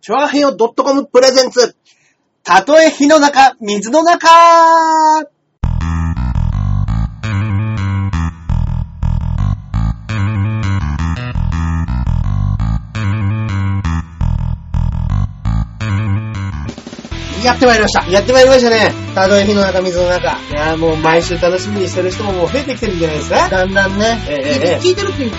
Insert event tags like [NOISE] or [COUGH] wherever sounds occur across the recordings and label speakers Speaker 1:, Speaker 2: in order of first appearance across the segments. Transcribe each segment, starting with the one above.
Speaker 1: チョアヘヨ .com プレゼンツ。たとえ火の中、水の中やってまいりました。
Speaker 2: やってまいりましたね。たとえ火の中、水の中。いやーもう毎週楽しみにしてる人ももう増えてきてるんじゃないですか。
Speaker 1: だんだんね、
Speaker 2: ええええ
Speaker 1: 聞いてるっていう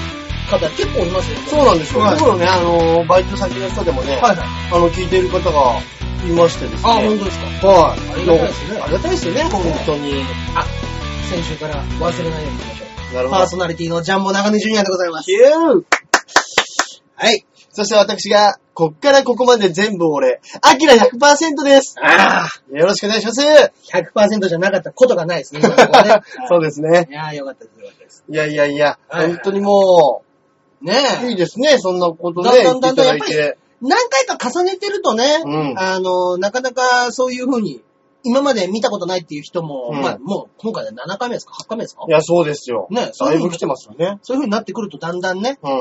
Speaker 1: 方結構いますよ。
Speaker 2: そうなんですよ。
Speaker 1: はい
Speaker 2: 僕のね、あのー、バイト先の人でもね、
Speaker 1: はいはい。
Speaker 2: あの、聞いてる方がいましてですね。
Speaker 1: あ、本当ですか。
Speaker 2: はい。
Speaker 1: ありがたいですね
Speaker 2: ありがたいですよね、本当に。
Speaker 1: 先週から忘れないようにしましょう。
Speaker 2: なる
Speaker 1: パ
Speaker 2: ほ
Speaker 1: ー
Speaker 2: ど。
Speaker 1: ソナリティのジャンボ中根ジュニアでございます。
Speaker 2: キューはい。そして私が、こっからここまで全部俺、アキラ100%です。
Speaker 1: ああ、
Speaker 2: よろしくお願いします。そ
Speaker 1: 100%じゃなかったことがない [LAUGHS] ですね。今のところ
Speaker 2: [LAUGHS]
Speaker 1: ね
Speaker 2: うですね。
Speaker 1: いやーよかったです、よかったです。
Speaker 2: いやいやいや、
Speaker 1: はいはい
Speaker 2: 本当にも
Speaker 1: ね
Speaker 2: う、いい
Speaker 1: え。
Speaker 2: ですね、そんなことで
Speaker 1: だ
Speaker 2: 言
Speaker 1: ん
Speaker 2: っ
Speaker 1: だ
Speaker 2: ていた
Speaker 1: ん
Speaker 2: だ
Speaker 1: だんだん
Speaker 2: い
Speaker 1: やっぱり
Speaker 2: て。
Speaker 1: 何回か重ねてるとね、
Speaker 2: うん
Speaker 1: あの、なかなかそういう風に、今まで見たことないっていう人も、
Speaker 2: うん
Speaker 1: まあ、もう今回で7回目ですか ?8 回目ですか
Speaker 2: いや、そうですよ。
Speaker 1: ね
Speaker 2: だいぶ来てますよね。
Speaker 1: そういう風になってくるとだんだんね、
Speaker 2: うん。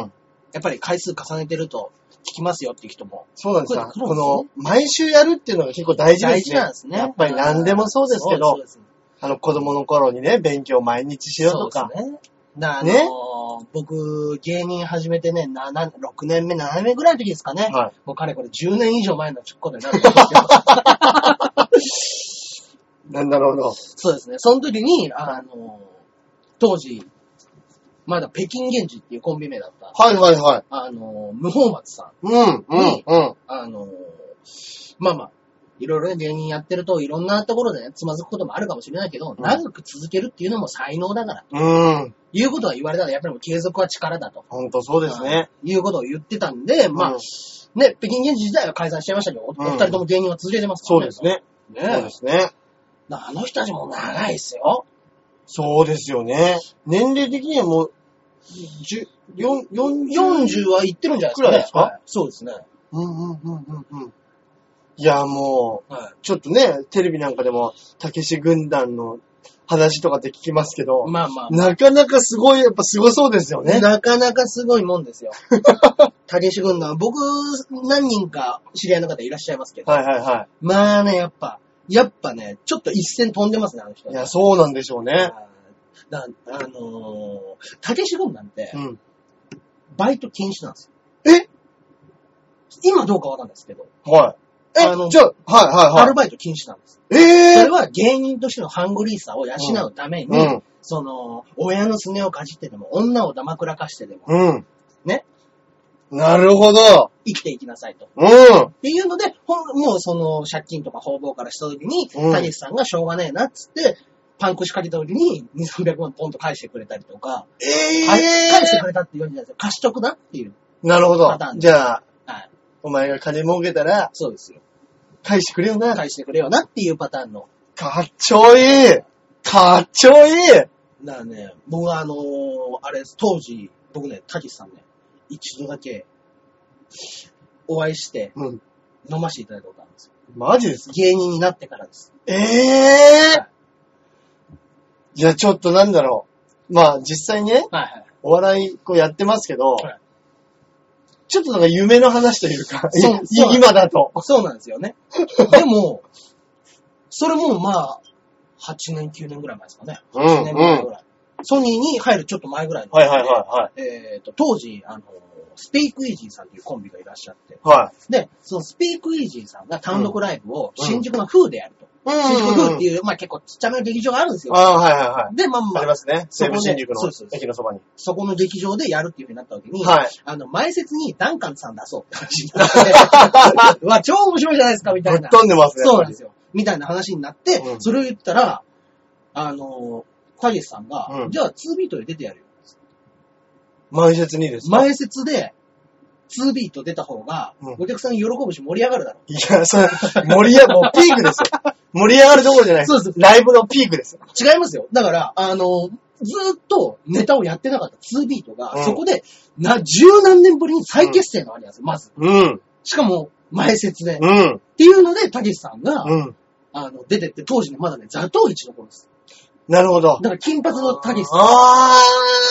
Speaker 1: やっぱり回数重ねてると聞きますよっていう人も。
Speaker 2: そうなんですよ。
Speaker 1: そうですね
Speaker 2: この、毎週やるっていうのが結構大事ですね。
Speaker 1: なんですね。
Speaker 2: やっぱり何でもそうですけ
Speaker 1: そう
Speaker 2: ど、
Speaker 1: です
Speaker 2: あの、子供の頃にね、勉強毎日しようとか。
Speaker 1: そうですね。だからあの
Speaker 2: ね
Speaker 1: 僕、芸人始めてね、7 6年目、7年目ぐらいの時ですかね。
Speaker 2: はい
Speaker 1: もうかれこれ10年以上前のことになるんで
Speaker 2: [LAUGHS]
Speaker 1: すけど。
Speaker 2: なんだろうな。
Speaker 1: そうですね。その時に、あの、当時、まだ北京源氏っていうコンビ名だった、
Speaker 2: はいはいはい。
Speaker 1: あの、無法松さん、
Speaker 2: うん、うん、うん。
Speaker 1: あの、まあまあ、いろいろね、芸人やってると、いろんなところでね、つまずくこともあるかもしれないけど、
Speaker 2: うん
Speaker 1: 長く続けるっていうのも才能だから、
Speaker 2: うん。
Speaker 1: いうことは言われたら、やっぱりもう継続は力だと。
Speaker 2: ほんとそうですね。
Speaker 1: いうことを言ってたんで、まあ、
Speaker 2: うん
Speaker 1: ね、北京現地自体は解散しちゃいましたけど、お
Speaker 2: うん
Speaker 1: お二人とも芸人は続けてますか
Speaker 2: そう
Speaker 1: らね。
Speaker 2: です。ね。そう
Speaker 1: ね
Speaker 2: ですね。
Speaker 1: あの人たちも長いですよ。
Speaker 2: そうですよね。年齢的にはもう、十、四、四、
Speaker 1: 40は行ってるんじゃないですか、ね。
Speaker 2: くらいですか
Speaker 1: はいそうですね。
Speaker 2: うんうんうんうんうん。いや、も
Speaker 1: は
Speaker 2: う、ちょっとね、テレビなんかでも、たけし軍団の話とかって聞きますけど、
Speaker 1: い。まあまあ、
Speaker 2: なかなかすごい、やっぱすごそうですよね。
Speaker 1: なかなかすごいもんで
Speaker 2: [LAUGHS]
Speaker 1: すよ。たけし軍団、僕、何人か知り合いの方いらっしゃいますけど、
Speaker 2: はいはいは
Speaker 1: まあね、やっぱ、やっぱね、ちょっと一線飛んでますね、あの人
Speaker 2: い。い。や、そうなんでしょうね。
Speaker 1: はいだあのー、たけし軍団って
Speaker 2: う、ん。
Speaker 1: バイト禁止なんですよ。
Speaker 2: え
Speaker 1: 今どうかわかんないですけど、
Speaker 2: はい。
Speaker 1: あの
Speaker 2: え、じゃあ、はい
Speaker 1: ア
Speaker 2: はい
Speaker 1: ル
Speaker 2: は
Speaker 1: バイト禁止なんです。
Speaker 2: い。
Speaker 1: そ
Speaker 2: え
Speaker 1: れは芸人としてのハングリーさを養うために、
Speaker 2: うんうん
Speaker 1: その、親のすねをかじってでも、女をだまくらかしてでも、
Speaker 2: ぇ、ー、うん。
Speaker 1: ね。
Speaker 2: なるほど。
Speaker 1: 生きていきなさいと。っ
Speaker 2: うん。
Speaker 1: ていうので、ほんもうその、借金とか方々からした時に、
Speaker 2: うん
Speaker 1: たけしさんがしょうがねえなっつって、パンクしかけた時に、2、300万ポンと返してくれたりとか、
Speaker 2: え
Speaker 1: 返返してくれたって言うんじゃないですか。貸しとくなっていう。
Speaker 2: なるほど
Speaker 1: パター。ン
Speaker 2: じゃあ、
Speaker 1: はい。
Speaker 2: お前が金儲けたら、
Speaker 1: そうですよ。
Speaker 2: 返してくれよな。
Speaker 1: 返してくれよなっていうパターンの。
Speaker 2: かっちょいいかっちょいい
Speaker 1: だからね、僕はあのーあれです、当時、僕ね、たけしさんね、一度だけ、お会いして、
Speaker 2: うん。
Speaker 1: 飲ませていただいたことあるんですよ。
Speaker 2: マジですか
Speaker 1: 芸人になってからです。
Speaker 2: ええー、いや、ちょっとなんだろう。まあ、実際にね、
Speaker 1: はいはい。
Speaker 2: お笑いこうやってますけど、
Speaker 1: はい
Speaker 2: ちょっとなんか夢の話というか、
Speaker 1: そう
Speaker 2: い
Speaker 1: そう
Speaker 2: 今だと。
Speaker 1: そうなんですよ [LAUGHS] ね。でも、それもまあ、8年、9年ぐらい前ですかね。
Speaker 2: うん
Speaker 1: 8年前ぐらい。ソニーに入るちょっと前ぐらいの。
Speaker 2: はいはいは
Speaker 1: えっ、と、当時、あのースピークイージーさんというコンビがいらっしゃって。
Speaker 2: いはい。
Speaker 1: で、そのスピークイージーさんが単独ライブを新宿の風でやると。
Speaker 2: はい。
Speaker 1: 新宿風って
Speaker 2: いう。
Speaker 1: いう、まあ結構ちっちゃめの劇場があるんですよ。
Speaker 2: ああ、はいはいはい。
Speaker 1: で、まあま
Speaker 2: あり
Speaker 1: あ
Speaker 2: ま、すね。
Speaker 1: そ
Speaker 2: 西
Speaker 1: こで
Speaker 2: 武新宿の
Speaker 1: そうそうそう
Speaker 2: 駅のそばに。
Speaker 1: そこの劇場でやるっていう風になった時に、
Speaker 2: はい
Speaker 1: あの、前説にダンカンさん出そうって話にな
Speaker 2: [LAUGHS]
Speaker 1: って、うわ、超面白いじゃないですか、みた
Speaker 2: ぶ
Speaker 1: い
Speaker 2: っ
Speaker 1: な。
Speaker 2: 飛んでますね。
Speaker 1: そうなんです
Speaker 2: よ。
Speaker 1: よ。みたいな話になって、
Speaker 2: うん
Speaker 1: それを言ったら、あの、カゲさんが、
Speaker 2: うん
Speaker 1: じゃあ2ビートで出てやるよ。
Speaker 2: 前説にですか。
Speaker 1: 前説で、2ビート出た方が、
Speaker 2: うん
Speaker 1: お客さん喜ぶし盛り上がるだろ
Speaker 2: いや、それ、盛り上がもうピークですよ。盛り上がるどころじゃない。
Speaker 1: そうです
Speaker 2: ライブのピークですよ。
Speaker 1: う。違いますよ。だから、あの、ずーっとネタをやってなかった2ビートが、
Speaker 2: うん
Speaker 1: そこで、な、十何年ぶりに再結成がありなんですよ、まず。
Speaker 2: うん。
Speaker 1: しかも、前説で。っ
Speaker 2: うん。
Speaker 1: ていうので、たけしさんが、
Speaker 2: うん。
Speaker 1: あの、出てって、当時ね、まだね、座頭市の頃です。
Speaker 2: なるほど。
Speaker 1: だから、金髪のたけしさん。
Speaker 2: あ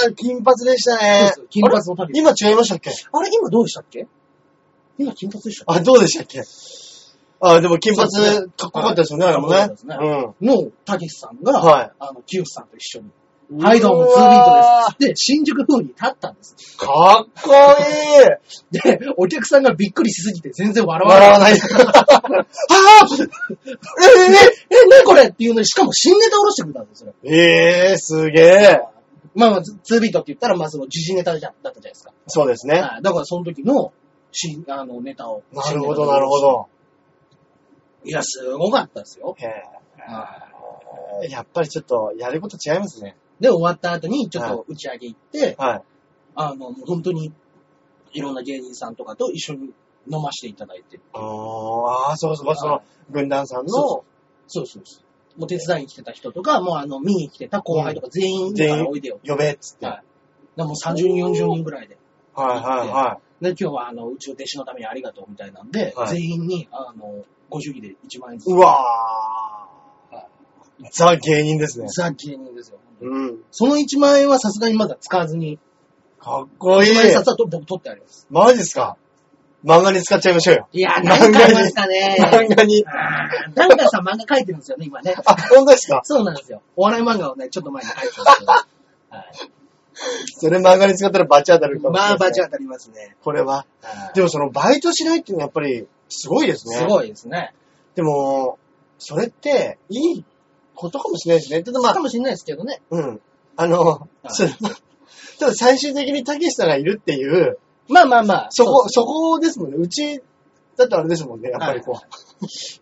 Speaker 2: ー、金髪でした
Speaker 1: そう
Speaker 2: ね
Speaker 1: です。よ金髪のたけしさ
Speaker 2: 今
Speaker 1: ん。
Speaker 2: 違いましたっけ
Speaker 1: あれ、今どうでしたっけ今、金髪でしたっ
Speaker 2: あ、どうでしたっけあ、でも金髪
Speaker 1: そうです、
Speaker 2: かっこよかったですよね、
Speaker 1: はい
Speaker 2: あれもね。
Speaker 1: かっこよかったですね
Speaker 2: うん。
Speaker 1: けの、たけしさんが、
Speaker 2: はい
Speaker 1: あの、清さんと一緒に、はい、どうも、ツービートです。で、新宿風に立ったんです。
Speaker 2: す。かっこいい
Speaker 1: で、お客さんがびっくりしすぎて全然笑わ
Speaker 2: 笑
Speaker 1: ない。
Speaker 2: わない。
Speaker 1: ああえ、え、え、え、ねこれっていうのに、しかも新ネタ下ろしてくれたんですよ。
Speaker 2: ええすげえ。
Speaker 1: まあまあ、ツービートって言ったら、まあその時事ネタじゃだったじゃないですか。
Speaker 2: そうですね。
Speaker 1: はいだからその時の、新、あの、ネタを。
Speaker 2: なるほど、なるほ。ど。
Speaker 1: いや、すごかったですよ。
Speaker 2: へ
Speaker 1: はい
Speaker 2: え。やっぱりちょっと、やること違いますね。
Speaker 1: で、終わった後に、ちょっ
Speaker 2: は
Speaker 1: と打ち上げ行って、
Speaker 2: はい。
Speaker 1: あの、もう本当に、いろんな芸人さんとかと一緒に飲ませていただいて。
Speaker 2: ああ、そうそう、そ
Speaker 1: は
Speaker 2: の、軍団さんの
Speaker 1: そ、そうそうそう。もう手伝いに来てた人とか、もうあの、見に来てた後輩とか全員だからおいでよ。
Speaker 2: 呼べっつって。
Speaker 1: は
Speaker 2: はい
Speaker 1: い。でもう30人、40人ぐらいで。
Speaker 2: はいは
Speaker 1: で、今日はあの、うちの弟子のためにありがとうみたいなんで、
Speaker 2: はい
Speaker 1: 全員に、あの、ご祝儀で1万円ずつ。
Speaker 2: い。うわー。ザ芸人ですね。
Speaker 1: ザ芸人ですよ。
Speaker 2: うん。
Speaker 1: その1万円はさすがにまだ使わずに、
Speaker 2: かっこいい
Speaker 1: 1。万円札はと僕取ってあります。
Speaker 2: マジですか漫画に使っちゃいましょうよ。
Speaker 1: いやー、
Speaker 2: 漫画
Speaker 1: 何
Speaker 2: に
Speaker 1: かありましたね。
Speaker 2: 漫画に。
Speaker 1: あーなんかさ、漫画描いてるんですよね、今ね。
Speaker 2: あ、本当ですか
Speaker 1: そうなんですよ。お笑い漫画をね、ちょっと前に描いてるんです
Speaker 2: [LAUGHS]
Speaker 1: けど。はい
Speaker 2: それ漫画に使ったらバチ当たるかもしれ
Speaker 1: ま
Speaker 2: ない、
Speaker 1: あ、バチ
Speaker 2: 当た
Speaker 1: 当たりますね
Speaker 2: る。。これは。
Speaker 1: はい
Speaker 2: でもそのバイトしないっていうのはやっぱりすごいですね。
Speaker 1: すごいですね。
Speaker 2: でも、それっていいことかもしれないですね。ただまあ
Speaker 1: か、もしれないですけどね。
Speaker 2: うん。あの、
Speaker 1: い
Speaker 2: それただ最終的にたけしさんがいるっていう、
Speaker 1: まあまあまあ、
Speaker 2: そこ、そこですもんね。うち、だとあれですもんね。やっぱりこ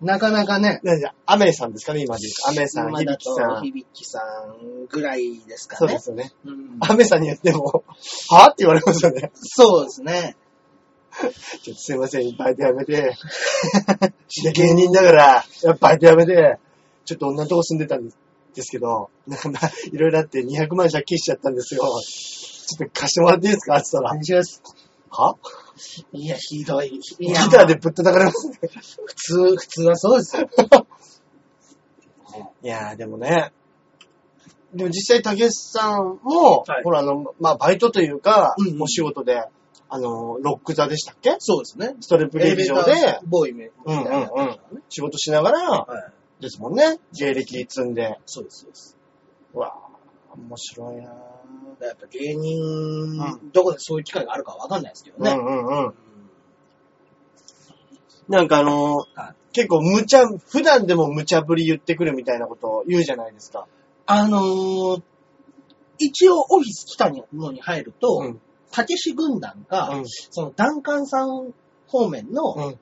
Speaker 2: う。
Speaker 1: なかなかね、
Speaker 2: なんでアメさんですかね、今で言うと。アメさん、
Speaker 1: 今だ
Speaker 2: 響
Speaker 1: と
Speaker 2: さん。
Speaker 1: 響さんぐらいですか
Speaker 2: そうで
Speaker 1: ね。
Speaker 2: すよね。
Speaker 1: うん
Speaker 2: アメさんにやっても、はぁって言われますよね。
Speaker 1: そうですね。
Speaker 2: ちょっとすいません、バイトやめて。芸人だから、バイトやめて。ちょっと女のとこ住んでたんですけど、なんか、いろいろあって200万借金しちゃったんですよ。ちょっと貸してもらっていいですかって言ったら、はい
Speaker 1: や、ひどい。い
Speaker 2: ギ
Speaker 1: や、
Speaker 2: ターでぶったたかれますね。
Speaker 1: 普通、普通はそうですよ。
Speaker 2: いやー、でもね。でも実際、たけしさんも、
Speaker 1: はい
Speaker 2: ほら、あの、まあ、バイトというか、
Speaker 1: うんうん
Speaker 2: お仕事で、あの、ロック座でしたっけ
Speaker 1: [LAUGHS] そうですね。
Speaker 2: ストレップ劇場
Speaker 1: エレベー
Speaker 2: で
Speaker 1: ターボーイみたいなやつですからね。
Speaker 2: 仕事しながら
Speaker 1: はい。
Speaker 2: ですもんね。芸歴積んで。
Speaker 1: そうです、そうです。
Speaker 2: うわー、面白いな
Speaker 1: だからやっぱ芸人、
Speaker 2: う
Speaker 1: どこでそういう機会があるかわかんないですけど
Speaker 2: ー
Speaker 1: ね。
Speaker 2: うんうんうん。
Speaker 1: うん
Speaker 2: なんかあのー
Speaker 1: はい
Speaker 2: 結構無茶、普段でも無茶ぶり言ってくるみたいなことを言うじゃないですか。
Speaker 1: あのー一応オフィス来たのに入る
Speaker 2: う
Speaker 1: と
Speaker 2: ん、
Speaker 1: たけし軍団
Speaker 2: う
Speaker 1: が
Speaker 2: ん、
Speaker 1: そのダンカンさん方面の、
Speaker 2: うん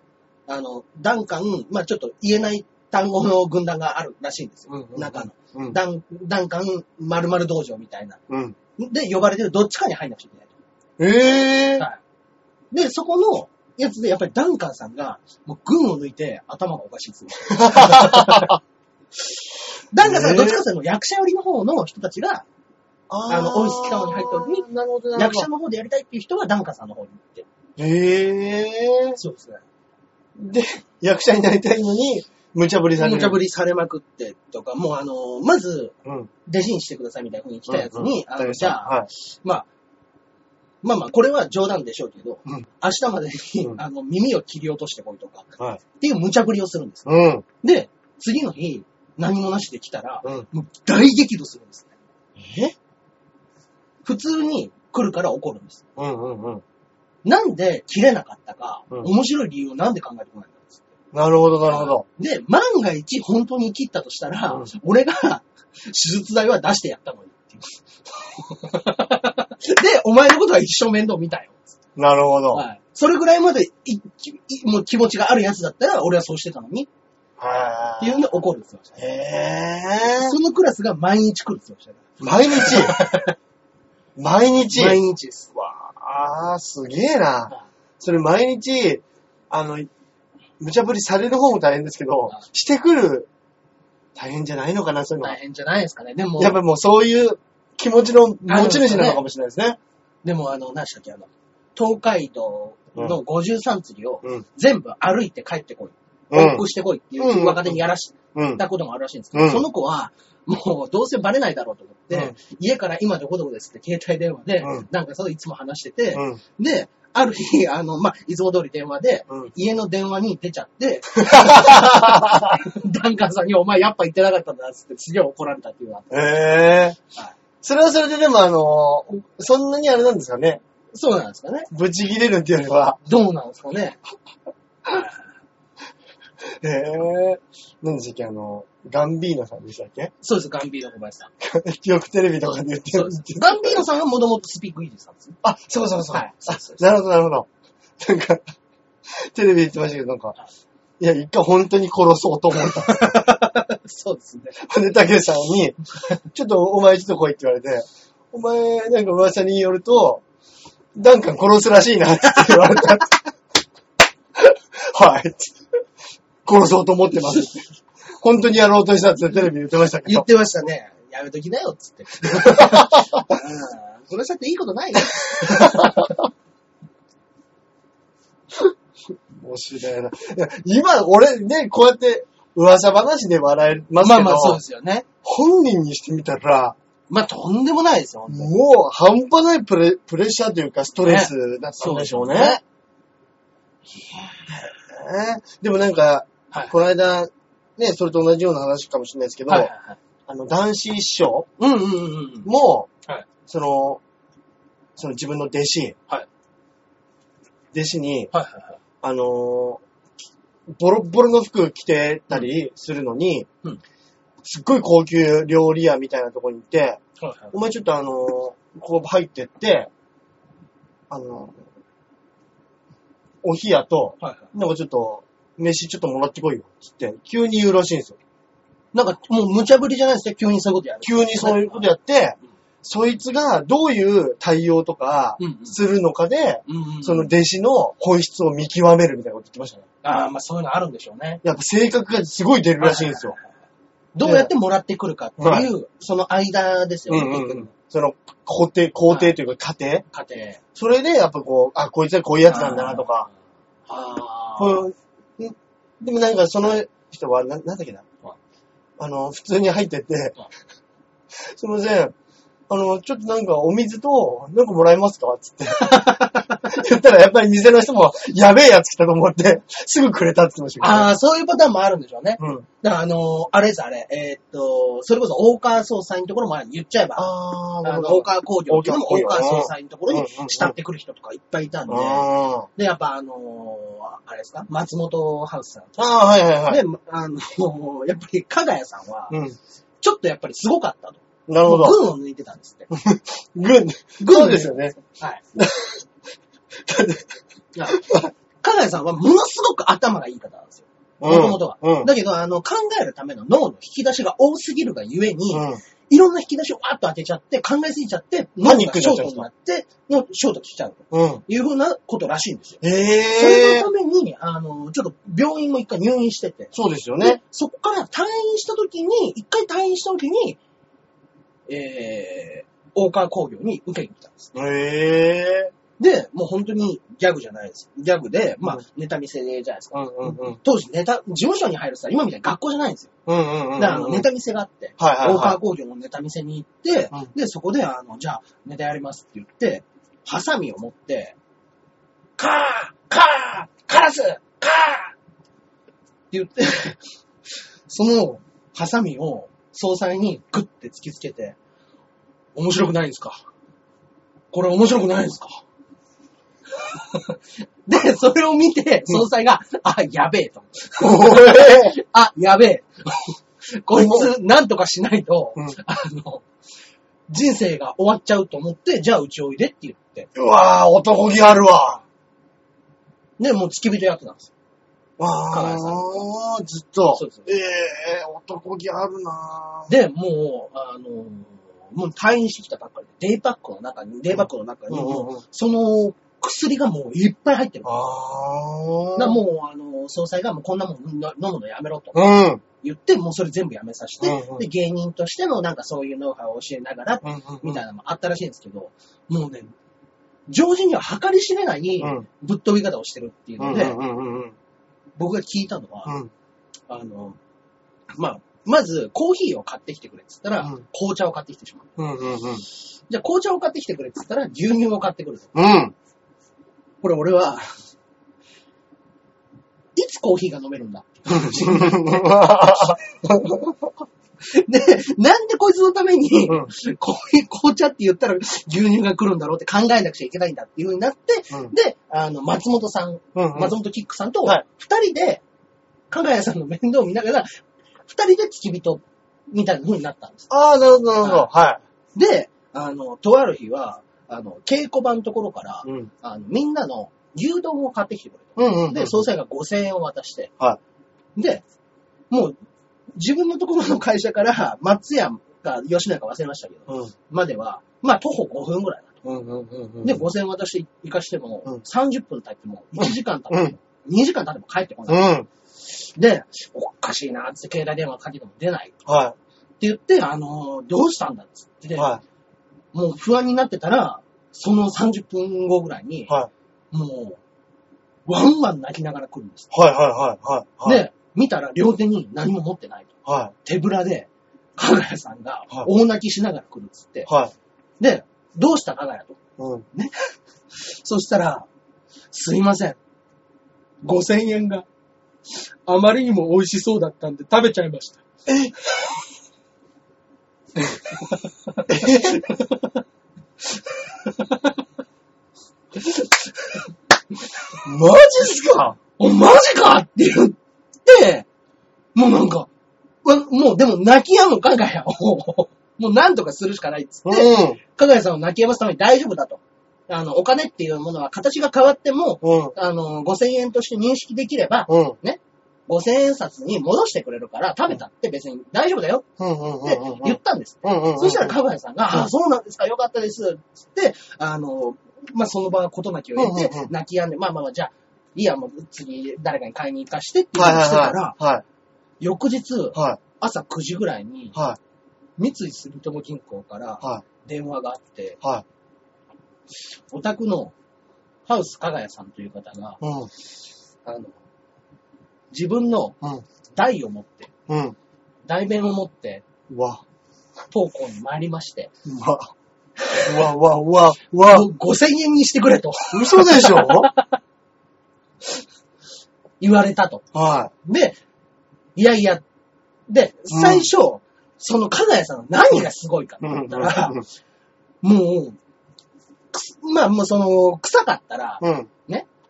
Speaker 1: あの、ダンカン、まあちょっと言えない単語の軍団があるらしいんですよ。
Speaker 2: うん
Speaker 1: 中の。
Speaker 2: うん。
Speaker 1: ダン、ダンカン〇〇道場みたいな。
Speaker 2: うん。
Speaker 1: で、呼ばれてるどっちかに入んなくちゃいけない
Speaker 2: えー。
Speaker 1: と。はい。で、そこのやつで、やっぱりダンカンさんが、もう群を抜いて頭がおかし
Speaker 2: [LAUGHS]
Speaker 1: いですね。ダンカンさんはどっちかというと役者寄りの方の人たちが、
Speaker 2: あ
Speaker 1: あのオフィス期間に入ったのに
Speaker 2: ーなるほど、なる
Speaker 1: 役
Speaker 2: ほ
Speaker 1: 者の方でやりたいっていう人はダンカンさんの方に行って。
Speaker 2: ど。へえ。
Speaker 1: そうですね。
Speaker 2: で、役者になりたいのに、無茶ぶりされる。
Speaker 1: 無茶ぶ
Speaker 2: り。
Speaker 1: りされまくってとか、もうあの、まず、
Speaker 2: うん。
Speaker 1: 弟子にしてくださいみたいな風に来たやつに、あ
Speaker 2: うん
Speaker 1: のじゃあ、
Speaker 2: はい。
Speaker 1: まあ、まあまあ、これは冗談でしょうけど、
Speaker 2: うん
Speaker 1: 明日までに、
Speaker 2: うん
Speaker 1: あの耳を切り落としてこいとか、
Speaker 2: はい。
Speaker 1: っていう無茶ぶりをするんです。
Speaker 2: うん。
Speaker 1: で、次の日、何もなしで来たら、
Speaker 2: うん。
Speaker 1: もう大激怒するんです
Speaker 2: え
Speaker 1: ね。普通に来るから怒るんです。
Speaker 2: うんうんうん。
Speaker 1: なんで切れなかったか、
Speaker 2: うん
Speaker 1: 面白い理由をなんで考えてこないんですって。
Speaker 2: なるほど、なるほど。
Speaker 1: で、万が一本当に切ったとしたら、
Speaker 2: うん
Speaker 1: 俺が手術代は出してやったのに [LAUGHS] っていう。で、お前のことは一生面倒見たよ。
Speaker 2: なるほど。
Speaker 1: はい。それぐらいまでいいもう気持ちがあるやつだったら、俺はそうしてたのに
Speaker 2: は
Speaker 1: っていうので怒るんですよ。
Speaker 2: へえ。
Speaker 1: そのクラスが毎日来るんですよ。
Speaker 2: 毎 [LAUGHS] 日毎日
Speaker 1: 毎日です。
Speaker 2: わあ、すげえな
Speaker 1: は。
Speaker 2: それ毎日、あの、無茶ぶりされる方も大変ですけど
Speaker 1: はい、
Speaker 2: してくる、大変じゃないのかな、そういうのは
Speaker 1: 大。変じゃないですかね。でも
Speaker 2: や、っぱりもうそういう気持ちの持ち主なのかもしれないですね。
Speaker 1: でもあの、何でしたっけ、あの、東海道の53次を
Speaker 2: うん。
Speaker 1: 全部歩いて帰ってこ
Speaker 2: う
Speaker 1: い。
Speaker 2: ん
Speaker 1: 往復してこいっていう若手にやらし
Speaker 2: うん。
Speaker 1: たこともあるらしいんですけど、
Speaker 2: うん
Speaker 1: その子は、もうどうせバレないだろうと思って、
Speaker 2: うん
Speaker 1: 家から今どこどこですって携帯電話で、
Speaker 2: うん
Speaker 1: なんかそういつも話してて、
Speaker 2: うん。
Speaker 1: で、ある日、 [LAUGHS] あの、まあ、いつも通り電話で、
Speaker 2: うん
Speaker 1: 家の電話に出ちゃ [LAUGHS] って、ダンカンさんにお前やっぱ言ってなかったんだっつってすげえ怒られたっていうのがあっ
Speaker 2: ええ
Speaker 1: はい
Speaker 2: それはそれででもあの、そんなにあれなんですかね。
Speaker 1: たそうなんですかね。
Speaker 2: ぶち切れるっていうよりは。
Speaker 1: どうなんですかね。
Speaker 2: ええ何でしたっけあの、ガンビーノさんでしたっけ
Speaker 1: そうです、ガンビーノ小林さん。
Speaker 2: [LAUGHS] よくテレビとかで言って
Speaker 1: そう
Speaker 2: る
Speaker 1: で。す。ガンビーノさんはもともとスピークイージーさんですね。
Speaker 2: あ、そうそうそう。
Speaker 1: はいそうそう
Speaker 2: あなるほど、なるほど。なんか、 [LAUGHS] テレビ言ってましたけど、なんか、いや、一回本当に殺そうと思った。
Speaker 1: そうですね。
Speaker 2: ほんで、たけしさん [LAUGHS] に、ちょっとお前ちょっと来いって言われて、お前、なんか噂によると、ダンカン殺すらしいなって言われ [LAUGHS] た。はい。殺そうと思ってますって。本当にやろうとしたってテレビで言ってましたけ
Speaker 1: 言
Speaker 2: ど
Speaker 1: っ。てましたね。やめときなよ、っつ [LAUGHS] って。うん殺しちゃっていいことないよ。
Speaker 2: 面白いな。いや今、俺ね、こうやって噂話で笑えますけ
Speaker 1: [LAUGHS] ま
Speaker 2: ど、
Speaker 1: あまあ、そうですよね。
Speaker 2: 本人にしてみたら、
Speaker 1: まあ、とんでもないですよ、本当に。
Speaker 2: もう半端ないプレプレッシャーというかストレスだったんでしょうね。
Speaker 1: そうで
Speaker 2: ねでもなんか、
Speaker 1: はい
Speaker 2: この間、ね、それと同じような話かもしれないですけど、
Speaker 1: はいはいはい。
Speaker 2: あの、男子師匠
Speaker 1: うんうんうんうん。
Speaker 2: も、
Speaker 1: はい
Speaker 2: その、その自分の弟子、
Speaker 1: はい
Speaker 2: 弟子に、
Speaker 1: はいはいはい。
Speaker 2: あのーボロッボロの服着てたりするのに、
Speaker 1: うん
Speaker 2: すっごい高級料理屋みたいなとこに行って、
Speaker 1: はいはい
Speaker 2: お前ちょっとあのーここ入ってって、あのーお冷やと、
Speaker 1: はいはい。
Speaker 2: なんかちょっと、飯ちょっともらってこいよ、つって、急に言うらしいんですよ。
Speaker 1: なんか、もう無茶ぶりじゃないですね、急にそういうことやる。
Speaker 2: 急にそういうことやって
Speaker 1: うん、
Speaker 2: そいつがどういう対応とか
Speaker 1: うんうん
Speaker 2: するのかで、
Speaker 1: うんうん。
Speaker 2: その弟子の本質を見極めるみたいなこと言ってましたね。
Speaker 1: ああ、まあそういうのあるんでしょうね。
Speaker 2: やっぱ性格がすごい出るらしいんですよ。
Speaker 1: どうやってもらってくるかって
Speaker 2: はい
Speaker 1: いう、その間ですよ
Speaker 2: う
Speaker 1: ね、
Speaker 2: んうん
Speaker 1: 結
Speaker 2: う
Speaker 1: 局
Speaker 2: ん。その、工程、工程というか過程。
Speaker 1: 家庭。
Speaker 2: それでやっぱこう、あ、こいつはこういうやつなんだなとか、
Speaker 1: ああ。
Speaker 2: こう、んでもなんかその人は、な、なんだっけな
Speaker 1: はい。
Speaker 2: あの、普通に入ってって
Speaker 1: はい、
Speaker 2: すいません。あの、ちょっとなんかお水と、なんかもらえますかつ [LAUGHS] って。言ったらやっぱり店の人も、やべえやつ来たと思って、すぐくれたって言ってました
Speaker 1: ああ、そういうパターンもあるんでしょうね。
Speaker 2: けど。うん。
Speaker 1: だからあのーあれです、あれ。えーっと、それこそ大川総裁のところもある言っちゃえば、
Speaker 2: あー、な
Speaker 1: あ
Speaker 2: る
Speaker 1: の
Speaker 2: ほ
Speaker 1: 大
Speaker 2: ど。
Speaker 1: 川工業っていうのも
Speaker 2: 大
Speaker 1: 大
Speaker 2: 川工業
Speaker 1: 川総裁のところ
Speaker 2: うんう
Speaker 1: に
Speaker 2: んうん
Speaker 1: 慕ってくる人とかいっぱいいたんで、
Speaker 2: あー
Speaker 1: で、やっぱあのーあれですか、松本ハウスさん。
Speaker 2: あー、はいはいはい。
Speaker 1: で、あのーやっぱり加賀谷さんは、
Speaker 2: うん。
Speaker 1: ちょっとやっぱりすごかったと。
Speaker 2: なるほど。
Speaker 1: 群を抜いてたんですって。
Speaker 2: 軍。
Speaker 1: 軍
Speaker 2: そうですよね。
Speaker 1: はい。 [LAUGHS] いや加賀谷さんはものすごく頭がいい方なんですよ。
Speaker 2: うん
Speaker 1: もともとが。
Speaker 2: うん。
Speaker 1: だけど、あの、考えるための脳の引き出しが多すぎるがゆえに、
Speaker 2: うん
Speaker 1: いろんな引き出しをわーっと当てちゃって、考えすぎちゃって、
Speaker 2: パニックに
Speaker 1: シ
Speaker 2: な
Speaker 1: ョ
Speaker 2: っ
Speaker 1: ー
Speaker 2: ちゃう
Speaker 1: トになって、のショートしちゃうと
Speaker 2: うん。
Speaker 1: いうふうなことらしいんですよ。
Speaker 2: え
Speaker 1: それ
Speaker 2: え
Speaker 1: の。ために、あの、ちょっと病院も一回入院してて、
Speaker 2: そうですよ
Speaker 1: で
Speaker 2: ね。
Speaker 1: そこから退院した時に、一回退院した時に、えー、大川工業に受けに来たんです。
Speaker 2: ええ。
Speaker 1: で、もう本当にギャグじゃないです。ギャグで、まあ
Speaker 2: う、
Speaker 1: ネタ見せじゃないですか。
Speaker 2: うんうんうん。
Speaker 1: 当時ネタ、事務所に入るさ、今みたいに学校じゃないんですよ。
Speaker 2: うんうんうんう
Speaker 1: だ
Speaker 2: ん。
Speaker 1: からあの、ネタ見せがあって、
Speaker 2: はいはい
Speaker 1: 大川
Speaker 2: は
Speaker 1: 工業のネタ見せに行って、
Speaker 2: うん
Speaker 1: で、そこで、あの、じゃあ、ネタやりますって言って、ハサミを持って、カーカーカラスカーって言って、その、ハサミを、総裁にグッて突きつけて、面白くないんですかこれ面白くないんで
Speaker 2: [LAUGHS]
Speaker 1: すかで、それを見て、総裁が、あ、やべえと。
Speaker 2: い。
Speaker 1: あ、やべ
Speaker 2: [LAUGHS]
Speaker 1: え。こいつ、なんとかしないと、
Speaker 2: うん
Speaker 1: あの、人生が終わっちゃうと思って、じゃあうちおいでって言って。
Speaker 2: うわぁ、男気あるわ。
Speaker 1: で、もう付き人やってたんですよ。
Speaker 2: わぁ、ずっと
Speaker 1: そうそう。
Speaker 2: ええ男気あるなぁ。
Speaker 1: で、もう、あの、もう退院してきたばっかりで、デイパックの中に、デイパックの中に、
Speaker 2: うんうんうん
Speaker 1: もうその薬がもういっぱい入ってる。だか
Speaker 2: あ
Speaker 1: らもう、あの、総裁がもうこんなもん飲むのやめろと
Speaker 2: うん。
Speaker 1: 言って、もうそれ全部やめさせて、
Speaker 2: うんうん
Speaker 1: で、芸人としてのなんかそういうノウハウを教えながら
Speaker 2: うんうん
Speaker 1: みたいなのもあったらしいんですけど、もうね、常人には計り知れない
Speaker 2: うん
Speaker 1: ぶっ飛び方をしてるっていう
Speaker 2: うんう
Speaker 1: の
Speaker 2: ん
Speaker 1: で、
Speaker 2: うんうん
Speaker 1: 僕が聞いたのは、
Speaker 2: うん。
Speaker 1: あの、まあ、まずコーヒーを買ってきてくれって言ったら、
Speaker 2: うん
Speaker 1: 紅茶を買ってきてしまう。
Speaker 2: うんうんうん。
Speaker 1: じゃあ紅茶を買ってきてくれって言ったら、牛乳を買ってくると。
Speaker 2: うん。
Speaker 1: これ俺は、いつコーヒーが飲めるんだで、なんでこいつのために、
Speaker 2: うん
Speaker 1: コーヒー、紅茶って言ったら牛乳が来るんだろうって考えなくちゃいけないんだっていう風になって、
Speaker 2: うん
Speaker 1: で、あの、松本さん、 [LAUGHS]
Speaker 2: うん
Speaker 1: 松本キックさんと、
Speaker 2: はい
Speaker 1: 二人で、加賀谷さんの面倒を見ながら、二人で付き人みたいな風になったんです。
Speaker 2: ああ、なるほど、なるほど。は
Speaker 1: で、あの、とある日は、あの、稽古場のところから、
Speaker 2: い。うん。
Speaker 1: あの、みんなの牛丼を買ってきてくれと。
Speaker 2: うんうん。
Speaker 1: で、総裁が5000円を渡して、
Speaker 2: は
Speaker 1: で、もう、自分のところの会社から、松屋か吉野家か忘れましたけど、
Speaker 2: うん。
Speaker 1: までは、まあ、徒歩5分ぐらいだ
Speaker 2: うんうんうんうん。
Speaker 1: で、5000円渡して行かしても、
Speaker 2: うん
Speaker 1: 30分経っても、1時間経
Speaker 2: う
Speaker 1: って
Speaker 2: ん
Speaker 1: も、2時間経っても帰ってこ
Speaker 2: う
Speaker 1: ない。
Speaker 2: ん。
Speaker 1: で、おかしいなって携帯電話かけても出ない。
Speaker 2: は
Speaker 1: って言って、あのーどうしたんだっつって、
Speaker 2: い。は
Speaker 1: もう不安になってたら、その30分後ぐらいに
Speaker 2: い。、はい。
Speaker 1: もう、ワンワン泣きながら来るんです。
Speaker 2: はいはいはい。はい。、
Speaker 1: で、見たら両手に何も持ってないと。
Speaker 2: は
Speaker 1: 手ぶらで、加賀谷さんが
Speaker 2: はい
Speaker 1: 大泣きしながら来るっつって
Speaker 2: い。。はい。
Speaker 1: で、どうした加賀谷と。
Speaker 2: うん。
Speaker 1: そしたら、すいません。5000円があまりにも美味しそうだったんで食べちゃいました。
Speaker 2: マジっすか
Speaker 1: お、マジかって言って、もうなんか、わもうでも泣き止む加賀谷を、 [LAUGHS] もうなんとかするしかないっつっ
Speaker 2: う
Speaker 1: て、
Speaker 2: ん。
Speaker 1: 加賀谷さんを泣き止ますために大丈夫だと。あの、お金っていうものは形が変わっても、
Speaker 2: うん。
Speaker 1: あの、5000円として認識できれば、
Speaker 2: うん。
Speaker 1: 5000円札に戻してくれるから食べたって別に大丈夫だよ
Speaker 2: うんうん
Speaker 1: って言ったんです。
Speaker 2: うんうん。
Speaker 1: そしたら
Speaker 2: う
Speaker 1: 加賀谷さんが、ああ、そうなんですか、よかったです。つって、あの、まあ、その場は事なきを得て
Speaker 2: うんうんう、ん
Speaker 1: 泣き止んで、まあまあまあ、じゃあ、いいや、もう次誰かに買いに行かしてって
Speaker 2: ん。
Speaker 1: いう
Speaker 2: はい
Speaker 1: のをしてたら、
Speaker 2: はいは
Speaker 1: 翌日
Speaker 2: い。は
Speaker 1: 朝9時ぐらいに
Speaker 2: い。、はい。
Speaker 1: 三井住友銀行から
Speaker 2: は
Speaker 1: 電話があって、
Speaker 2: い。はい。
Speaker 1: お宅のハウス加賀谷さんという方が、
Speaker 2: うん。
Speaker 1: あの、自分の
Speaker 2: うん。
Speaker 1: 台を持って、
Speaker 2: うん。
Speaker 1: 代弁を持って、
Speaker 2: うわ。
Speaker 1: 当校に参りまして、
Speaker 2: うわ。うわ、うわ、うわ、うわ。
Speaker 1: もう5000円にしてくれと
Speaker 2: 嘘でしょ
Speaker 1: 言われたと。
Speaker 2: は
Speaker 1: で、いやいや、で、
Speaker 2: うん
Speaker 1: 最初、その金谷さんの何がすごいかっ
Speaker 2: い。
Speaker 1: て
Speaker 2: う
Speaker 1: 言
Speaker 2: ん
Speaker 1: ったら、もう、くすまあもうその、臭かったら、
Speaker 2: うん。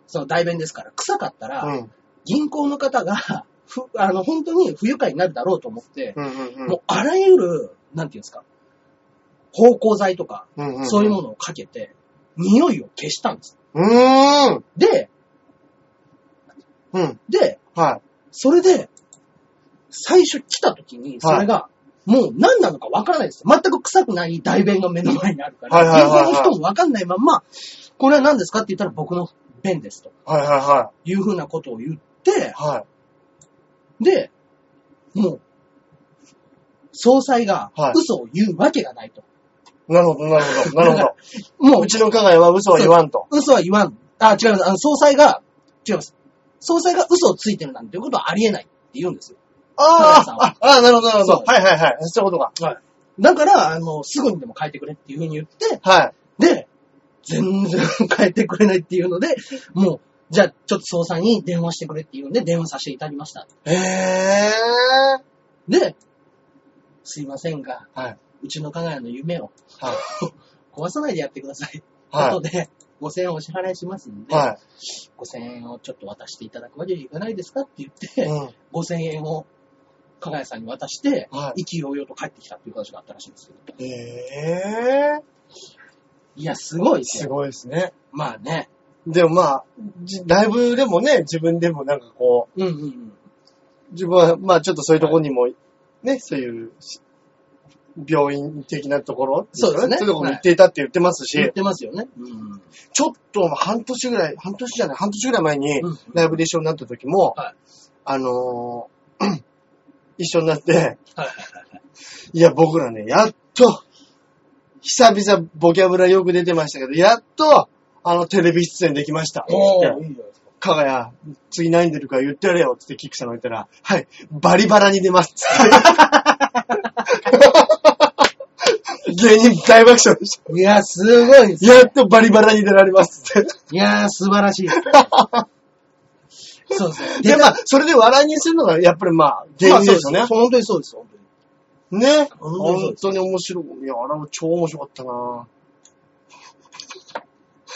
Speaker 1: その代弁ですから、臭かったら、
Speaker 2: うん。
Speaker 1: 銀行の方が、ふあの、本当に不愉快になるだろうと思って、
Speaker 2: うんうんうん
Speaker 1: もうあらゆる、なんていうんですか、芳香剤とか、
Speaker 2: うんん
Speaker 1: そういうものをかけて、匂いを消したんです。
Speaker 2: うーん。
Speaker 1: で、
Speaker 2: うん。
Speaker 1: で、
Speaker 2: は
Speaker 1: それで、最初来た時に、それが、もう何なのかわからないです。全く臭くない代弁が目の前にあるから、
Speaker 2: はいはいはいはい
Speaker 1: 銀行の人もわかんないまんま、これは何ですかって言ったら僕の弁ですと
Speaker 2: い。はいはいは
Speaker 1: いうふうなことを言って
Speaker 2: い。、は
Speaker 1: で、もう、総裁が
Speaker 2: はい
Speaker 1: 嘘を言うわけがないと。
Speaker 2: い。なるほど、なるほど、なるほど。
Speaker 1: もう
Speaker 2: う、ちの加害は嘘は言わんと。
Speaker 1: 嘘は言わん。あ、違います。あの、総裁が、違います。総裁が嘘をついてるなんていうことはありえないって言うんですよ。
Speaker 2: あ
Speaker 1: 加害さん
Speaker 2: あ、ああ、なるほど、なるほ
Speaker 1: そう
Speaker 2: ど。はいはいはい。そういうことか。
Speaker 1: だから、あの、すぐにでも変えてくれっていうふうに言って、
Speaker 2: はい。
Speaker 1: で、全然変えてくれないっていうので、もう、じゃあ、ちょっと総裁に電話してくれっていうんで、電話させていただきました。
Speaker 2: へえ。
Speaker 1: で、すいませんが、
Speaker 2: はい。
Speaker 1: うちの加賀屋の夢を
Speaker 2: はい。
Speaker 1: 壊さないでやってください。
Speaker 2: はい
Speaker 1: ことで、5000円お支払いしますんで、
Speaker 2: は
Speaker 1: 5000円をちょっと渡していただくわけにいかないですかって言って、
Speaker 2: い。うん。
Speaker 1: 5000円を加賀屋さんに渡して、
Speaker 2: は
Speaker 1: 意気揚々と帰ってきたっていう話があったらしいんですけど。
Speaker 2: い。ええ。
Speaker 1: いや、すごいです
Speaker 2: す
Speaker 1: よ。
Speaker 2: ごいですね。
Speaker 1: まあね。
Speaker 2: でもまあ、じライブでもね、自分でもなんかこ
Speaker 1: うんうんうん。
Speaker 2: う、自分はまあちょっとそういうところにも、ね、そういうし、病院的なところ
Speaker 1: そうですね
Speaker 2: そういうところに行っていたって言ってますし、
Speaker 1: 言ってますよね。うん。
Speaker 2: ちょっと半年ぐらい、半年じゃない、半年ぐらい前に
Speaker 1: うん
Speaker 2: ライブで一緒になった時も、
Speaker 1: はい
Speaker 2: あのー [CLEARS THROAT] 一緒になって、
Speaker 1: はいはい
Speaker 2: や、僕らね、やっと、久々ボキャブラよく出てましたけど、やっと、あの、テレビ出演できました。つって
Speaker 1: いいじゃないです
Speaker 2: か
Speaker 1: か。
Speaker 2: がや、次何出るか言ってやれよってキックさんが言ったら、
Speaker 1: [LAUGHS]
Speaker 2: [LAUGHS] はい、バリバラに出ますっつって。全員大爆笑でした。
Speaker 1: いや、すごいです。
Speaker 2: やっとバリバラに出られますって。
Speaker 1: いやー、素晴ら [LAUGHS] しい。そうです
Speaker 2: [LAUGHS]
Speaker 1: ね。
Speaker 2: で、まあ、それで笑いにするのが、やっぱりまあ、芸
Speaker 1: まあ
Speaker 2: 人
Speaker 1: そう
Speaker 2: で
Speaker 1: ですす
Speaker 2: よ
Speaker 1: ね。
Speaker 2: ね。
Speaker 1: 本当にそうです。本当に
Speaker 2: ね。
Speaker 1: 本当にそう
Speaker 2: 本
Speaker 1: で
Speaker 2: 当に面白い。いや、あれは超面白かったな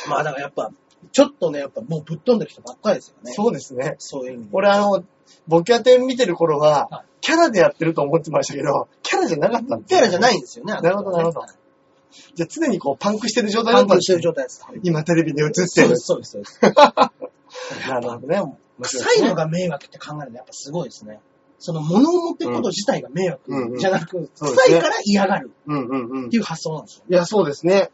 Speaker 1: まあ、だからやっぱ、ちょっとね、やっぱもうぶっ飛んでる人ばっかりですよね。
Speaker 2: そうですね。
Speaker 1: そういう意味で。
Speaker 2: 俺あの、ボキャテン見てる頃
Speaker 1: は
Speaker 2: は、キャラでやってると思ってましたけど、キャラじゃなかったんで
Speaker 1: キャラじゃないんですよね。
Speaker 2: なるほどなるほどじゃあ常にこう、パンクしてる状態だ
Speaker 1: 反
Speaker 2: ったん
Speaker 1: 抗
Speaker 2: で
Speaker 1: し
Speaker 2: す
Speaker 1: てる
Speaker 2: ね
Speaker 1: 状態です。
Speaker 2: 今テレビで映って
Speaker 1: そうで
Speaker 2: る
Speaker 1: す、。そうです、そうです。
Speaker 2: なるほどね。
Speaker 1: 臭いのが迷惑って考えるのやっぱすごいですね。その物を持っていくこと自体が迷
Speaker 2: うんう
Speaker 1: 惑
Speaker 2: ん
Speaker 1: じゃなく、
Speaker 2: そうですね
Speaker 1: 臭いから嫌がる
Speaker 2: うんうんうん。
Speaker 1: っ
Speaker 2: い
Speaker 1: ていう発想なんですよ。
Speaker 2: や、そうですね。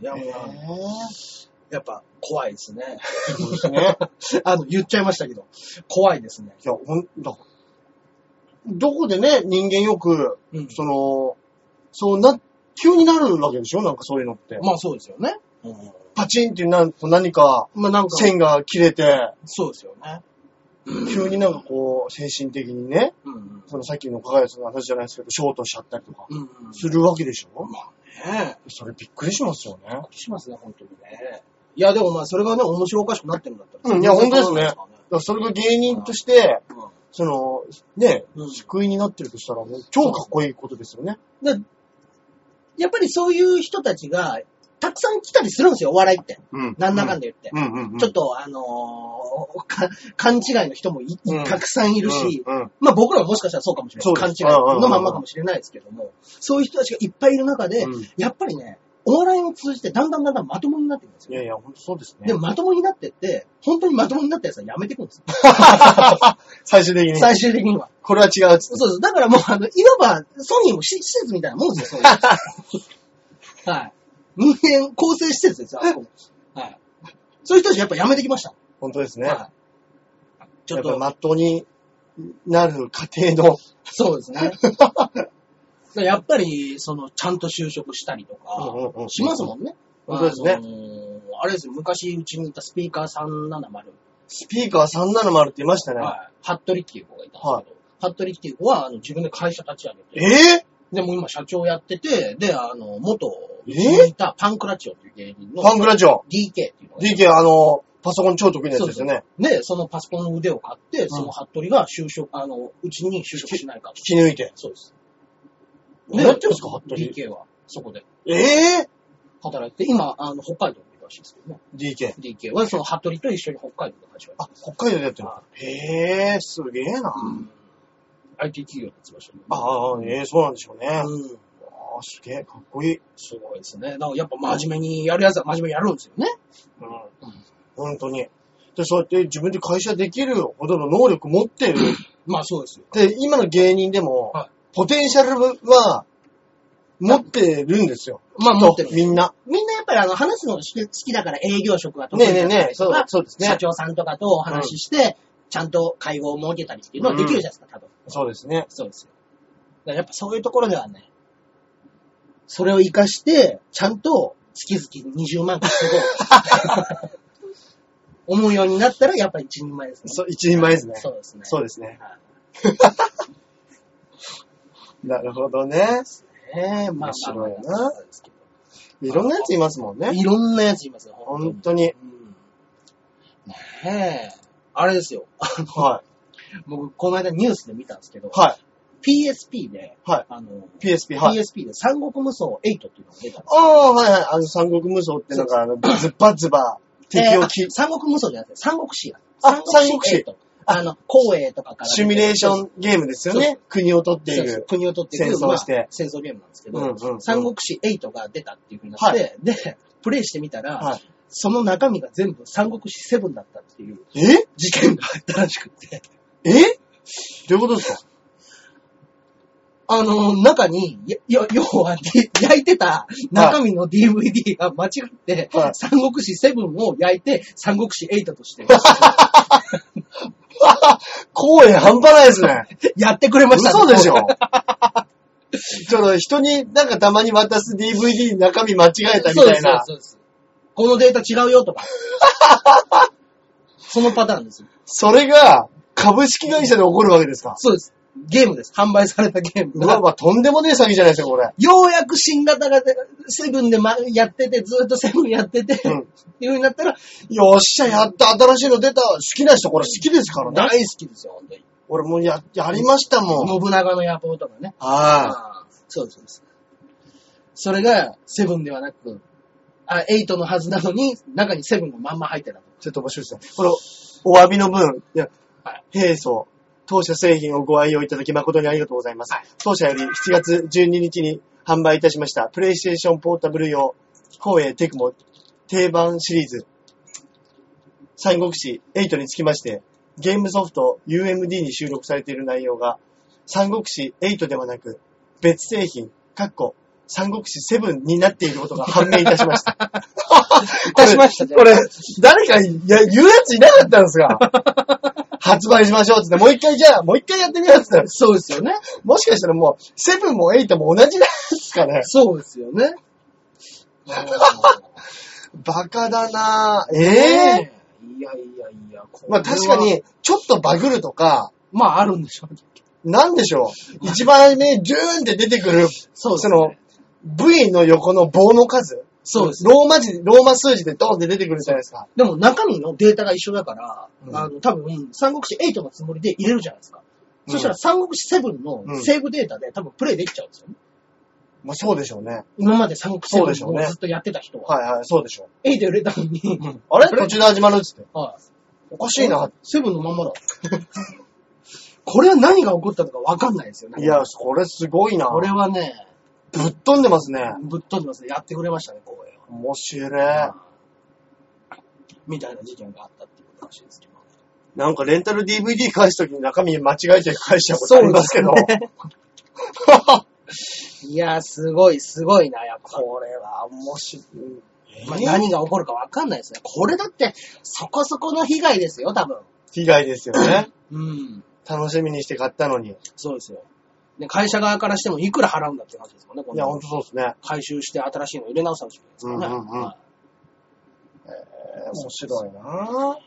Speaker 1: いや、もう、やっぱ怖いですね。
Speaker 2: そうですね。
Speaker 1: [LAUGHS] あの、言っちゃいましたけど、怖いですね。
Speaker 2: いや、ほんだどこでね、人間よく、
Speaker 1: うん
Speaker 2: その、そうな、急になるわけでしょなんかそういうのって。
Speaker 1: まあそうですよね。うん
Speaker 2: パチンってなると何か
Speaker 1: まあなんか、
Speaker 2: 線が切れて、
Speaker 1: そうですよね。
Speaker 2: 急になんかこう、精神的にね、
Speaker 1: うんうん。
Speaker 2: そのさっきの加賀谷さんの話じゃないですけど、ショートしちゃったりとか、
Speaker 1: うんうん。
Speaker 2: するわけでしょ
Speaker 1: ねえ。
Speaker 2: それびっくりしますよね。
Speaker 1: しますね、本当にね。いや、でもまあそれがね、面白おかしくなってるんだったら。
Speaker 2: うんいや本当ですね
Speaker 1: そうなん
Speaker 2: だからそれが芸人として、
Speaker 1: すかね。
Speaker 2: その、ね、
Speaker 1: うん
Speaker 2: 救いになってるとしたら、もう超かっこいいことですよね。
Speaker 1: でやっぱりそういう人たちが、たくさん来たりするんですよ、お笑いって。
Speaker 2: うん
Speaker 1: なんだかん
Speaker 2: で。
Speaker 1: だ言っ
Speaker 2: う
Speaker 1: て。
Speaker 2: んうんうん。
Speaker 1: ちょっと、あのーか勘違いの人もい
Speaker 2: うん
Speaker 1: たくさんいるし、
Speaker 2: うんうん
Speaker 1: まあ僕らももしかしたらそうかもしれな
Speaker 2: そう
Speaker 1: い。
Speaker 2: で
Speaker 1: 勘
Speaker 2: す
Speaker 1: 違いのまんまかもしれないですけども、そういう人たちがいっぱいいる中で、
Speaker 2: うん
Speaker 1: やっぱりね、お笑いを通じてだんだんだんだんまともになっていくんです
Speaker 2: い
Speaker 1: よ。
Speaker 2: やいや、ほんとそうですね。
Speaker 1: でもまともになってって、本当にまともになったやつはやめていくんですよ。
Speaker 2: 最終的に。
Speaker 1: 最終的には。
Speaker 2: これは違うっつって。
Speaker 1: そうです。だからもう、あの、いわば、ソニーもし施設みたいなもんですよ、そうい
Speaker 2: [LAUGHS]
Speaker 1: う。はい。人間構成施設ですよ、あそこもはい。そういう人たちやっぱやめてきました。
Speaker 2: 本当ですね。
Speaker 1: はい。ちょっ
Speaker 2: やっ
Speaker 1: と、
Speaker 2: ぱ、まっとうになる過程の。
Speaker 1: そうですね。だから [LAUGHS] やっぱり、その、ちゃんと就職したりと
Speaker 2: う
Speaker 1: か、
Speaker 2: んうんうん
Speaker 1: しますもんね。
Speaker 2: 本当ですね
Speaker 1: あのーあれですよ、昔うちにいたスピーカー370。
Speaker 2: スピーカー370っていましたね。
Speaker 1: はい。服部っていう子がいたんですけど、服部っていう子は、あの、自分で会社立ち上げて、
Speaker 2: え
Speaker 1: でもう今社長やってて、で、あの、元、う
Speaker 2: え
Speaker 1: ちにいたパンクラチオっていう芸人
Speaker 2: ぇ
Speaker 1: の、
Speaker 2: パンクラジオ。
Speaker 1: DK っていうのがいて
Speaker 2: DK、あの、パソコン超得意なやつですよね。
Speaker 1: で、そのパソコンの腕を買って、その服部が就職、あの、うちに就職しないかと。
Speaker 2: 引き抜いて。
Speaker 1: そうです。
Speaker 2: 何やってんすか服部
Speaker 1: ?DK は、そこで
Speaker 2: え
Speaker 1: 働いて、今、あの、北海道にいるらしいですけどね。
Speaker 2: ぇ ?DK。
Speaker 1: DK は、その服部と一緒に北海道で会社をや
Speaker 2: あ
Speaker 1: って、
Speaker 2: 北海道でやってる。へぇー、すげえな。
Speaker 1: ます。IT 企業って言ってましたけどね
Speaker 2: ああ、ええそうなんでしょうね。あ
Speaker 1: うん。
Speaker 2: あ、すげえ、かっこいい。
Speaker 1: すごいですね。だからやっぱ真面目にやるやつは真面目にやるんですよね。
Speaker 2: うん。本当に。で、そうやって自分で会社できるほどの能力持ってる。
Speaker 1: まあそうですよ。
Speaker 2: で、今の芸人でも、
Speaker 1: は
Speaker 2: ポテンシャルは持ってるんですよ。
Speaker 1: まあ
Speaker 2: きっと
Speaker 1: 持ってる
Speaker 2: みんな。
Speaker 1: みんなやっぱりあの話すの好き好きだから営業職が得意
Speaker 2: ねえね
Speaker 1: だ
Speaker 2: え
Speaker 1: った
Speaker 2: ね
Speaker 1: り
Speaker 2: え、そ
Speaker 1: と
Speaker 2: う
Speaker 1: か、
Speaker 2: そうです
Speaker 1: 社
Speaker 2: ね。
Speaker 1: 長さんとかとお話しして、ちゃんと会合を設けたりっていうのはできるじゃないですか、多分。
Speaker 2: そうですね。
Speaker 1: そうですよ。だからやっぱそういうところではね、それを活かして、ちゃんと月々20万稼ごう。
Speaker 2: [LAUGHS]
Speaker 1: 思うようになったらやっぱり一人前ですね。
Speaker 2: そう一人前ですね。
Speaker 1: そうですね。
Speaker 2: そう
Speaker 1: う
Speaker 2: ですね。
Speaker 1: はい
Speaker 2: なるほどね。
Speaker 1: ですね。まあ
Speaker 2: 面白いな
Speaker 1: まあまあそうですけど
Speaker 2: いろんなやついますもんね。
Speaker 1: いろんなやついますよ、本当に
Speaker 2: 本。当に。
Speaker 1: うんねえ。あれですよ。 [LAUGHS]
Speaker 2: は
Speaker 1: 僕、この間ニュースで見たんですけど、
Speaker 2: い。は
Speaker 1: PSP で、
Speaker 2: はい
Speaker 1: あの、
Speaker 2: い。PSP、はい。
Speaker 1: PSP で三国無双8っていうのが出たんで
Speaker 2: ああ、はいはい。あの、三国無双ってなんか、あの、ズバズバ、
Speaker 1: す
Speaker 2: 敵を
Speaker 1: え
Speaker 2: き
Speaker 1: ーあ、三国無双じゃなくて、三国志や。
Speaker 2: あ三
Speaker 1: 8。あの、光栄とかから。
Speaker 2: シミュレーションゲームですよね。国を取ってい
Speaker 1: そうそう
Speaker 2: る。
Speaker 1: 国を取っていく
Speaker 2: 戦争して
Speaker 1: まあ戦争ゲームなんですけど、
Speaker 2: うんうんうん
Speaker 1: 三国志8が出たっていう風になって、で、プレイしてみたら、
Speaker 2: はい
Speaker 1: その中身が全部三国志7だったっていう
Speaker 2: え
Speaker 1: 事件があったらしくて。
Speaker 2: えどういうことですか
Speaker 1: あの、中に、やや要は、で焼いてた中身の DVD が間違って、
Speaker 2: はい
Speaker 1: 三国志7を焼いて、三国志8として、
Speaker 2: 公演半端ないですね。
Speaker 1: やってくれました、
Speaker 2: 嘘でしょ [LAUGHS] ちょっと人になんかたまに渡す DVD 中身間違えたみ
Speaker 1: そう
Speaker 2: た
Speaker 1: で
Speaker 2: い
Speaker 1: す、そうで
Speaker 2: な
Speaker 1: す。そうです。このデータ違うよ [LAUGHS] とか。そのパターンですよ。
Speaker 2: それが株式会社で起こるわけですか
Speaker 1: そうです。ゲームです。販売されたゲーム
Speaker 2: うわ、
Speaker 1: が。
Speaker 2: まあ、とんでもねえ詐欺じゃないですか、これ。
Speaker 1: ようやく新型がセブンでまやってて、ずーっとセブンやってて、
Speaker 2: うん
Speaker 1: っていう風になったら、
Speaker 2: よっしゃ、やった、新しいの出た。好きな人、これ好きですから
Speaker 1: 大
Speaker 2: ね。
Speaker 1: 好きですよ、本当に。
Speaker 2: 俺もや、やりましたもん。
Speaker 1: 信長の野望とかね。
Speaker 2: は
Speaker 1: そうです、そうです。それが、セブンではなく、あ、エイトのはずなのに、中にセブンのまんま入ってた。
Speaker 2: い。ちょっと面白いですね。この、お詫びの分、いや
Speaker 1: は、
Speaker 2: 平素、当社製品をご愛用いただき誠にありがとうございます。当社より7月12日に販売いたしました、プレイステーションポータブル用、光栄テクモ定番シリーズ、三国志8につきまして、ゲームソフト UMD に収録されている内容が、三国志8ではなく、別製品、かっこ、三国志7になっていることが判明いたしました。い
Speaker 1: たしました
Speaker 2: [LAUGHS]
Speaker 1: ね
Speaker 2: これ、誰かいや言うやついなかったんですか発売しましょうっつって、もう一回じゃあ、もう一回やってみようっつって。
Speaker 1: そうですよね。
Speaker 2: もしかしたらもう、セブンもエイトも同じなんですかね。
Speaker 1: そうですよ [LAUGHS] ね。
Speaker 2: バカだなぁ。え
Speaker 1: え
Speaker 2: え
Speaker 1: いやいやいや、これ
Speaker 2: ま
Speaker 1: は
Speaker 2: あ確か。に、ちょっとバグるとか、
Speaker 1: まああるんでしょうね。
Speaker 2: なんでしょう。一番目、ジューンって出てくる、
Speaker 1: そうです
Speaker 2: そ
Speaker 1: ね
Speaker 2: の、V の横の棒の数。
Speaker 1: そうです
Speaker 2: ローマ字、ローマ数字でドンって出てくるじゃないですか。
Speaker 1: でも中身のデータが一緒だから、
Speaker 2: うん
Speaker 1: あの、多分、三国志8のつもりで入れるじゃないですか。そしたら三国志7のセーブデータで多分プレイできちゃうんですよね。
Speaker 2: まあそうでしょうね。
Speaker 1: 今まで三国志
Speaker 2: そうでし
Speaker 1: 7
Speaker 2: ょう
Speaker 1: を
Speaker 2: ね
Speaker 1: ずっとやってた人は、
Speaker 2: はいはい、そうでしょ
Speaker 1: 8入れたのに、
Speaker 2: う。あれ途中で始まるっつって。
Speaker 1: はい。
Speaker 2: おかしいな。。
Speaker 1: セブンのまん
Speaker 2: [LAUGHS]
Speaker 1: まだ。これは何が起こったのかわかんないですよね。
Speaker 2: いや、これすごいな
Speaker 1: これはね、
Speaker 2: ぶっ飛んでますね。
Speaker 1: ぶっ飛んでますね。やってくれましたね、こういう
Speaker 2: 面白い。
Speaker 1: みたいな事件があったっていうことらしいですけど。
Speaker 2: なんかレンタル DVD 返すときに中身間違えて返しちゃうことありますけど。
Speaker 1: [LAUGHS] いや、すごい、すごいな。いや、これは面白い。
Speaker 2: [LAUGHS]
Speaker 1: まあ
Speaker 2: えー
Speaker 1: 何が起こるかわかんないですね。これだって、そこそこの被害ですよ、多分。
Speaker 2: 被害ですよね。
Speaker 1: うん。
Speaker 2: 楽しみにして買ったのに。い
Speaker 1: そうですよ。ね、会社側からしてもいくら払うんだって感じですもんね、こんな
Speaker 2: や、
Speaker 1: の
Speaker 2: ほんとそうですね。
Speaker 1: 回収して新しいの入れ直さなきゃいけないですからね。
Speaker 2: うんうんうん
Speaker 1: はい
Speaker 2: 面白いな
Speaker 1: はい。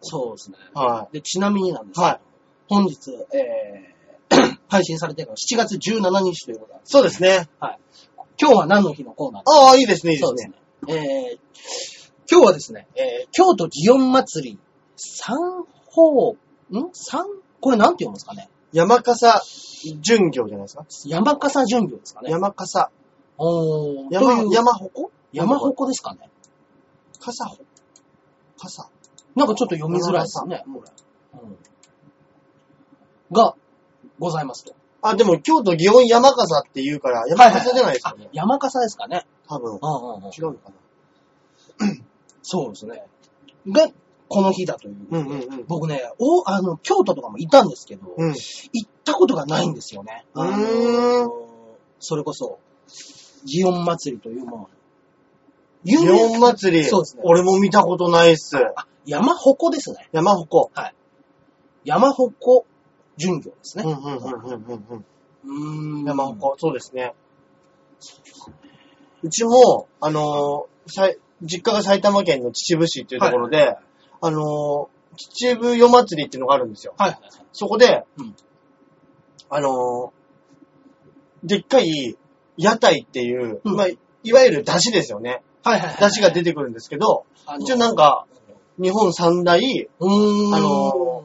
Speaker 1: そうですね。
Speaker 2: は
Speaker 1: で、ちなみになんで
Speaker 2: い。
Speaker 1: すけど
Speaker 2: はい。
Speaker 1: 本日、えー [COUGHS] 配信されてるのが7月17日ということなんです。
Speaker 2: そうですね。
Speaker 1: 今日は何の日のコーナー
Speaker 2: ああ、いいですね、いいで
Speaker 1: そ
Speaker 2: す
Speaker 1: うです
Speaker 2: ね。
Speaker 1: ね。えー今日はですね、えー京都祇園祭り、三宝、ん三、これなんて読むんですかね
Speaker 2: 山笠巡業じゃないですか。
Speaker 1: 山笠巡業ですかね
Speaker 2: 山笠。
Speaker 1: おー
Speaker 2: 山
Speaker 1: とい、う
Speaker 2: 山鉾
Speaker 1: 山鉾ですかね
Speaker 2: 笠鉾笠。
Speaker 1: なんかちょっと読みづらいですね、これ。うんが、ございますと。
Speaker 2: あ、でも京都祇園山笠って言うから、山笠じゃないですかね。
Speaker 1: 山笠ですかね。
Speaker 2: 多分。
Speaker 1: うんうんうん
Speaker 2: 違うのかな。
Speaker 1: そうですね。が、この日だという。
Speaker 2: うんうんうん。
Speaker 1: 僕ね、お、あの、京都とかもいたんですけど、
Speaker 2: うん。
Speaker 1: 行ったことがないんですよね。
Speaker 2: うーん
Speaker 1: あのそれこそ、祇園祭りというもの。有
Speaker 2: 祇
Speaker 1: 名
Speaker 2: 園祭り。
Speaker 1: そうですね
Speaker 2: 俺も見たことないっす。
Speaker 1: あ、山鉾ですね。
Speaker 2: 山鉾。
Speaker 1: 山鉾巡業ですね。
Speaker 2: うんうんうんうん
Speaker 1: うーん
Speaker 2: 山鉾、そうですね。うちも、あのーさい実家が埼玉県の秩父市っていうところで、あのー秩父夜祭りっていうのがあるんですよ。
Speaker 1: はいはいはい。
Speaker 2: そこで、
Speaker 1: うん
Speaker 2: あのーでっかい屋台っていう、
Speaker 1: うん
Speaker 2: まあ、いわゆる出汁ですよね。
Speaker 1: はいはいは
Speaker 2: 出
Speaker 1: い。
Speaker 2: 汁が出てくるんですけど、
Speaker 1: あの
Speaker 2: 一応なん、か、日本三大
Speaker 1: うーん。
Speaker 2: あの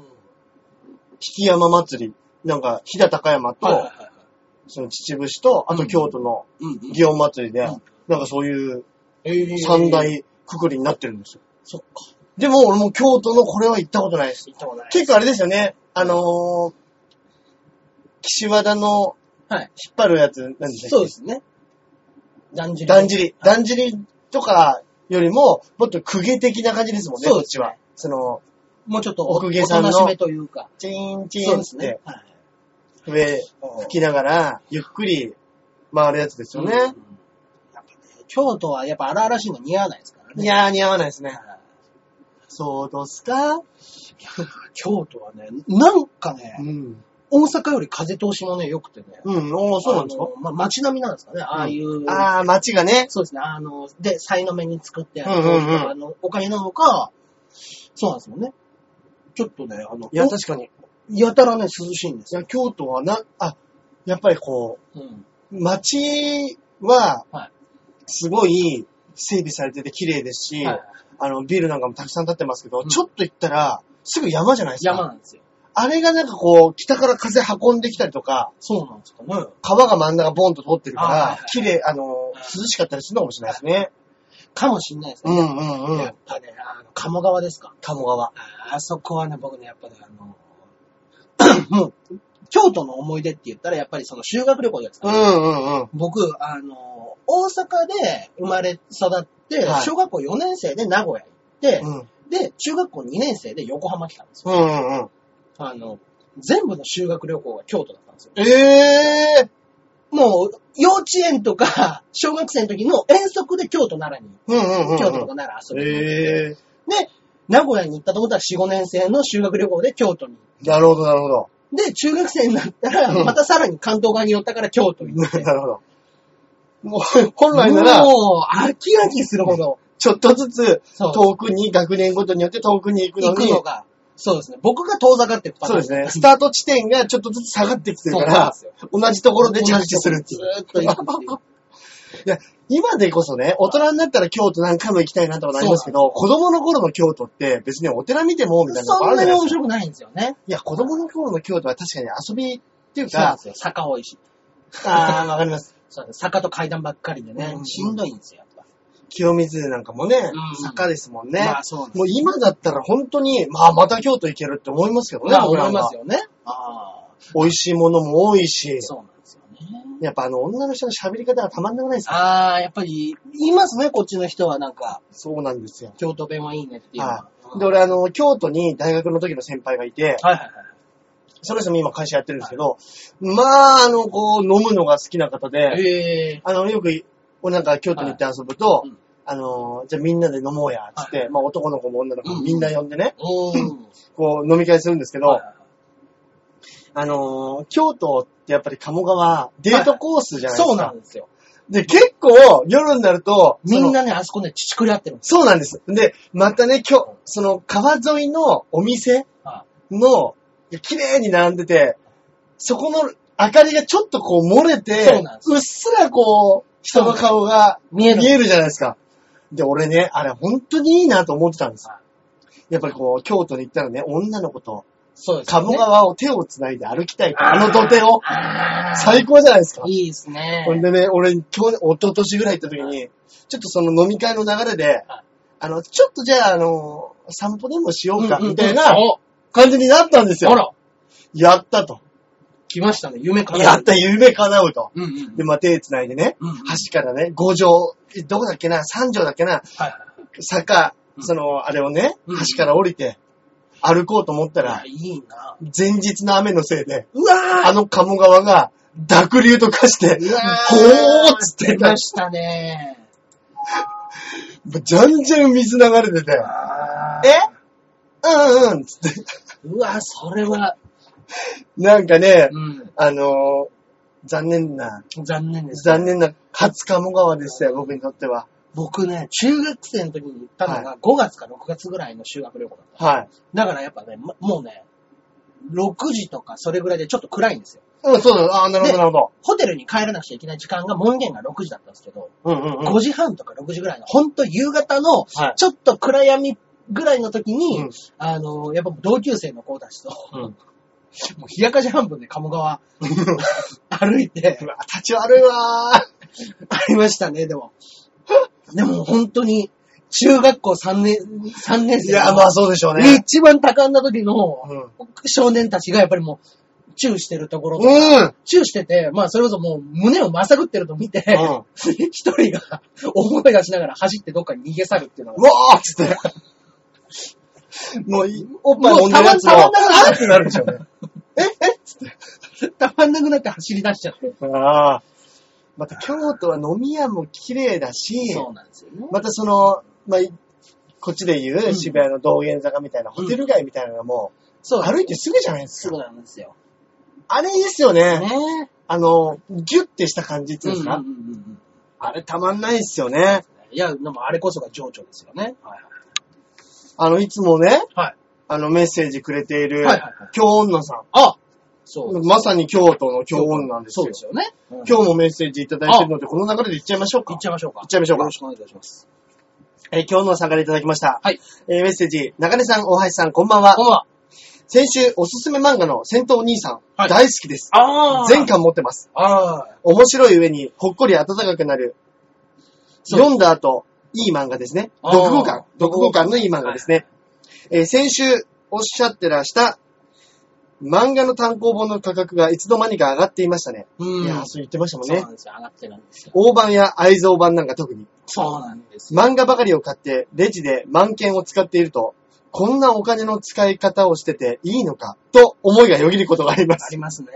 Speaker 2: 引山祭り、なんか、飛騨高山
Speaker 1: はいはい
Speaker 2: と、
Speaker 1: はいはい。
Speaker 2: その秩父市と、あ
Speaker 1: う
Speaker 2: と
Speaker 1: ん
Speaker 2: 京都の
Speaker 1: うんうん
Speaker 2: 祇園祭りで、
Speaker 1: うん
Speaker 2: なんかそういう
Speaker 1: えー
Speaker 2: 三大くくりになってるんですよ。
Speaker 1: そっか。
Speaker 2: でも俺も京都のこれは行ったことないです。
Speaker 1: 行ったことない。
Speaker 2: 結構あれですよね、あのー、岸和田の
Speaker 1: はい。
Speaker 2: 引っ張るやつ、なんでしたっけ
Speaker 1: そうですね。だんじり。
Speaker 2: だんじり。だんじりとかよりも、もっと公家的な感じですもんね、
Speaker 1: そう
Speaker 2: こ
Speaker 1: で
Speaker 2: っ
Speaker 1: す
Speaker 2: ち
Speaker 1: ね
Speaker 2: は。その、
Speaker 1: もうちょっとお、
Speaker 2: 奥下さんの
Speaker 1: おとなしめというか。
Speaker 2: チーンチ
Speaker 1: そう
Speaker 2: ーン
Speaker 1: で
Speaker 2: っ
Speaker 1: す
Speaker 2: つっ
Speaker 1: ね
Speaker 2: て。
Speaker 1: はい。
Speaker 2: 笛吹きながら、ゆっくり回るやつですよ
Speaker 1: うんやっ
Speaker 2: ね。
Speaker 1: ぱね京都はやっぱ荒々しいの似合わないですからね。
Speaker 2: いやー、似合わないですね。
Speaker 1: はい
Speaker 2: そうどすか
Speaker 1: [LAUGHS] 京都はね、なんか
Speaker 2: う
Speaker 1: ね、
Speaker 2: ん。
Speaker 1: 大阪より風通しもね、良くてね。
Speaker 2: うん、おーそうなんですか
Speaker 1: あのまあ、街並みなんですかね、ああいう。
Speaker 2: あー、街がね。
Speaker 1: そうですね、あの、で、さいの目に作ってある、
Speaker 2: うんうんうん
Speaker 1: あの、お金なのか、そうなんですもんね。ちょっとね、あの、
Speaker 2: いや、
Speaker 1: お
Speaker 2: 確かに。い
Speaker 1: やたらね、涼しいんですよ。
Speaker 2: や、京都はな、あ、やっぱりこ
Speaker 1: うん。
Speaker 2: う、街は
Speaker 1: はい、
Speaker 2: すごい整備されてて綺麗ですし、
Speaker 1: はい
Speaker 2: あの、ビールなんかもたくさん建ってますけど、
Speaker 1: うん
Speaker 2: ちょっと行ったら、すぐ山じゃないですか。
Speaker 1: 山なんですよ。
Speaker 2: あれがなんかこう、北から風運んできたりとか、
Speaker 1: そうなんですかね。
Speaker 2: 川が真ん中ボンと通ってるか
Speaker 1: あはいはい
Speaker 2: ら、綺麗、あの、涼しかったりするのかもしれないですね。
Speaker 1: かもしんないです
Speaker 2: う
Speaker 1: ね。
Speaker 2: んうんう
Speaker 1: やっ
Speaker 2: ん。
Speaker 1: ぱね、あの、鴨川ですか。
Speaker 2: 鴨川。
Speaker 1: ああそこはね、僕ね、やっぱね、あの、 [COUGHS] もう、京都の思い出って言ったら、やっぱりその修学旅行です
Speaker 2: う
Speaker 1: か、
Speaker 2: ん
Speaker 1: ね
Speaker 2: うんうん。
Speaker 1: 僕、あの、大阪で生まれ育って、
Speaker 2: はい
Speaker 1: 小学校4年生で名古屋行って、
Speaker 2: うん
Speaker 1: で、中学校2年生で横浜来たんですよ。
Speaker 2: うんうんうん。
Speaker 1: あの、全部の修学旅行が京都だったんですよ。
Speaker 2: ええ
Speaker 1: もう、幼稚園とか、 [LAUGHS] 小学生の時の遠足で京都奈良に、
Speaker 2: うんうんうんうん。
Speaker 1: 京都とか奈良遊びに行って
Speaker 2: ええ
Speaker 1: で、名古屋に行ったと思ったら4、5年生の修学旅行で京都に。
Speaker 2: なるほどなるほど。
Speaker 1: で、中学生になった
Speaker 2: う
Speaker 1: ら、
Speaker 2: ん
Speaker 1: またさらに関東側に寄ったから京都に [LAUGHS] 行って。
Speaker 2: なるほど。もう、本来なら、
Speaker 1: もう、飽き飽きするほど、
Speaker 2: ちょっとずつ、
Speaker 1: そう
Speaker 2: 遠くに、学年ごとによって遠くに行くの
Speaker 1: 行く
Speaker 2: に、
Speaker 1: のが、そうですね。僕が遠ざかっていくパタ
Speaker 2: そ
Speaker 1: ー
Speaker 2: う
Speaker 1: ン
Speaker 2: ですね。スタート地点がちょっとずつ下がってきてるか
Speaker 1: そうなん
Speaker 2: ら
Speaker 1: ですよ、
Speaker 2: 同じところで着地するっていう。
Speaker 1: ずーっと行くっていう。
Speaker 2: 今でこそね、大人になったら京都何回も行きたいなとかなりますけど、子供の頃の京都って別にお寺見てもみたいなの
Speaker 1: [LAUGHS] そ
Speaker 2: があ
Speaker 1: ん
Speaker 2: るじゃ
Speaker 1: なに
Speaker 2: ない
Speaker 1: 面
Speaker 2: ですか。
Speaker 1: 白くないんですよね。
Speaker 2: いや、子供の頃の京都は確かに遊びっていう
Speaker 1: そうなん
Speaker 2: か
Speaker 1: で、すよ。坂多いし。
Speaker 2: あー、わかります。
Speaker 1: そうなんです坂と階段ばっかりでね
Speaker 2: う、ん
Speaker 1: しんどいんですよ、やっぱ。
Speaker 2: 清水なんかもね
Speaker 1: う、ん
Speaker 2: 坂ですもんね。
Speaker 1: まあそうなんです
Speaker 2: もう今だったら本当に、まあまた京都行けるって思いますけどね、
Speaker 1: まあ、
Speaker 2: 僕ら
Speaker 1: 思
Speaker 2: はい
Speaker 1: ますよね。ああ、
Speaker 2: 美味しいものも多いし、
Speaker 1: そうなんですよね。
Speaker 2: やっぱあの女の人の喋り方がたまんなくないですか
Speaker 1: ああ、やっぱり、言いますね、こっちの人はなんか、
Speaker 2: そうなんですよ。
Speaker 1: 京都弁はいいねっていうのは
Speaker 2: は。い。で、俺、あの、京都に大学の時の先輩がいて、
Speaker 1: はいはいはい。
Speaker 2: その人も今会社やってるんですけど、まあ、あの、こう、飲むのが好きな方で、
Speaker 1: ええ
Speaker 2: あの、よくい、おなんか京都に行って遊ぶと、
Speaker 1: はいうん
Speaker 2: あの、じゃあみんなで飲もうや、つって、まあ男の子も女の子もみんな呼んでね、
Speaker 1: おー。
Speaker 2: こう飲み会するんですけど、
Speaker 1: はいはい
Speaker 2: あの、京都ってやっぱり鴨川、デートコースじゃないですか。
Speaker 1: そうなんですよ。
Speaker 2: で、結構夜になると、
Speaker 1: みん
Speaker 2: な、
Speaker 1: なね、あそこね、乳くり合ってるんです
Speaker 2: そうなんです。で、またね、今日、その川沿いのお店
Speaker 1: は
Speaker 2: の、綺麗に並んでて、そこの明かりがちょっとこう漏れ
Speaker 1: そ
Speaker 2: て
Speaker 1: うなんで、す
Speaker 2: うっすらこう、人の顔が
Speaker 1: 見える
Speaker 2: 見えるじゃないですか。で、俺ね、あれ本当にいいなと思ってたんです
Speaker 1: は。
Speaker 2: やっぱりこう、京都に行ったらね、女の子と
Speaker 1: そうですよね。
Speaker 2: 鴨川を手を繋いで歩きたい。あの土手を。
Speaker 1: あー
Speaker 2: 最高じゃないですか。
Speaker 1: いいですね。
Speaker 2: ほんでね、俺、去年、一昨年ぐらい行った時に、ちょっとその飲み会の流れで
Speaker 1: はい、
Speaker 2: あの、ちょっとじゃあ、あの、散歩でもしようか、
Speaker 1: うんうんうん
Speaker 2: みたいな
Speaker 1: お
Speaker 2: 感じになったんです
Speaker 1: あ
Speaker 2: よ。
Speaker 1: ら、
Speaker 2: やったと。
Speaker 1: 来ましたね、夢かな
Speaker 2: やった、夢叶うと。
Speaker 1: うんうん。
Speaker 2: で、まあ、手繋いでね
Speaker 1: うんうん、
Speaker 2: 端からね、五条、えどこだっけな、三条だっけな、
Speaker 1: はいはい。
Speaker 2: 坂、
Speaker 1: うん
Speaker 2: その、あれをね、
Speaker 1: うん
Speaker 2: 端から降りて、歩こうと思ったら
Speaker 1: い、やいいな。
Speaker 2: 前日の雨のせいで、
Speaker 1: うわ
Speaker 2: あの鴨川が濁流と化して、
Speaker 1: うわ
Speaker 2: ほーっつって
Speaker 1: 出ましたね。
Speaker 2: じゃんじゃん水流れてて、えうん [LAUGHS] うん、つって。
Speaker 1: うわそれは、
Speaker 2: なんかね、
Speaker 1: うん、
Speaker 2: あのー残念な、
Speaker 1: 残念です、
Speaker 2: 残念な初鴨川でしたよ、僕にとっては。
Speaker 1: 僕ね、中学生の時に行ったの
Speaker 2: は
Speaker 1: が5月か6月ぐらいの修学旅行だっ
Speaker 2: はい。
Speaker 1: た。だからやっぱね、まもうね、6時とかそれぐらいでちょっと暗いんですよ。
Speaker 2: うん、そうだ、あーなるほど、
Speaker 1: で
Speaker 2: なるほど。
Speaker 1: ホテルに帰らなくちゃいけない時間が門限が6時だったんですけど、
Speaker 2: うんうんうん。
Speaker 1: 5時半とか6時ぐらいの、ほんと夕方の、
Speaker 2: はい
Speaker 1: ちょっと暗闇ぐらいの時に、
Speaker 2: うん
Speaker 1: あの、やっぱ同級生の子たちと、 [LAUGHS]
Speaker 2: うん [LAUGHS]
Speaker 1: もう冷やかし半分で鴨川歩いて
Speaker 2: [LAUGHS] う、わ立ち悪いわー。
Speaker 1: ありましたね、でも。でも本当に、中学校3年、3年
Speaker 2: い
Speaker 1: 生の。
Speaker 2: や、まあそうでしょうね。
Speaker 1: 一番多感な時の
Speaker 2: うん
Speaker 1: 少年たちがやっぱりもう、チューしてるところと
Speaker 2: う
Speaker 1: か、
Speaker 2: ん。
Speaker 1: チューしてて、まあそれこそもう胸をまさぐってると見て、
Speaker 2: うん
Speaker 1: [LAUGHS] 一人が思い出しながら走ってどっかに逃げ去るっていうの
Speaker 2: う
Speaker 1: が、
Speaker 2: わーっつって。もうい、おっぱい飲んでるやつも、
Speaker 1: もうたまん
Speaker 2: あ
Speaker 1: なくなる
Speaker 2: ーってなるでしょうね。
Speaker 1: たまんなくなって走り出しちゃって。
Speaker 2: [LAUGHS] ああ。また京都は飲み屋も綺麗だし、
Speaker 1: そうなんですよね。
Speaker 2: またその、まあ、いこっちで言
Speaker 1: う
Speaker 2: うん渋谷の道玄坂みたいな、ホテル街みたいなのがも、
Speaker 1: そううなんで
Speaker 2: 歩
Speaker 1: す
Speaker 2: いてすぐじゃないです
Speaker 1: す
Speaker 2: か。
Speaker 1: ぐなんですよ。
Speaker 2: あれですよね。
Speaker 1: ね
Speaker 2: あの、ギュッてした感じっていうんですか、
Speaker 1: うんうんうんうん
Speaker 2: あれたまんないですよね。
Speaker 1: いや、でもあれこそが情緒ですよね。はい
Speaker 2: あの、いつもね、
Speaker 1: はい
Speaker 2: あの、メッセージくれている、
Speaker 1: はいはいはい
Speaker 2: 京女さ。。
Speaker 1: あそうん
Speaker 2: まさに京都の京女なんです
Speaker 1: そう
Speaker 2: よ
Speaker 1: で。すよね。うん
Speaker 2: 今日もメッセージいただいてるので、この流れでいっちゃいましょう
Speaker 1: 行
Speaker 2: か
Speaker 1: っ。ちゃいましょうか。
Speaker 2: 行っちゃいましょうか
Speaker 1: よろしくお願いいたします。
Speaker 2: えー今日のさんからいただきました。
Speaker 1: はい。
Speaker 2: えーメッセージ、中根さん、大橋さん、こんばんは
Speaker 1: こ。んばんは。
Speaker 2: 先週、おすすめ漫画の戦闘お兄さん、
Speaker 1: はい
Speaker 2: 大好きです。
Speaker 1: あ
Speaker 2: 全。巻持ってます。
Speaker 1: ああ。
Speaker 2: 面白い上に、ほっこり温かくなる。
Speaker 1: そう
Speaker 2: 読んだ後、いい漫画ですね。
Speaker 1: あー
Speaker 2: 読後感。
Speaker 1: 読
Speaker 2: 読
Speaker 1: 後
Speaker 2: 後
Speaker 1: 感
Speaker 2: 感のいい漫画ですね。えー先週、おっしゃってらした、漫画の単行本の価格がいつの間にか上がっていましたね。
Speaker 1: うん。
Speaker 2: いやー、そう言ってましたもん
Speaker 1: そう
Speaker 2: ね
Speaker 1: な。んですよ。上がってるんですよ。
Speaker 2: 大判や愛蔵版なんか特に。
Speaker 1: そうなんですよ。
Speaker 2: 漫画ばかりを買って、レジで万券を使っていると、こんなお金の使い方をしてていいのか、と思いがよぎることがありま
Speaker 1: あ
Speaker 2: す。
Speaker 1: りますね。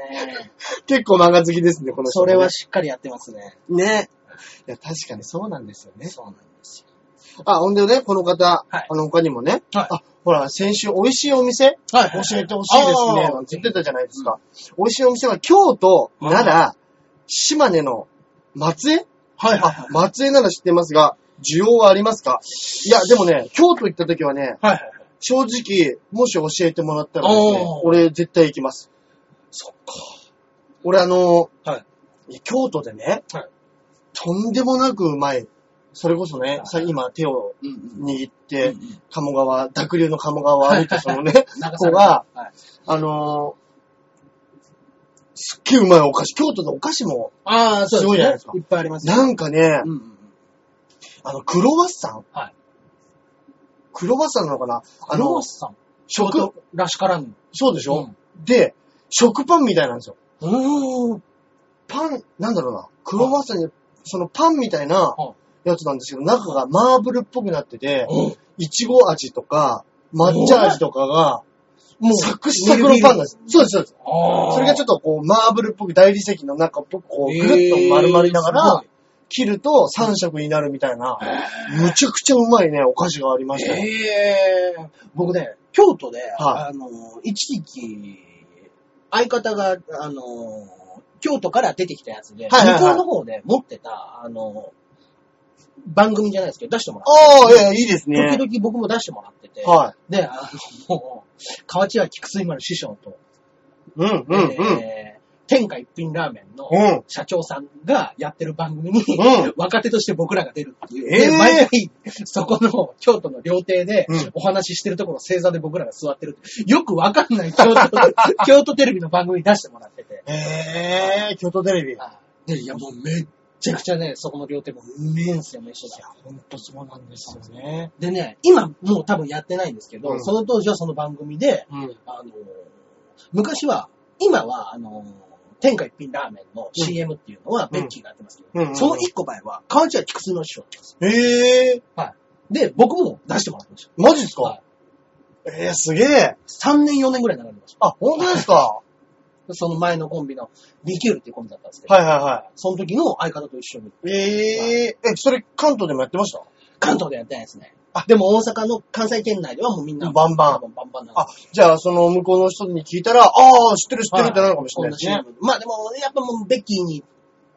Speaker 2: 結構漫画好きですね、この人、
Speaker 1: それは、しっかりやってますね。
Speaker 2: ね。いや、確かにそうなんですよね。
Speaker 1: そうなんです
Speaker 2: あ、ほんでね、この方、
Speaker 1: はい
Speaker 2: あの、他にもね、
Speaker 1: はい
Speaker 2: あ、ほら、先週美味しいお店
Speaker 1: よ。は
Speaker 2: 教えてほしいですね、
Speaker 1: あー
Speaker 2: なんて言ってたじゃないですか。美味しいお店は京都、奈良、島根の松江
Speaker 1: はいはい
Speaker 2: あ、松江なら知ってますが、需要はありますかいや、でもね、京都行った時はね、
Speaker 1: はいはい。
Speaker 2: 正直、もし教えてもらったらですね
Speaker 1: おー、
Speaker 2: 俺絶対行きます。
Speaker 1: そ
Speaker 2: 俺あの、
Speaker 1: っか。はい。
Speaker 2: 京都でね、
Speaker 1: はい
Speaker 2: とんでもなくうまい。それこそね、さ今手を
Speaker 1: うんうん。
Speaker 2: 握っ
Speaker 1: うんう
Speaker 2: て、
Speaker 1: ん
Speaker 2: 鴨川、濁流の鴨川を歩いて、そのね、
Speaker 1: 流された
Speaker 2: 子が、
Speaker 1: はい
Speaker 2: あのーすっげえうまいお菓子、京都のお菓子も、
Speaker 1: ああ、そう
Speaker 2: すごいじゃない
Speaker 1: で
Speaker 2: ですす
Speaker 1: ね
Speaker 2: か
Speaker 1: いっぱいありますよ。
Speaker 2: なんかね
Speaker 1: う、んうんうん。
Speaker 2: あの、クロワッサン
Speaker 1: はい。
Speaker 2: クロワッサンなのかなあ
Speaker 1: クロワ
Speaker 2: の
Speaker 1: ッ、サン。
Speaker 2: 食、
Speaker 1: 京都らしからぬ。
Speaker 2: そうでしょ、
Speaker 1: ん
Speaker 2: で、食パンみたいなんですよ。
Speaker 1: おー。
Speaker 2: パン、なんだろうな、クロワッサンに、そのパンみたいな
Speaker 1: はい
Speaker 2: やつなんですけど、中がマーブルっぽくなってて、
Speaker 1: お
Speaker 2: いちご味とか、抹茶味とかが、
Speaker 1: も
Speaker 2: サクシサクのパンなんです。そうです、そうです。
Speaker 1: ああ。
Speaker 2: それがちょ
Speaker 1: っ
Speaker 2: っとこう、マーブルっぽく大理石の中っぽくこう、ぐるっと丸まりながら、、切ると3色になるみたいな、むちゃくちゃうまいね、お菓子がありましたよ。
Speaker 1: ええ僕ね、京都で、
Speaker 2: は
Speaker 1: あの、一時期、相方が、あの、京都から出てきたやつで、
Speaker 2: はいはいはい
Speaker 1: 向こうの方で持ってた、あの、番組じゃないですけど、出してもら
Speaker 2: ああ、いや、いいです
Speaker 1: って、
Speaker 2: ね。
Speaker 1: 時々僕も出してもらってて、
Speaker 2: はい。
Speaker 1: で、あの、もう、河内屋菊水丸師匠と、
Speaker 2: うん、うん、うん。
Speaker 1: えー天下一品ラーメンの
Speaker 2: うん
Speaker 1: 社長さんがやってる番組に、
Speaker 2: うん
Speaker 1: 若手として僕らが出るっていう。
Speaker 2: えー
Speaker 1: で毎回、そこの京都の料亭で
Speaker 2: うん
Speaker 1: お話ししてるところ、正座で僕らが座ってるって。よくわかんない京都、 [LAUGHS] 京都テレビの番組に出してもらってて。
Speaker 2: えー、京都テレビ。
Speaker 1: あで、いやもうめっちゃくちゃね、そこの料亭もうめえんすよ、飯が。
Speaker 2: ほんとそうなんですよね。
Speaker 1: でね、今もう多分やってないんですけど、
Speaker 2: うん
Speaker 1: その当時はその番組で、
Speaker 2: うん。
Speaker 1: あの、昔は、今は、あの、天下一品ラーメンの CM っていうのは、
Speaker 2: うん
Speaker 1: ベッキーがやってますけど、
Speaker 2: うんうんうん
Speaker 1: その一個前は、河内は菊水の師匠だったんですよ。
Speaker 2: えー、
Speaker 1: で、僕も出してもらってました。
Speaker 2: マジですか、
Speaker 1: はい
Speaker 2: えー、すげえ。
Speaker 1: 3年4年ぐらい並んでました。
Speaker 2: あ、本当ですか
Speaker 1: その前のコンビの、リキュールっていうコンビだったんですけど、
Speaker 2: はいはいは
Speaker 1: その時の相方と一緒に、
Speaker 2: い。えー、え、それ関東でもやってました
Speaker 1: 関東でやってないですね。
Speaker 2: あ
Speaker 1: でも大阪の関西圏内ではもうみんな、
Speaker 2: バンバン
Speaker 1: 多分バンバンなんで
Speaker 2: あ、じゃあその向こうの人に聞いたら、ああ、知ってる知ってるってなるかもしれないです
Speaker 1: は
Speaker 2: ね。
Speaker 1: 同じ CM まあでも、やっぱもうベッキーに、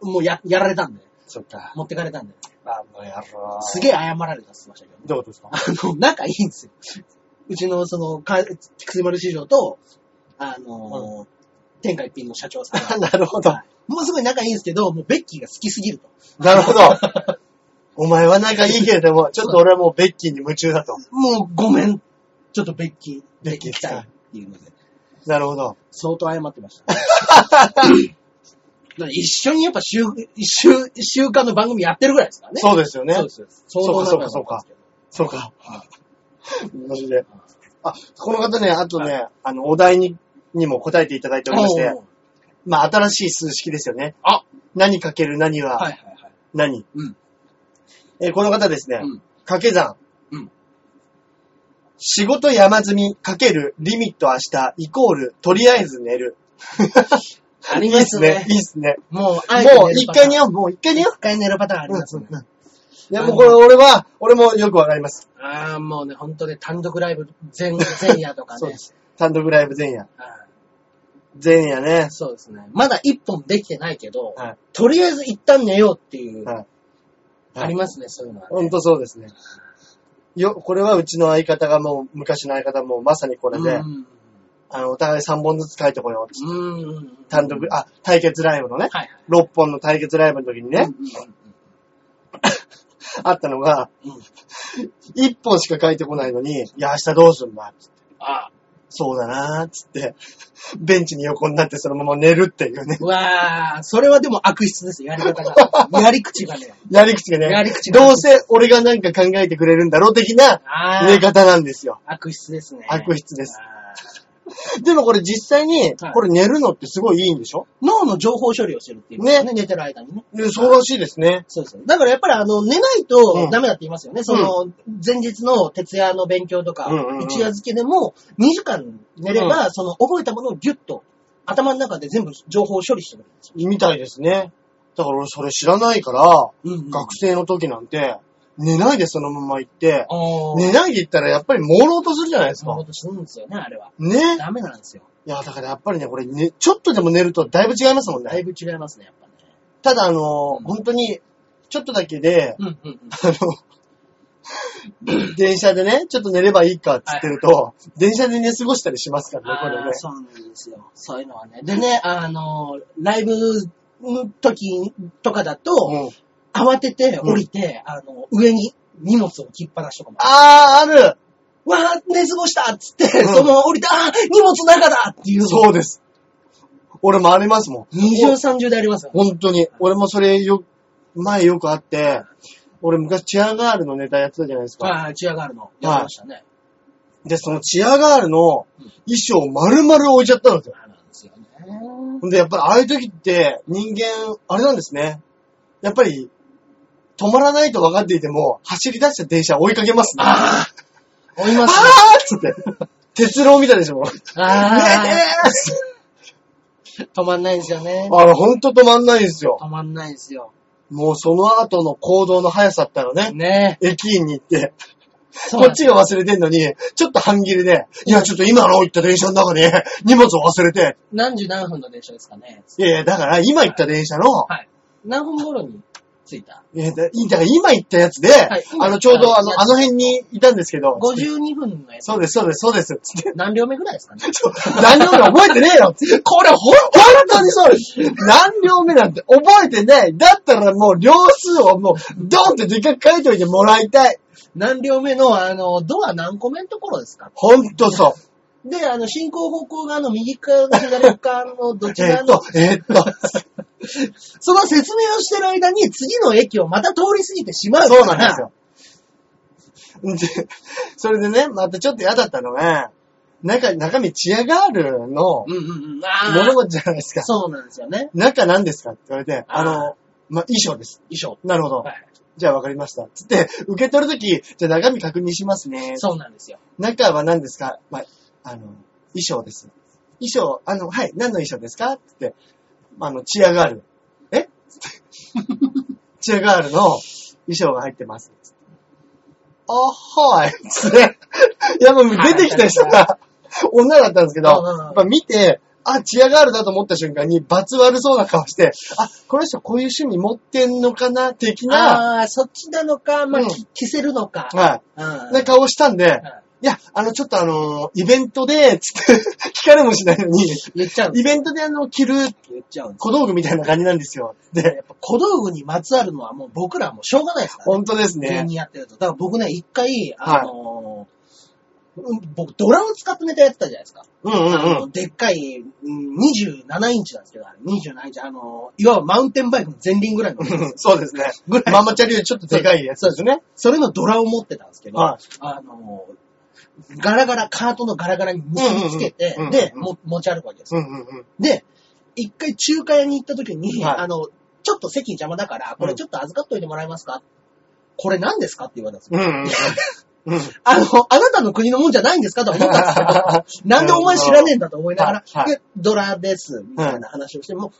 Speaker 1: もうや、やられたんで、
Speaker 2: そっか。
Speaker 1: 持ってかれたんで、
Speaker 2: あの野郎。
Speaker 1: す
Speaker 2: え。
Speaker 1: げえ謝られたって言ってましたけど。
Speaker 2: どういうことです
Speaker 1: [LAUGHS]
Speaker 2: か
Speaker 1: あの、仲いいんですよ。うちの、その、か、菊水丸市場と、あのー天下一品の社長さんが。
Speaker 2: なるほど。
Speaker 1: もうすごい仲いいんですけど、もうベッキーが好きすぎると。
Speaker 2: なる
Speaker 1: [LAUGHS]
Speaker 2: ほど。お前は仲いいけれども、ちょっと俺はもうベッキーに夢中だと。
Speaker 1: もうごめん。ちょっとベッキー、
Speaker 2: ベッキー
Speaker 1: 来たいっていうので、
Speaker 2: なるほど。
Speaker 1: 相当謝ってま
Speaker 2: [LAUGHS]
Speaker 1: した、ね。だから一緒にやっぱ週、一週、一週間の番組やってるぐらいですからね。
Speaker 2: そうですよね
Speaker 1: そう。です。相当
Speaker 2: そうかそうかそうか。マジで。あ、この方ね、あとね、あの、お題に、にも答えていただいておりまし
Speaker 1: して。
Speaker 2: て
Speaker 1: お、う
Speaker 2: まあ、新しい数式ですよね。
Speaker 1: あ
Speaker 2: 何かける何
Speaker 1: はい
Speaker 2: は
Speaker 1: はいはい。
Speaker 2: 何、
Speaker 1: うん。
Speaker 2: えーこの方ですね、
Speaker 1: うん
Speaker 2: 掛け算。
Speaker 1: うん
Speaker 2: 仕事山積みかけるリミット明日イコールとりあえず寝る。
Speaker 1: あり
Speaker 2: いい
Speaker 1: ま
Speaker 2: っ
Speaker 1: す
Speaker 2: す
Speaker 1: ね
Speaker 2: ね。。いいっすね。
Speaker 1: もう、
Speaker 2: もう一回寝
Speaker 1: よ
Speaker 2: よう。もう一回寝よ
Speaker 1: 一回寝るパターンあり
Speaker 2: う。
Speaker 1: ますね。
Speaker 2: うんいや、もうこれ俺は、俺もよくわかります。
Speaker 1: ああ、もうね、本当ね、単独ライブ前 [LAUGHS] 前夜とかね。
Speaker 2: そうです。単独ライブ前夜。
Speaker 1: あ
Speaker 2: 前夜ね
Speaker 1: ー。そうですね。まだ一本できてないけど、
Speaker 2: はい
Speaker 1: とりあえず一旦寝ようっていう、
Speaker 2: はい。
Speaker 1: ありますね、そういうのは、
Speaker 2: ほん
Speaker 1: ね。
Speaker 2: とそうですね。よ、これはうちの相方がもう、昔の相方もまさにこれで、
Speaker 1: うん
Speaker 2: あの、お互い3本ずつ書いてこようっつって。
Speaker 1: うん。
Speaker 2: 単独、あ、対決ライブのね、
Speaker 1: はい
Speaker 2: 6本の対決ライブの時に
Speaker 1: はい。
Speaker 2: ね、あったのが、
Speaker 1: うん
Speaker 2: 1本しか書いてこないのに、いや、明日どうすんだ
Speaker 1: あ、
Speaker 2: そうだなーっつって、ベンチに横になってそのまま寝るっていうね。
Speaker 1: うわー、それはでも悪質です、やり方
Speaker 2: [LAUGHS]
Speaker 1: が。やり口がね。
Speaker 2: やり口がね、
Speaker 1: やり口が
Speaker 2: どうせ俺がなんか考えてくれるんだろう的な
Speaker 1: あ
Speaker 2: 寝
Speaker 1: ー、
Speaker 2: 方なんですよ。
Speaker 1: 悪質ですね。
Speaker 2: 悪質です
Speaker 1: あー。
Speaker 2: でもこれ実際に、
Speaker 1: はい
Speaker 2: これ寝るのってすごいいいんでしょ
Speaker 1: 脳の情報処理をしてるっていうね。ね、寝てる間にね。
Speaker 2: でそうらしいですね。
Speaker 1: そうですよね。だからやっぱりあの、寝ない
Speaker 2: うん
Speaker 1: とダメだって言いますよね。その、前日の徹夜の勉強とか、
Speaker 2: うんうんうん
Speaker 1: 一夜漬けでも2時間寝れば、その覚えたものをギュッと頭の中で全部情報を処理してるんですよ。
Speaker 2: みたいですね。だから俺それ知らないから、
Speaker 1: うん、
Speaker 2: 学生の時なんて、寝ないでそのまま行って、
Speaker 1: ああ。
Speaker 2: 寝ないで行ったらやっぱり朦朧とするじゃないです
Speaker 1: そんな
Speaker 2: か
Speaker 1: こ。とするんですよね、あれは。
Speaker 2: ね。
Speaker 1: ダメなんですよ。
Speaker 2: いや、だからやっぱりね、これ、ね、ちょっとでも寝るとだいぶ違いますもん
Speaker 1: だ
Speaker 2: ね。
Speaker 1: いぶ違いますね、やっぱね。
Speaker 2: ただあのー、本当に、ちょっとだけで、
Speaker 1: うんうんうん。
Speaker 2: あの、電車でね、ちょっと寝ればいいかっつってると、電車で寝過ごしたりしますからね、これ
Speaker 1: あ
Speaker 2: ね
Speaker 1: ー。そうなんですよ。そういうのはね。でね、あの、ライブの時とかだと、
Speaker 2: うん
Speaker 1: 慌てて降りて、あの、上に荷物を置きっぱなしとかも。
Speaker 2: あー、ある
Speaker 1: わー、寝過ごしたっつって、
Speaker 2: ん
Speaker 1: そのまま降りて、あー、荷物の中だっていうの。
Speaker 2: そうです。俺もありますもん。
Speaker 1: 20、30でありますよ。
Speaker 2: 本当に。俺もそれよ、前よくあって、俺昔チアガールのネタやってたじゃないですか。
Speaker 1: あー、チアガールの。やってましたね。
Speaker 2: で、そのチアガールの衣装を丸々置いちゃったんですよ。
Speaker 1: あなんですよね。
Speaker 2: ほんで、やっぱりああいう時って人間、あれなんですね。やっぱり、止まらないと分かっていても、走り出した電車追いかけますね。
Speaker 1: あー、追い
Speaker 2: あ
Speaker 1: ますね。
Speaker 2: ーっつって。鉄郎みたいでしょ、もう。
Speaker 1: あ
Speaker 2: えー
Speaker 1: ー、止まんないんですよね。
Speaker 2: あの、ほんと止まんないんですよ。
Speaker 1: 止まんないんですよ。
Speaker 2: もうその後の行動の速さったらね、
Speaker 1: ね
Speaker 2: 駅員に行って、
Speaker 1: そう
Speaker 2: こ
Speaker 1: なん
Speaker 2: っ
Speaker 1: です
Speaker 2: ちが忘れてんのに、ちょっと半切れで、いや、ちょっと今の行った電車の中に荷物を忘れて、
Speaker 1: 何時何分の電車ですかね。
Speaker 2: いやいや、だから今行った電車の、
Speaker 1: はい。何分頃に着いた
Speaker 2: いやだだから今行ったやつで、
Speaker 1: い
Speaker 2: あの、ちょうどあの、
Speaker 1: はい
Speaker 2: あの辺にいたんですけど、
Speaker 1: ?52 分のやつ。
Speaker 2: そうです、そうです、そうです、 [LAUGHS] つって。
Speaker 1: 何両目ぐらいですかね。
Speaker 2: ちょ何両目覚えてねえよつってこれほん、本当にそうです。何両目なんて覚えてない。だったらもう両数をもう、ドンってでっかく書いておいてもらいたい。
Speaker 1: 何両目の、あの、ドア何個目のところですか
Speaker 2: ほんとそう。
Speaker 1: で、あの、進行方向側の右側の左側のどち
Speaker 2: え
Speaker 1: ら
Speaker 2: っ
Speaker 1: の
Speaker 2: と、、えっと、
Speaker 1: その説明をしてる間に次の駅をまた通り過ぎてしまうから。
Speaker 2: そうなんですよ。で、それでね、またちょっと嫌だったのが、中、中身チアガールのも
Speaker 1: うんうんうん。あー
Speaker 2: のじゃないですか。
Speaker 1: そうなんですよね。
Speaker 2: 中何ですかって言われて、
Speaker 1: あー
Speaker 2: あの、まあ、衣装です。
Speaker 1: 衣装。
Speaker 2: なるほど。
Speaker 1: はい。
Speaker 2: じゃあ分かりました。つって、受け取るとき、じゃあ中身確認しますね。
Speaker 1: そうなんですよ。
Speaker 2: 中は何ですかまあ、あの、衣装です。衣装、あの、はい、何の衣装ですかつって、あの、チアガール。
Speaker 1: [LAUGHS]
Speaker 2: えつってチアガールの衣装が入ってます。つってあ、はい。つって、 [LAUGHS] いや、もう出てきた人が、女だったんですけど、
Speaker 1: うんうんうん
Speaker 2: やっぱ見て、あ、チアガールだと思った瞬間に、罰悪そうな顔して、あ、この人こういう趣味持ってんのかな的な、
Speaker 1: ああー、そっちなのか、まあ、
Speaker 2: うん
Speaker 1: き着せるのか。
Speaker 2: は
Speaker 1: うん。
Speaker 2: い、な顔したんで、
Speaker 1: うん
Speaker 2: いや、あの、ちょっとあの、イベントで、つって、 [LAUGHS] 聞かれもしないのに、
Speaker 1: 言っちゃうんで
Speaker 2: イベントであの、着る
Speaker 1: す言っちゃうんです
Speaker 2: 小道具みたいな感じなんですよ。で、
Speaker 1: やっぱ小道具にまつわるのはもう僕らはもうしょうがないですからね。
Speaker 2: 本当です
Speaker 1: 芸
Speaker 2: ね。
Speaker 1: 人やってると。だから僕ね、一回、
Speaker 2: はい
Speaker 1: あのーうん僕、ドラを使ったネタやってたじゃないですか。
Speaker 2: うんうん
Speaker 1: あ
Speaker 2: う
Speaker 1: の
Speaker 2: ん。
Speaker 1: でっかい、うん27インチなんですけど、あれ27インチ、あのーいわばマウンテンバイクの前輪ぐらいの。 [LAUGHS]
Speaker 2: そうですね。
Speaker 1: ぐらい
Speaker 2: ママチャリよりちょっとでかいやつですね。
Speaker 1: それのドラを持ってたんですけど、
Speaker 2: はい
Speaker 1: あのーガラガラ、カートのガラガラに結びつけて、
Speaker 2: うんうんうん
Speaker 1: で、
Speaker 2: うん
Speaker 1: も持ち歩くわけですよ。
Speaker 2: うんうんうん。
Speaker 1: で、一回中華屋に行った時に、
Speaker 2: はい
Speaker 1: あの、ちょっと席邪魔だから、これちょっと預かっといてもらえますか、これ何ですかって言われたんですよ。
Speaker 2: うんうんうん。うん
Speaker 1: あの、あなたの国のもんじゃないんですかとは思ったんですけど、 [LAUGHS] なんでお前知らねえんだと思いながら、
Speaker 2: はいはい
Speaker 1: でドラです、みたいな話をして、もう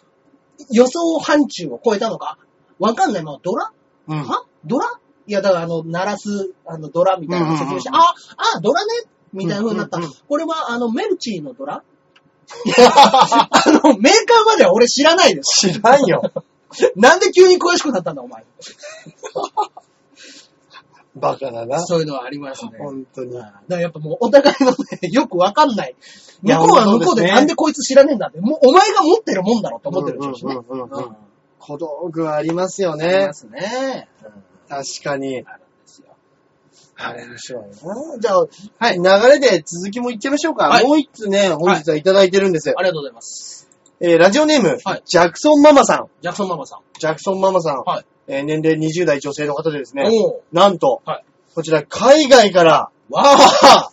Speaker 1: 予想範疇を超えたのか、わかんないままドラ
Speaker 2: うんうん
Speaker 1: はドラいや、だからあの、鳴らす、あの、ドラみたいな説明して、
Speaker 2: うんうん
Speaker 1: あ、あ、ドラねみたいな風になった。
Speaker 2: うんうんうん
Speaker 1: これは、あの、メルチーの
Speaker 2: [LAUGHS]
Speaker 1: ドラあの、メーカーまでは俺知らないです。
Speaker 2: 知らんよ。
Speaker 1: なんで急に詳しくなったんだ、お前。
Speaker 2: バカだな。
Speaker 1: そういうのはありますね。
Speaker 2: 本当に。
Speaker 1: だからやっぱもうお互いのね、 [LAUGHS] よくわかんない。向こうは向こうでなんでこいつ知らねえんだって、もうお前が持ってるもんだろって思ってるでしょうしね。
Speaker 2: うんうんうんうん
Speaker 1: うん
Speaker 2: 小道具はありますよ
Speaker 1: あり
Speaker 2: ね
Speaker 1: ま。すね。
Speaker 2: 確かに
Speaker 1: うん。あるんですよ。
Speaker 2: あれ面白いな。じゃあ、はい、流れで続きもいっちゃいましょうか。
Speaker 1: はい
Speaker 2: もう一つね、本日はいただいてるんですよ。
Speaker 1: ありがとうございます。
Speaker 2: えーラジオネーム、
Speaker 1: はい
Speaker 2: ジャクソンママさん。
Speaker 1: ジャクソンママさん。
Speaker 2: ジャクソンママさん。
Speaker 1: はい
Speaker 2: えー年齢20代女性の方でですね、
Speaker 1: おー
Speaker 2: なんと、
Speaker 1: はい
Speaker 2: こちら海外から
Speaker 1: わあ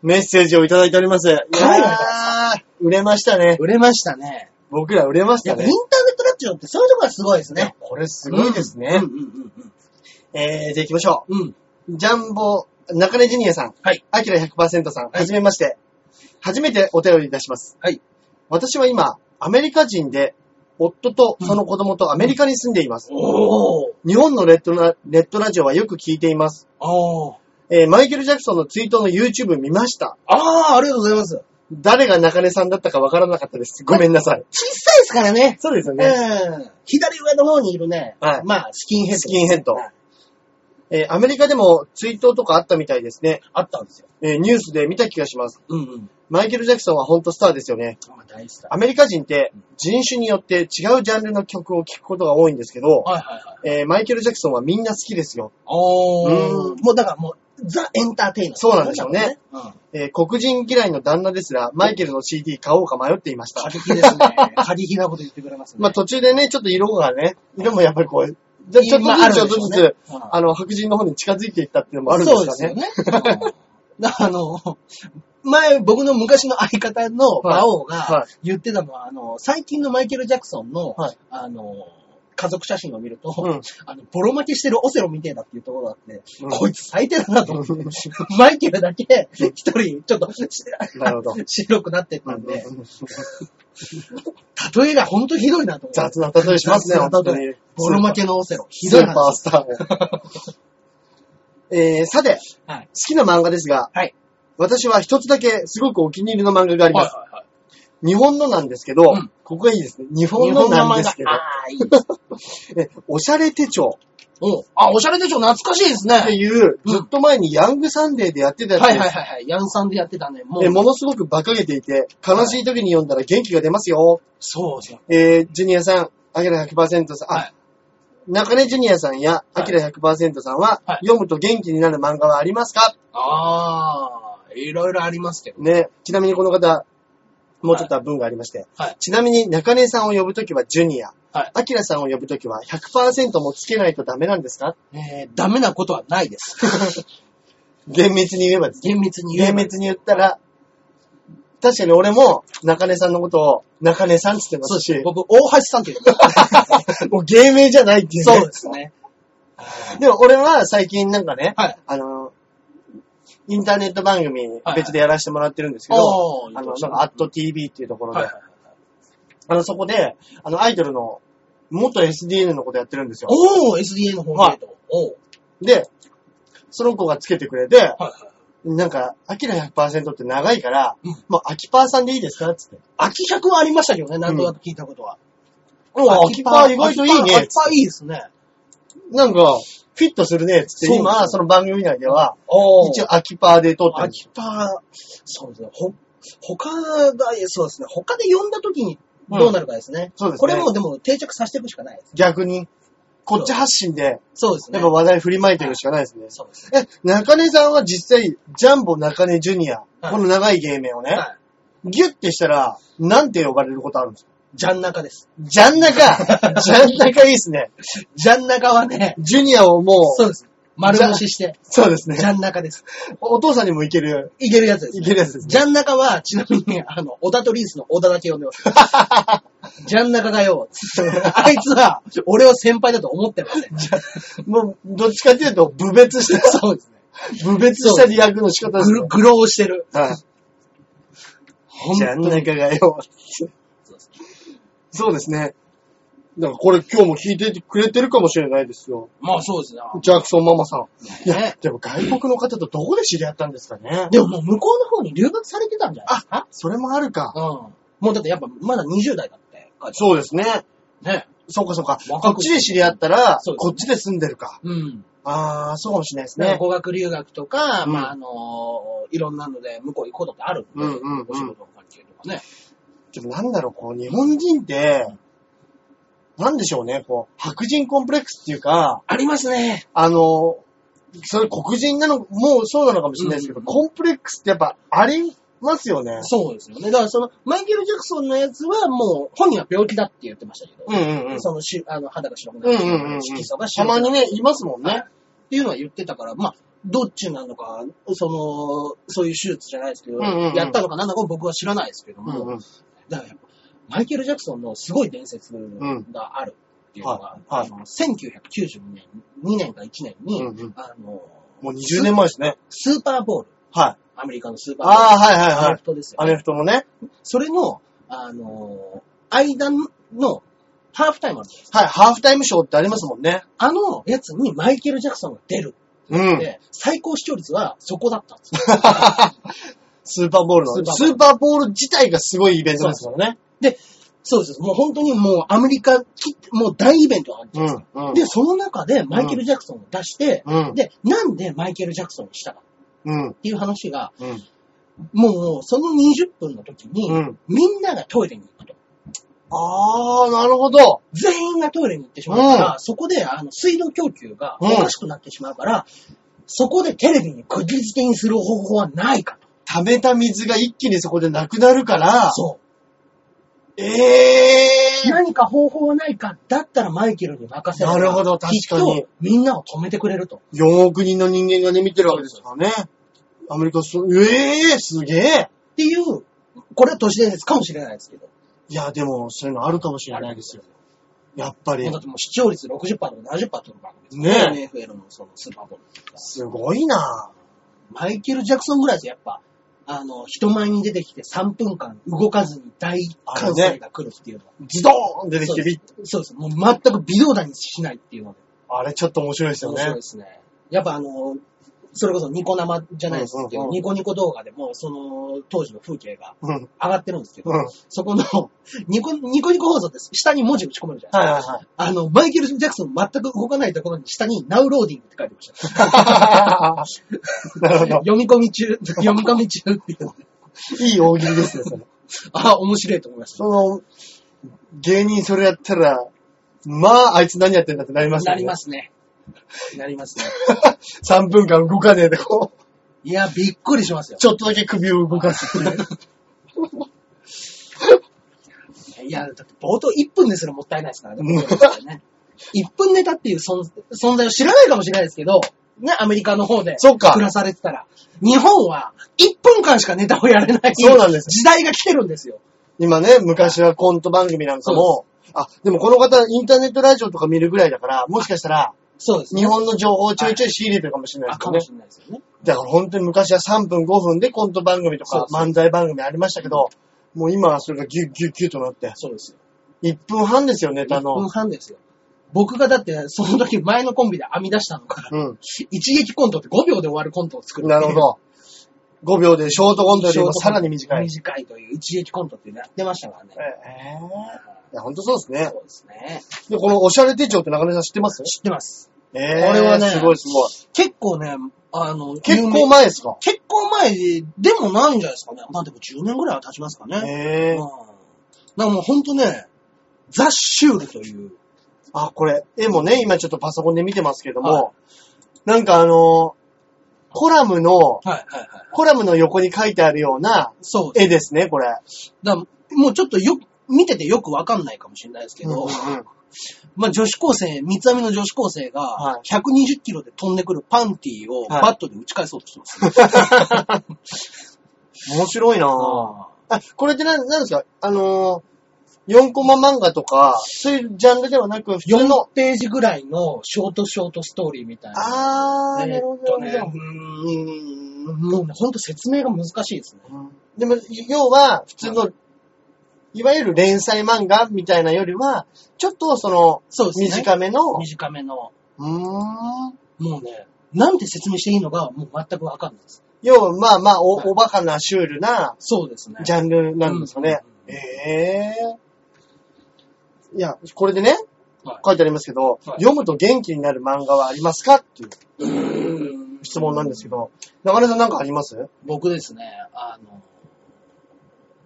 Speaker 2: メッセージをいただいております。
Speaker 1: 海外
Speaker 2: から売れましたね。
Speaker 1: 売れましたね。
Speaker 2: 僕ら売れまし
Speaker 1: や
Speaker 2: た
Speaker 1: っぱイ
Speaker 2: ね
Speaker 1: ンターネ。ットラジオってそういうところがすごいです
Speaker 2: いや
Speaker 1: ね。
Speaker 2: これすごいですね
Speaker 1: う。んうん
Speaker 2: えー、じゃあ行きましょ
Speaker 1: うんうん。うん。
Speaker 2: う。ジャンボ、中根ジュニアさん。
Speaker 1: はい。
Speaker 2: アキラ100%さん。はじめまして。初めてお便りいたします。
Speaker 1: はい。
Speaker 2: 私は今、アメリカ人で、夫とその子供とアメリカに住んでいます。
Speaker 1: おー
Speaker 2: 日本のレッドラネットラジオはよく聞いています。
Speaker 1: あー
Speaker 2: えーマイケル・ジャクソンのツイートの YouTube 見ました。
Speaker 1: あー、ありがとうございます。小
Speaker 2: 誰が中根さんだったかわからなかったです。ごめんなさい。
Speaker 1: さいですからね。
Speaker 2: そうですよね。
Speaker 1: うん。左上の方にいるね。
Speaker 2: はい
Speaker 1: まあ、スキンヘッド。
Speaker 2: スキンヘッド
Speaker 1: はい
Speaker 2: えーアメリカでもツイートとかあったみたいですね。
Speaker 1: あったんですよ。
Speaker 2: えーニュースで見た気がします。
Speaker 1: うんうん。
Speaker 2: マイケル・ジャクソンは本当スターですよね。
Speaker 1: まあ、大好きだ。
Speaker 2: アメリカ人って人種によって違うジャンルの曲を聴くことが多いんですけど、
Speaker 1: はいはいはい。
Speaker 2: えーマイケル・ジャクソンはみんな好きですよ。
Speaker 1: お
Speaker 2: うん
Speaker 1: ー。もうだからもう、ザ・エンターテイナー、
Speaker 2: そうなんでしょうね。
Speaker 1: うん。過
Speaker 2: えー黒人嫌いの旦那ですら、マイケルの CD 買おうか迷っていました。
Speaker 1: 激です
Speaker 2: [LAUGHS]
Speaker 1: ね。過激なこと言ってくれますね。
Speaker 2: まあ途中でね、ちょっと色がね、色もやっぱりこう、じゃちょっと
Speaker 1: まああ
Speaker 2: ず
Speaker 1: る
Speaker 2: つち
Speaker 1: でし
Speaker 2: ょ
Speaker 1: ょ
Speaker 2: っ
Speaker 1: う
Speaker 2: と
Speaker 1: ね
Speaker 2: ずつ、
Speaker 1: うん
Speaker 2: あの、白人の方に近づいていったっていうのもあるんですかね。
Speaker 1: そうですよね。 [LAUGHS] うんあの、前、僕の昔の相方の馬王
Speaker 2: は
Speaker 1: が言ってたのは、あの、最近のマイケル・ジャクソンの、
Speaker 2: はい
Speaker 1: あの、家族写真を見ると、
Speaker 2: うん
Speaker 1: [LAUGHS] あの、ボロ負けしてるオセロみてえだっていうところがあって、
Speaker 2: うん
Speaker 1: こいつ最低だなと思って、 [LAUGHS] マイケルだけ一人、ちょっと、し
Speaker 2: なるほど
Speaker 1: [LAUGHS] 白くなってったんで、例えが本当ひどいなと思って。
Speaker 2: 雑な例えしますね、
Speaker 1: 雑な
Speaker 2: 本当に。
Speaker 1: ボロ負けのオセロ。ひ
Speaker 2: ス
Speaker 1: どい
Speaker 2: ーパー
Speaker 1: 話。
Speaker 2: スターを。えー、さて、
Speaker 1: [LAUGHS] は
Speaker 2: 好。
Speaker 1: い
Speaker 2: きな漫画ですが、
Speaker 1: はい
Speaker 2: 私は一つだけすごくお気に入りの漫画があります。
Speaker 1: はいはい
Speaker 2: 日本のなんですけど、
Speaker 1: うん
Speaker 2: ここがいいですね。日
Speaker 1: 日
Speaker 2: 本の
Speaker 1: 本の漫
Speaker 2: なん
Speaker 1: 画。
Speaker 2: ですけど
Speaker 1: あ、あ、いいです。
Speaker 2: えおしゃれ手帳
Speaker 1: おあ、おしゃれでしょ懐かしいですね。
Speaker 2: っていう、
Speaker 1: うん
Speaker 2: ずっと前にヤングサンデーでやってたやつ
Speaker 1: は
Speaker 2: で
Speaker 1: い
Speaker 2: す。
Speaker 1: はいはいはい。ヤンさんでやってたね。も
Speaker 2: え
Speaker 1: う。
Speaker 2: ものすごく馬鹿げていて、悲しい時に読んだら元気が出ますよ。
Speaker 1: そうですよ。
Speaker 2: えー、ジュニアさん、アキラ100%さん、あ、
Speaker 1: はい
Speaker 2: 中根ジュニアさんやアキラ100%さんは、
Speaker 1: はい
Speaker 2: 読むと元気になる漫画はありますか
Speaker 1: ああ、いろいろありますけど。
Speaker 2: ね、ちなみにこの方、もうちょっと文がありまして、
Speaker 1: はい。
Speaker 2: ちなみに中根さんを呼ぶときはジュニア、
Speaker 1: はい
Speaker 2: アキラさんを呼ぶときは100%もつけないとダメなんですか
Speaker 1: えー、ダメなことはないです。
Speaker 2: 厳密に言えばです。
Speaker 1: [LAUGHS] 厳密に言え
Speaker 2: 厳
Speaker 1: ば。
Speaker 2: 密に言ったら、確かに俺も中根さんのことを中根さんって言ってま
Speaker 1: そう
Speaker 2: す
Speaker 1: で
Speaker 2: し
Speaker 1: すね。、僕、大橋さんって言う
Speaker 2: [LAUGHS] もう芸名じゃないっていうね。
Speaker 1: そうですね。
Speaker 2: でも俺は最近なんかね、
Speaker 1: はい
Speaker 2: あの、インターネット番組
Speaker 1: はい
Speaker 2: 別でやらせてもらってるんですけど、
Speaker 1: おー
Speaker 2: あの、
Speaker 1: いいです
Speaker 2: な
Speaker 1: ね
Speaker 2: んか、アット TV っていうところで、
Speaker 1: はいはいはい。
Speaker 2: あの、そこで、あの、アイドルの、元 SDN のことやってるんですよ。
Speaker 1: おー、SDA の方
Speaker 2: は
Speaker 1: に
Speaker 2: い
Speaker 1: と。おー。
Speaker 2: で、その子がつけてくれて、
Speaker 1: はいはい。
Speaker 2: なんか、アキラ100%って長いから、
Speaker 1: うん
Speaker 2: もう、アキパーさんでいいですかつって。
Speaker 1: 秋100はありましたけどね、何度だと聞いたことは。う
Speaker 2: 秋葉意外といいね
Speaker 1: 秋葉いいですね。
Speaker 2: なんか、フィットするね、つって、
Speaker 1: そう
Speaker 2: 今、その番組内では、
Speaker 1: お
Speaker 2: 一応、アキパーで撮ってるんです
Speaker 1: 秋葉、そうですね。ほ、他が、そうですね。他で呼んだ時にどうなるかですね。
Speaker 2: そうですね
Speaker 1: これもうでも定着させていくしかないです。
Speaker 2: 逆に、こっち発信で、
Speaker 1: そうです
Speaker 2: や
Speaker 1: ね。
Speaker 2: っぱ話題振りまいてるしかないですね。
Speaker 1: そうですね。
Speaker 2: え、中根さんは実際、ジャンボ中根ジュニア、
Speaker 1: はい
Speaker 2: この長い芸名をね、
Speaker 1: はい
Speaker 2: ギュッてしたら、なんて呼ばれることあるんですか
Speaker 1: ジャンナカです。
Speaker 2: ジャン
Speaker 1: [LAUGHS]
Speaker 2: ナカジャンナカいいですね。
Speaker 1: ジャンナカはね、
Speaker 2: ジュニアをもう、
Speaker 1: そうです。丸押しして、
Speaker 2: そうです
Speaker 1: ジ
Speaker 2: ね。
Speaker 1: ャンナカです。
Speaker 2: お父さんにもいける、
Speaker 1: いけるやつです
Speaker 2: い。けるやつですね。 [LAUGHS]
Speaker 1: ジャンナカは、ちなみに、あの、小田とリースの小田だけ呼んでます。ジャンナカがよ、つってあいつは、俺を先輩だと思ってま
Speaker 2: [LAUGHS]
Speaker 1: せん。
Speaker 2: もう、どっちかっていうと、部別
Speaker 1: [LAUGHS]
Speaker 2: した、
Speaker 1: そうですね。
Speaker 2: 部別したリアクの仕方です
Speaker 1: グ
Speaker 2: ね
Speaker 1: ロ、。グロをしてる。
Speaker 2: はい
Speaker 1: 本
Speaker 2: ジャン
Speaker 1: 当
Speaker 2: ナ
Speaker 1: に。
Speaker 2: カがよ。そうですね。なんかこれ今日も聞いてくれてるかもしれないですよ。
Speaker 1: まあそうですね。
Speaker 2: ジャクソンママさん。いや
Speaker 1: ね、
Speaker 2: でも外国の方とどこで知り合ったんですかね。
Speaker 1: でももう向こうの方に留学されてたんじゃないですか
Speaker 2: それもあるか。
Speaker 1: うん。もうだってやっぱまだ20代だって。
Speaker 2: そうですね。
Speaker 1: ね。
Speaker 2: そうかそうか。こ
Speaker 1: 若
Speaker 2: っ
Speaker 1: く
Speaker 2: ちで知り合ったら、
Speaker 1: そうですね
Speaker 2: こっちで住んでるか。
Speaker 1: うん。
Speaker 2: ああ、そうかもしれないです
Speaker 1: ね、
Speaker 2: ね。
Speaker 1: 語学留学とか、
Speaker 2: うん
Speaker 1: まあ、あのーいろんなので、向こう行くことってあるんで、
Speaker 2: うんうんうん
Speaker 1: お仕事の関係とかね。
Speaker 2: でもなんだろう、こう、日本人って、なんでしょうね、こう、白人コンプレックスっていうか、
Speaker 1: ありますね。
Speaker 2: あの、それ黒人なの、もうそうなのかもしれないですけど、
Speaker 1: うん
Speaker 2: コンプレックスってやっぱありますよね。
Speaker 1: そうですよね。だから、その、マイケル・ジャクソンのやつは、もう、本人は病気だって言ってましたけど、
Speaker 2: うんうん
Speaker 1: そのし、あの、肌が白く
Speaker 2: う
Speaker 1: なんる
Speaker 2: うんうんうん。
Speaker 1: 色素が
Speaker 2: た
Speaker 1: 白くな
Speaker 2: ま
Speaker 1: る
Speaker 2: にね、いますもんね。
Speaker 1: っていうのは言ってたから、まあ、どっちなのか、その、そういう手術じゃないですけど、
Speaker 2: うんうんうん
Speaker 1: やったのかなんだかも僕は知らないですけど
Speaker 2: う
Speaker 1: も、
Speaker 2: んうん。
Speaker 1: だからやっぱ、マイケル・ジャクソンのすごい伝説があるっていうのが、
Speaker 2: うんはいはい
Speaker 1: あの1992年、2年か1年に、
Speaker 2: うんうん
Speaker 1: あの、
Speaker 2: もう20年前ですね。
Speaker 1: スーパーボール、
Speaker 2: はい。
Speaker 1: アメリカのスーパーボール、
Speaker 2: ああ、はいはい
Speaker 1: ア
Speaker 2: は
Speaker 1: メ
Speaker 2: い
Speaker 1: フ。トですよ。
Speaker 2: アメフトのね。
Speaker 1: それの、あの、間のハーフタイムあるじゃないですか
Speaker 2: はい、ハーフタイムショーってありますもんね。
Speaker 1: あのやつにマイケル・ジャクソンが出る
Speaker 2: う
Speaker 1: っ
Speaker 2: ん。
Speaker 1: て、最高視聴率はそこだった
Speaker 2: [LAUGHS]
Speaker 1: んですよ
Speaker 2: スーパーボールの。
Speaker 1: ス
Speaker 2: スー
Speaker 1: ー
Speaker 2: パーボール自体がすごいイベントですもんね。
Speaker 1: そうです。もう本当にもうアメリカき、もう大イベントがあるじゃないですか。
Speaker 2: うんうん
Speaker 1: で、その中でマイケル・ジャクソンを出して、
Speaker 2: うん。
Speaker 1: で、なんでマイケル・ジャクソンをしたかっ
Speaker 2: うん。
Speaker 1: ていう話が、
Speaker 2: うん。
Speaker 1: もうその20分の時に、
Speaker 2: うん。
Speaker 1: みんながトイレに行くと。
Speaker 2: ああ、なるほど。
Speaker 1: 全員がトイレに行ってしまうから、
Speaker 2: う
Speaker 1: そこであの水道供給がお
Speaker 2: うん
Speaker 1: かしくなってしまうから、そこでテレビに釘付けにする方法はないかと。
Speaker 2: 溜めた水が一気にそこでなくなるから、
Speaker 1: そ
Speaker 2: え
Speaker 1: う。
Speaker 2: え
Speaker 1: 何か方法はないか。だったらマイケルに任せれば
Speaker 2: なるほど確かに
Speaker 1: きっとみんなを止めてくれると。
Speaker 2: ー、4億人の人間がね、見てるわけですからね。アメリカ、そうええすげえ
Speaker 1: っていう、これは都市伝説かもしれないですけど。
Speaker 2: いや、でも、そういうのあるかもしれないですよ。やっぱり
Speaker 1: もうだっ、てもう視聴率60%とか70%取る番組です
Speaker 2: ね
Speaker 1: NFL のそのスーパーボールとか。
Speaker 2: すごいな
Speaker 1: マイケル・ジャクソンぐらいですよやっぱ、あの、人前に出てきて3分間動かずに大歓声が来るっていうのは。
Speaker 2: ズドーン出てき
Speaker 1: そう
Speaker 2: て
Speaker 1: で
Speaker 2: ビ
Speaker 1: す
Speaker 2: ッ、
Speaker 1: そうです。もう全く微動だにしないっていうので。
Speaker 2: あれちょっと面白いですよ
Speaker 1: 面白
Speaker 2: ね
Speaker 1: いで。すね。やっぱあの、それこそニコ生じゃないですけ
Speaker 2: うんうん
Speaker 1: ど、
Speaker 2: うん
Speaker 1: ニコニコ動画でも、その当時の風景が
Speaker 2: うん。
Speaker 1: 上がってるんですけど、
Speaker 2: うん。はい
Speaker 1: そこの [LAUGHS] ニコ、ニコニコ放送って下に文字打ち込めるじゃないですか。
Speaker 2: はいはい。
Speaker 1: あの、マイケル・ジャクソン全く動かないところに下に Now Loading って書いてました。
Speaker 2: なるほど。
Speaker 1: [LAUGHS] 読み込み中、読み込み中っていう。
Speaker 2: いい大喜利ですね、それ。
Speaker 1: ああ、面白いと思いました。
Speaker 2: その、芸人それやったら、まあ、あいつ何やってんだってなりますよ
Speaker 1: な
Speaker 2: ね。[LAUGHS]
Speaker 1: りますね。なりますね。
Speaker 2: 3分間動かねえで、こう、
Speaker 1: いや、びっくりしますよ。
Speaker 2: ちょっとだけ首を動かす
Speaker 1: [LAUGHS]
Speaker 2: っていう。
Speaker 1: いや、だって冒頭1分ですらもったいないですからね。
Speaker 2: うん
Speaker 1: 僕らはね1分ネタっていう存存在を知らないかもしれないですけど、ね、アメリカの方で
Speaker 2: そっか
Speaker 1: 暮らされてたら、日本は1分間しかネタをやれない
Speaker 2: そうなんです
Speaker 1: 時代が来てるんですよ。
Speaker 2: 今ね、昔はコント番組なんかも、あ、でもこの方、インターネットラジオとか見るぐらいだから、もしかしたら、
Speaker 1: そうですね。
Speaker 2: 日本の情報をちょいちょい仕入れてるかもしれない
Speaker 1: あ
Speaker 2: です
Speaker 1: か
Speaker 2: よ
Speaker 1: も
Speaker 2: ね。
Speaker 1: しれないですよね。
Speaker 2: だから本当に昔は3分5分でコント番組と
Speaker 1: そ
Speaker 2: か
Speaker 1: うそう
Speaker 2: 漫才番組ありましたけど、もう今はそれがギュッギュッギュッとなって、
Speaker 1: そうですよ。
Speaker 2: 1分半ですよ、ネタ
Speaker 1: 1
Speaker 2: の
Speaker 1: 分。半ですよ。僕がだって、その時前のコンビで編み出したのから、
Speaker 2: うん。
Speaker 1: 一撃コントって5秒で終わるコントを作る。
Speaker 2: なるほ。ど。5秒でショートコントよりもさらに短い。
Speaker 1: 短いという一撃コントっていうのやってましたからね。
Speaker 2: ええー。ほんとそうですね。
Speaker 1: そうですね。
Speaker 2: で、このおしゃれ手帳って中根さん知ってます
Speaker 1: 知ってます。
Speaker 2: え
Speaker 1: ーこれはね
Speaker 2: すごいすごい。
Speaker 1: 結構ね、あの、
Speaker 2: 結
Speaker 1: 有
Speaker 2: 構
Speaker 1: 名
Speaker 2: 前ですか
Speaker 1: 結構前でもないんじゃないですかね。まあでも10年ぐらいは経ちますかね。
Speaker 2: ええ
Speaker 1: うん。だからもうほんとね、ザ・シュールという。
Speaker 2: あ、これ、絵もね、今ちょっとパソコンで見てますけども、
Speaker 1: は
Speaker 2: なんかあの、コラムの、
Speaker 1: はいはいはい。
Speaker 2: コラムの横に書いてあるような
Speaker 1: そうです。
Speaker 2: 絵ですね、これ。
Speaker 1: だからもうちょっとよく、見ててよくわかんないかもしれないですけど、まあ、女子高生、三つ編みの女子高生が
Speaker 2: は、い
Speaker 1: 120キロで飛んでくるパンティを
Speaker 2: はい
Speaker 1: バットで打ち返そうとしてます。
Speaker 2: 面白いなぁ。あ、これってな、なんですかあのー、4コマ漫画とか、そういうジャンルではなく、普通の
Speaker 1: 4、ページぐらいのショートショートストーリーみたいな。
Speaker 2: あー、
Speaker 1: え
Speaker 2: な
Speaker 1: っ
Speaker 2: るほど
Speaker 1: と
Speaker 2: な
Speaker 1: ね
Speaker 2: るほど。
Speaker 1: うーんもうね、ほんと説明が難しいですね。
Speaker 2: でも、要は、普通の、いわゆる連載漫画みたいなよりは、ちょっとその、
Speaker 1: そうですね。
Speaker 2: 短めの、う
Speaker 1: 短めの。
Speaker 2: ーん。
Speaker 1: もうね、なんて説明していいのかもう全くわかんないです。
Speaker 2: 要は、まあまあお、
Speaker 1: はい
Speaker 2: おバカなシュールな
Speaker 1: そうですね。
Speaker 2: ジャンルなんですかね。
Speaker 1: うん
Speaker 2: ええいや、これでね、
Speaker 1: はい
Speaker 2: 書いてありますけど、
Speaker 1: はい
Speaker 2: 読むと元気になる漫画はありますかっていう質問なんですけど、中根さんなんかあります
Speaker 1: 僕ですね、あの、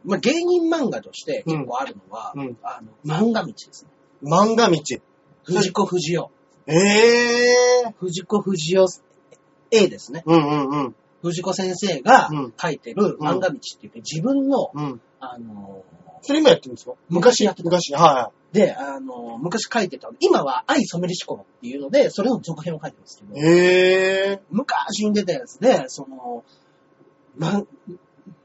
Speaker 1: まあ、芸人漫画として結構あるのは、
Speaker 2: うんうん
Speaker 1: あの漫画道ですね。
Speaker 2: 漫画道。
Speaker 1: 藤子不二雄。
Speaker 2: ええー。
Speaker 1: 藤子不二雄 A ですね。
Speaker 2: うんうんうん。
Speaker 1: 藤子先生が
Speaker 2: うん
Speaker 1: 書いてる漫画道っていう自分の、
Speaker 2: うん。
Speaker 1: あの、
Speaker 2: それ今やってるんですか
Speaker 1: 昔やってた。
Speaker 2: 昔、は
Speaker 1: で、あの、昔書いてた、今は愛染める思考っていうので、それの続編を書いてるんですけど
Speaker 2: い。、ええ
Speaker 1: 昔に出たやつで、その、ま、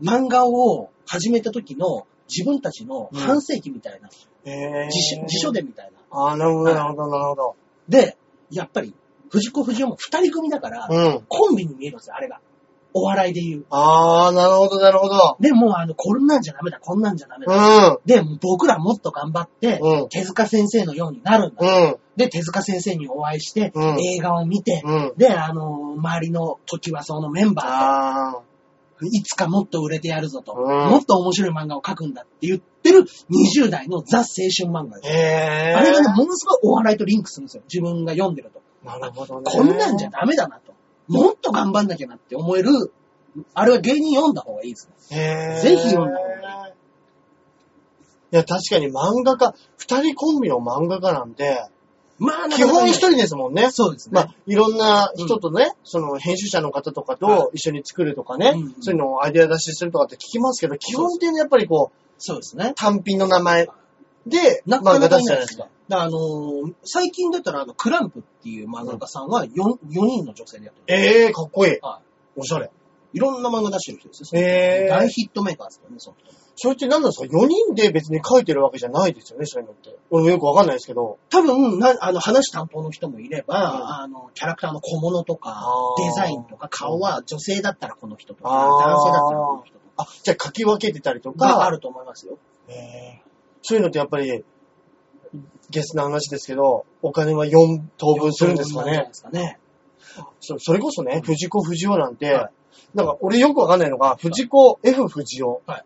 Speaker 1: 漫画を始めた時の自分たちの半世紀みたいな、
Speaker 2: ー。えー。
Speaker 1: 辞書辞書。でみたいな。
Speaker 2: あー、なるほど、なるほど、なるほど。
Speaker 1: で、やっぱり、藤子不二雄も二人組だから、
Speaker 2: うん。
Speaker 1: コンビに見えるんですよ、あれが。お笑いで言う。
Speaker 2: あー、なるほど、なるほど。
Speaker 1: で、もうあの、こんなんじゃダメだ、こんなんじゃダメ
Speaker 2: う
Speaker 1: だ。
Speaker 2: ん。
Speaker 1: で、もう僕らもっと頑張って、
Speaker 2: うん
Speaker 1: 手塚先生のようになるんだ。
Speaker 2: うん。
Speaker 1: で、手塚先生にお会いして、
Speaker 2: うん
Speaker 1: 映画を見て、
Speaker 2: うん。
Speaker 1: で、あの周りの時はそのメンバーと
Speaker 2: あー。
Speaker 1: いつかもっと売れてやるぞと、
Speaker 2: うん
Speaker 1: もっと面白い漫画を描くんだって言ってる20代のザ青春漫画です。
Speaker 2: えー。
Speaker 1: あれがね、ものすごいお笑いとリンクするんですよ。自分が読んでると。
Speaker 2: なるほどね。
Speaker 1: こんなんじゃダメだなと。もっと頑張んなきゃなって思える、あれは芸人読んだ方がいいですね。
Speaker 2: へー
Speaker 1: ぜひ読んだ方が
Speaker 2: いや、確かに漫画家、二人コンビの漫画家なんで、
Speaker 1: まあ、なか
Speaker 2: 基
Speaker 1: なか
Speaker 2: 本
Speaker 1: ね
Speaker 2: 一人ですもんね。
Speaker 1: そうですね。
Speaker 2: まあ、いろんな人とね、その編集者の方とかと一緒に作るとかね、
Speaker 1: うん
Speaker 2: そういうのをアイデア出しするとかって聞きますけど、基本的にやっぱりこう、
Speaker 1: そうですね。
Speaker 2: 単品の名前で
Speaker 1: な
Speaker 2: 漫
Speaker 1: か
Speaker 2: 画
Speaker 1: なか
Speaker 2: 出す
Speaker 1: い
Speaker 2: じゃない
Speaker 1: ないで
Speaker 2: ですす
Speaker 1: か
Speaker 2: か。。
Speaker 1: あのー最近だったら、あの、クランプっていう漫画家さんは 4, 4人の女性でやってる。
Speaker 2: ええー、かっこいい。
Speaker 1: は
Speaker 2: おしゃれ。
Speaker 1: い。いろんな漫画出してる人ですよ。
Speaker 2: ええ
Speaker 1: 大
Speaker 2: ー。
Speaker 1: ヒットメーカーですからね、その人。
Speaker 2: それって何なんですか ?4 人で別に書いてるわけじゃないですよね、そういうのって。俺もよくわかんないですけど。
Speaker 1: 多分、なあの、話担当の人もいれば、
Speaker 2: うん
Speaker 1: あの、キャラクターの小物とか
Speaker 2: あ、ー
Speaker 1: デザインとか、顔は女性だったらこの人とか、
Speaker 2: あー
Speaker 1: 男性だったらこの人と
Speaker 2: あ、じゃあ書き分けてたりと
Speaker 1: か、が
Speaker 2: か
Speaker 1: あ、ると思いますよ。
Speaker 2: えーそういうのってやっぱり、ゲスな話ですけど、お金は4等分するんですか
Speaker 1: そうなんじゃない
Speaker 2: ね。
Speaker 1: ですかね。
Speaker 2: そそれこそね、藤子不二雄なんて、
Speaker 1: は
Speaker 2: なんか俺よくわかんないのが、藤子 F 不二雄。
Speaker 1: はい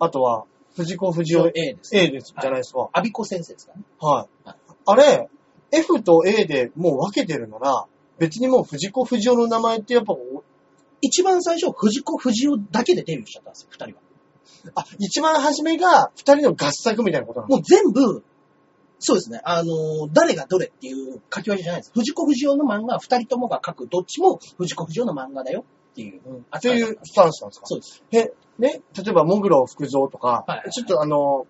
Speaker 2: あとは、藤子不二
Speaker 1: 一応
Speaker 2: 雄
Speaker 1: A です。
Speaker 2: A です、じゃないですか。は
Speaker 1: アビコ先生ですかね。
Speaker 2: い。
Speaker 1: はい
Speaker 2: あれ、F と A でもう分けてるなら、別にもう藤子不二雄の名前ってやっぱ、お
Speaker 1: 一番最初、藤子不二雄だけでデビューしちゃったんですよ、二人は。
Speaker 2: あ、一番初めが二人の合作みたいなことなんで
Speaker 1: もう全部、そうですね、あのー誰がどれっていう書き分けじゃないです。藤子不二雄の漫画は二人ともが書く、どっちも藤子不二雄の漫画だよっていう
Speaker 2: す。うん。って
Speaker 1: 扱い
Speaker 2: い
Speaker 1: だったん
Speaker 2: う
Speaker 1: です。
Speaker 2: スタンスなんですか
Speaker 1: そうです。
Speaker 2: え、ね、例えば、モグロ福蔵とか、
Speaker 1: はいはい
Speaker 2: ちょっとあの、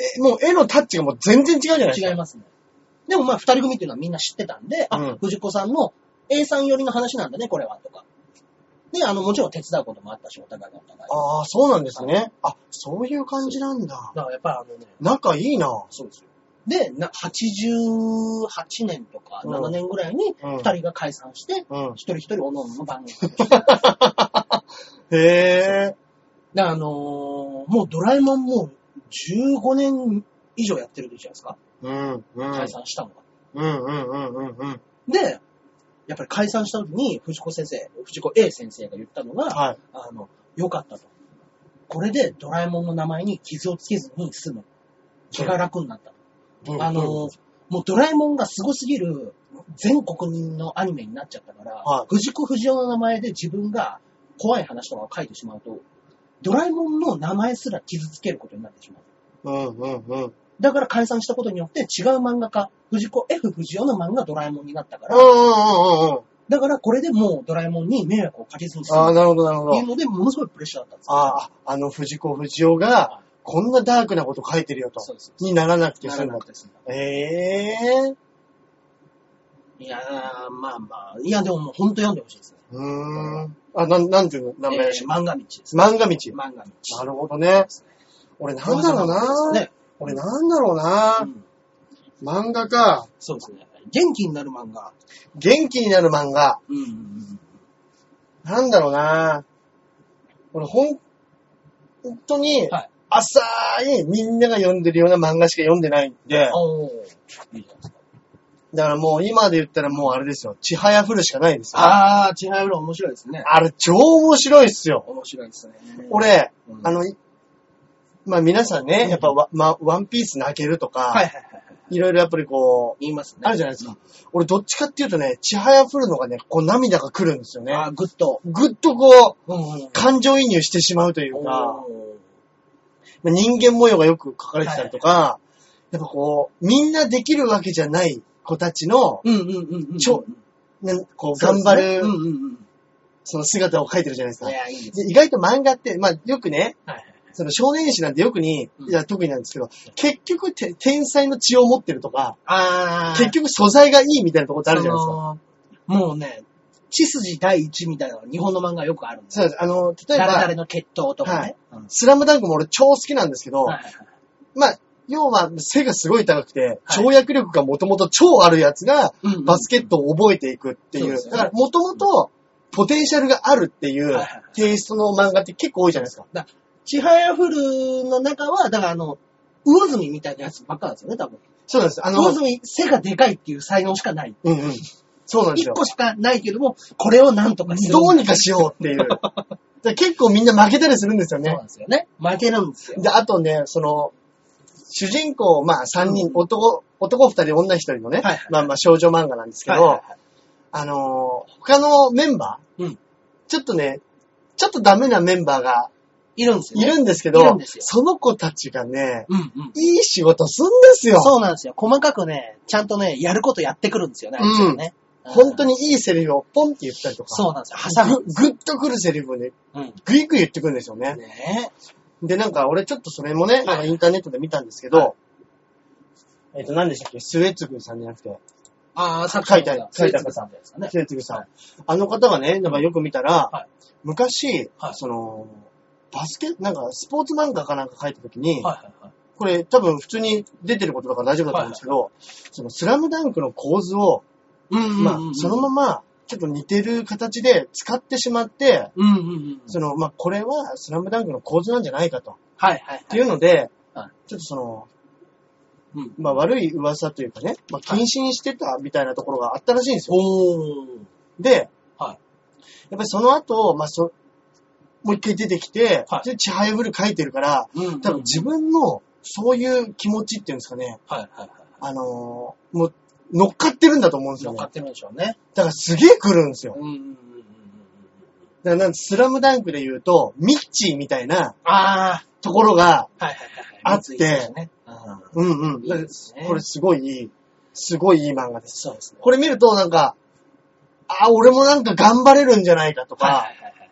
Speaker 2: え、もう絵のタッチがもう全然違うじゃないですか。
Speaker 1: 違いますね。でもまあ、二人組っていうのはみんな知ってたんで、あ、
Speaker 2: うん
Speaker 1: 藤子さんの A さん寄りの話なんだね、これは、とか。で、あの、もちろん手伝うこともあったし、お互いがお互い。
Speaker 2: ああ、そうなんですね。あ、そういう感じなんだ。
Speaker 1: だからやっぱりあのね、
Speaker 2: 仲いいな。
Speaker 1: そうですよ。で、な88年とか
Speaker 2: うん
Speaker 1: 7年ぐらいに、
Speaker 2: うん
Speaker 1: 二人が解散して、
Speaker 2: うん。
Speaker 1: 一人一人おのおのの番組。
Speaker 2: へえ。
Speaker 1: で、あのーもうドラえもんもう15年以上やってるじゃないですか、
Speaker 2: うん、うん、うん
Speaker 1: 解、散したのが。
Speaker 2: うん、うん、うん、うん。
Speaker 1: で、やっぱり解散した時に、藤子先生、藤子 A 先生が言ったのが、
Speaker 2: はい。
Speaker 1: あの、よかったと。これでドラえもんの名前に傷をつけずに済む。気が楽になった。あの、
Speaker 2: うん、
Speaker 1: もうドラえもんが凄すぎる全国のアニメになっちゃったから、
Speaker 2: はい
Speaker 1: 藤子不二雄の名前で自分が怖い話とかを書いてしまうと、ドラえもんの名前すら傷つけることになってしまう。
Speaker 2: うん、うん、うん。
Speaker 1: だから解散したことによって違う漫画家、藤子 F 不二雄の漫画ドラえもんになったか
Speaker 2: うん、う
Speaker 1: ら、
Speaker 2: ん、うん、うん。
Speaker 1: だからこれでもうドラえもんに迷惑をかけずに済
Speaker 2: ああ、
Speaker 1: むっ
Speaker 2: なるほど、なるほ
Speaker 1: ていう
Speaker 2: ど。
Speaker 1: ので、ものすごいプレッシャーだったんですよ。
Speaker 2: ああ、あの藤子不二雄が、こんなダークなこと書いてるよと。
Speaker 1: そうです。
Speaker 2: にならなくて
Speaker 1: な
Speaker 2: 済
Speaker 1: ら
Speaker 2: んだ
Speaker 1: なく。て済んだ
Speaker 2: ええ。
Speaker 1: いやー、まあまあ。いや、でももうほんと読んでほしいですね。
Speaker 2: うーん。あ、なん、なんていうの名前
Speaker 1: え
Speaker 2: らしい
Speaker 1: ー漫画道です。
Speaker 2: 漫画道。
Speaker 1: 漫画道。
Speaker 2: なるほどね。俺なんだろうな、
Speaker 1: ね。
Speaker 2: 俺なんだろうな、
Speaker 1: うん
Speaker 2: 漫画か。
Speaker 1: そうですね。元気になる漫画。
Speaker 2: 元気になる漫画。
Speaker 1: うんうんうん。
Speaker 2: なんだろうな俺ほん、本当に
Speaker 1: はい、
Speaker 2: 浅いみんなが読んでるような漫画しか読んでないんで、
Speaker 1: おー。いいじゃないですか。
Speaker 2: だからもう今で言ったらもうあれですよ。ちはやふるしかないですよ。
Speaker 1: あー、ちはやろ面白いですね。
Speaker 2: あれ超面白いっすよ。
Speaker 1: 面白いですね。
Speaker 2: 俺、
Speaker 1: うん
Speaker 2: あの、いまあ皆さんね、やっぱワ,、まあ、ワンピース泣けるとか、
Speaker 1: はいはいはいはい。
Speaker 2: いろいろやっぱりこう、
Speaker 1: 言いますね。
Speaker 2: あるじゃないですか。俺どっちかっていうとね、ちはやふるのがね、こう涙が来るんですよ
Speaker 1: うん。
Speaker 2: ね。
Speaker 1: あー、ぐっと。
Speaker 2: ぐっとこう、
Speaker 1: うんうん。
Speaker 2: 感情移入してしまうといううんか、
Speaker 1: おー
Speaker 2: まあ人間模様がよく書かれてたりとか、やっぱこう、みんなできるわけじゃない子たちの、
Speaker 1: うんうんうんうん。
Speaker 2: ちょねこう、
Speaker 1: そう
Speaker 2: 頑
Speaker 1: ですね
Speaker 2: 張
Speaker 1: うん
Speaker 2: る、
Speaker 1: うん
Speaker 2: その姿を描いてるじゃないです
Speaker 1: うん。
Speaker 2: か
Speaker 1: い。や、いいです。
Speaker 2: で意外と漫画って、まあよくね、
Speaker 1: はいはい。
Speaker 2: その少年誌なんてよくに、
Speaker 1: うん
Speaker 2: いや、特になんですけど、結局て、天才の血を持ってるとか、
Speaker 1: あー。
Speaker 2: 結局素材がいいみたいなとこってあるじゃないですか。
Speaker 1: そのもうね、血筋第一みたいなのが日本の漫画よくあるんで
Speaker 2: そ
Speaker 1: す
Speaker 2: うなんです。あの、例え
Speaker 1: 誰
Speaker 2: ば
Speaker 1: 々、の血統とかね。うん
Speaker 2: スラムダンクも俺超好きなんですけど、
Speaker 1: はいはいはい
Speaker 2: まあ、要は背がすごい高くて、
Speaker 1: はい
Speaker 2: 跳躍力がもともと超あるやつが、
Speaker 1: うんうん
Speaker 2: バスケットを覚えていくっていう。
Speaker 1: そうですね
Speaker 2: だから、もともと、ポテンシャルがあるってい
Speaker 1: はいうはいはい
Speaker 2: テイストの漫画って結構多いじゃないですか。
Speaker 1: ちはやふるの中は、だからあの、魚住みたいなやつばっかなんですよね、多分。
Speaker 2: そうなんです。あの、
Speaker 1: 魚住、背がでかいっていう才能しかない。
Speaker 2: うんうん。そうなんです
Speaker 1: 一
Speaker 2: よ。
Speaker 1: 個しかないけども、これをなんとかする。
Speaker 2: どうにかしようっていう。だから結構みんな負けたりするんですよ
Speaker 1: そう
Speaker 2: ね
Speaker 1: な。んですよね。負けるんですよ。
Speaker 2: で、あとね、その、主人公、まあ3人、
Speaker 1: うん
Speaker 2: 男、男2人、女1人のね、
Speaker 1: はいはい
Speaker 2: まあまあ少女漫画なんですけど、
Speaker 1: はいはいはい
Speaker 2: あのー他のメンバー、
Speaker 1: うん
Speaker 2: ちょっとね、ちょっとダメなメンバーが
Speaker 1: いるんですよ
Speaker 2: い
Speaker 1: ね、
Speaker 2: るんですけ
Speaker 1: いる
Speaker 2: ど
Speaker 1: ん、ですよ
Speaker 2: その子たちがね、
Speaker 1: うんうん。
Speaker 2: いい仕事すんですよ。
Speaker 1: そうなんですよ。細かくね、ちゃんとね、やることやってくるんですよね、あいつらね。
Speaker 2: 本当
Speaker 1: に。
Speaker 2: にいいセリフをポンって言ったりとか、
Speaker 1: そうなんですよ。挟む。
Speaker 2: ぐぐっとくるセリフをね、
Speaker 1: うん。
Speaker 2: ぐいぐい言ってくるんですよね。
Speaker 1: ね
Speaker 2: で、なんか俺ちょっとそれもね、なんかインターネットで見たんですけど、
Speaker 1: は
Speaker 2: えっ、と、何でしたっけスウェツグさんじゃなくて、
Speaker 1: ああ、作
Speaker 2: 書いてある
Speaker 1: スイーツさんですかね。
Speaker 2: スウェツグさん。
Speaker 1: は
Speaker 2: あの方がね、なんかよく見たら、
Speaker 1: はい
Speaker 2: 昔、
Speaker 1: はい
Speaker 2: その、バスケ、なんかスポーツ漫画かなんか書いた時に、
Speaker 1: はいはいはい。
Speaker 2: これ多分普通に出てることだから大丈夫だと思うんですけど、そのスラムダンクの構図を、
Speaker 1: うんうんうんうん
Speaker 2: まあ、そのまま、ちょっと似てる形で使ってしまって、
Speaker 1: うんうんうん。
Speaker 2: その、まあ、これはスラムダンクの構図なんじゃないかと。
Speaker 1: はいはい
Speaker 2: っていうので、
Speaker 1: はい
Speaker 2: ちょっとその、
Speaker 1: うん
Speaker 2: まあ悪い噂というかね、まあ
Speaker 1: は
Speaker 2: 謹慎してたみたいなところがあったらしいんですよ。
Speaker 1: おー。
Speaker 2: で、
Speaker 1: はい
Speaker 2: やっぱりその後、まあそ、もう一回出てきて、
Speaker 1: はい
Speaker 2: で、ちはやぶる書いてるから、
Speaker 1: うんうん
Speaker 2: 多分自分のそういう気持ちっていうんですかね、
Speaker 1: はいはいはい。
Speaker 2: あのーもう乗っかってるんだと思うんですよ、
Speaker 1: 乗っ
Speaker 2: ね。
Speaker 1: か
Speaker 2: だ
Speaker 1: ってるんでしょうね。
Speaker 2: からすげえ来るんですよ。
Speaker 1: うんうんうんうんうん。
Speaker 2: だからなんかスラムダンクで言うと、ミッチーみたいな
Speaker 1: あ
Speaker 2: ところが、
Speaker 1: あ、はいはいはい。
Speaker 2: あって
Speaker 1: ね、うん
Speaker 2: うんうん。
Speaker 1: いいですね
Speaker 2: これすごいいい、すごいいい漫画です。
Speaker 1: そうですね。
Speaker 2: これ見るとなんか、あ、俺もなんか頑張れるんじゃないかとか、
Speaker 1: はいはいはいはい。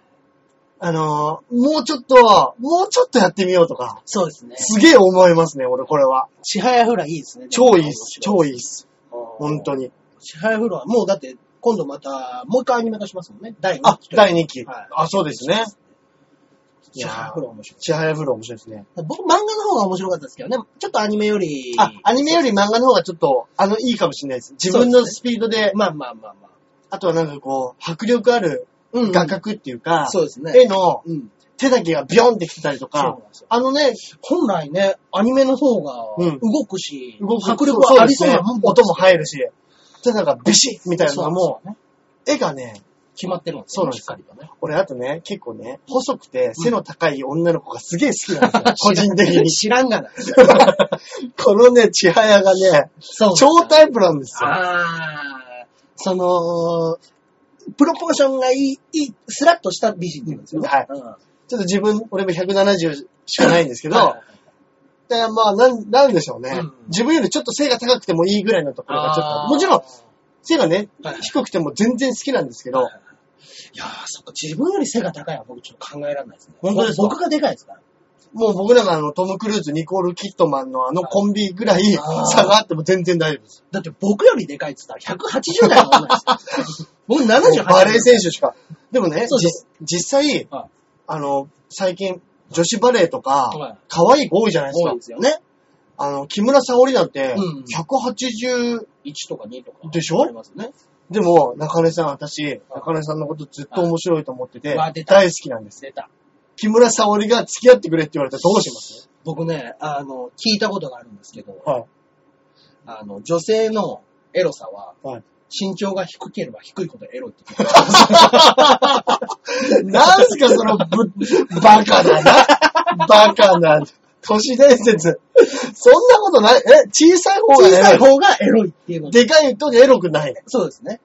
Speaker 2: あのーもうちょっと、もうちょっとやってみようとか、
Speaker 1: そうですね。
Speaker 2: すげえ思いますね、俺これは。
Speaker 1: ちはやふらいいですね。
Speaker 2: 超いいっす、超
Speaker 1: いい。
Speaker 2: いいっす。本
Speaker 1: 本
Speaker 2: 当に。
Speaker 1: 支配フロア、もうだって、今度また、もう一回アニメ化しますもんね。第2期。
Speaker 2: あ、第2期。
Speaker 1: はい
Speaker 2: あ、そうですね。
Speaker 1: 支配フロア面白い。
Speaker 2: 千早風呂面白いですね。
Speaker 1: 僕、漫画の方が面白かったですけどね。ちょっとアニメより。
Speaker 2: あ、アニメより漫画の方がちょっと、あの、いいかもしれないです。自分
Speaker 1: そう
Speaker 2: の
Speaker 1: です
Speaker 2: スピードで、
Speaker 1: まあまあまあまあ。
Speaker 2: あとはなんかこう、迫力ある
Speaker 1: うんうん
Speaker 2: 画角っていうか、
Speaker 1: そうですね。
Speaker 2: 絵の
Speaker 1: うん。
Speaker 2: 手だけがビョンってきてたりと
Speaker 1: そうな
Speaker 2: か
Speaker 1: ん、ですよ。
Speaker 2: あのね、
Speaker 1: 本来ね、アニメの方が
Speaker 2: うん
Speaker 1: 動くし、
Speaker 2: 動く
Speaker 1: 迫力はありそうな
Speaker 2: そ
Speaker 1: も
Speaker 2: うんですね音も入るし、手だがビシッみたいなのがも
Speaker 1: うなんで
Speaker 2: う、
Speaker 1: すよね、
Speaker 2: 絵がね、
Speaker 1: 決まってるんです
Speaker 2: そう
Speaker 1: よ
Speaker 2: なん
Speaker 1: ね、
Speaker 2: です
Speaker 1: しっかりとね。
Speaker 2: 俺あとね、結構ね、細くて背の高い女の子がすげえ好きなんですよ、個人的
Speaker 1: [LAUGHS]
Speaker 2: に。
Speaker 1: 知らんがな。
Speaker 2: このね、千早がね、
Speaker 1: そう。
Speaker 2: 超タイプなんですよ。
Speaker 1: ああ、その、プロポーションがいい、いい、スラッとした美人って言うんですよね。
Speaker 2: はい
Speaker 1: うん。
Speaker 2: ちょっと自分、俺も170しかないんですけど、
Speaker 1: はいはいはい
Speaker 2: だからまあ、なん、なんでしょうね、
Speaker 1: うん
Speaker 2: 自分よりちょっと背が高くてもいいぐらいのところがちょっ
Speaker 1: あ
Speaker 2: と、
Speaker 1: ー
Speaker 2: もちろん、背がね
Speaker 1: はい、
Speaker 2: 低くても全然好きなんですけど、
Speaker 1: いやー、そっか、自分より背が高いのは僕ちょっと考えられないですね。
Speaker 2: 本当ですか
Speaker 1: 僕がでかいですから。
Speaker 2: もう僕らがあの、トム・クルーズ、ニコール・キットマンのあのコンビぐらい
Speaker 1: あー
Speaker 2: 差があっても全然大丈夫です。
Speaker 1: だって僕よりでかいって言ったら180代の
Speaker 2: [LAUGHS]
Speaker 1: 女ですよ。僕78
Speaker 2: バレー選手しか。でもね、
Speaker 1: そうそう
Speaker 2: 実実際、
Speaker 1: はい
Speaker 2: あの、最近、女子バレーと
Speaker 1: はい
Speaker 2: か、可愛い子多いじゃないです
Speaker 1: 多い
Speaker 2: か
Speaker 1: んで。すよね。
Speaker 2: あの、木村沙織なんて
Speaker 1: うん、
Speaker 2: 180、
Speaker 1: 1とか2とか。
Speaker 2: でしょ
Speaker 1: ありますね。
Speaker 2: でも、中根さん、私、中根さんのことずっと面白いと思ってて
Speaker 1: はいわ、出た
Speaker 2: 大好きなんです。
Speaker 1: 出た。
Speaker 2: 木村沙織が付き合ってくれって言われたらどうします
Speaker 1: 僕ね、あの、聞いたことがあるんですけど、
Speaker 2: はい
Speaker 1: あの、女性のエロさは、
Speaker 2: はい
Speaker 1: 身長が低ければ低いほどエロいって言って [LAUGHS]
Speaker 2: なんすか、そのぶ、バカだな。バカな。都市伝説。そんなことない。え、小さい方が
Speaker 1: 小さ
Speaker 2: エ
Speaker 1: い
Speaker 2: ロい。
Speaker 1: 方がエロいっていうこと。
Speaker 2: でかい人にエロくない。
Speaker 1: そうですね。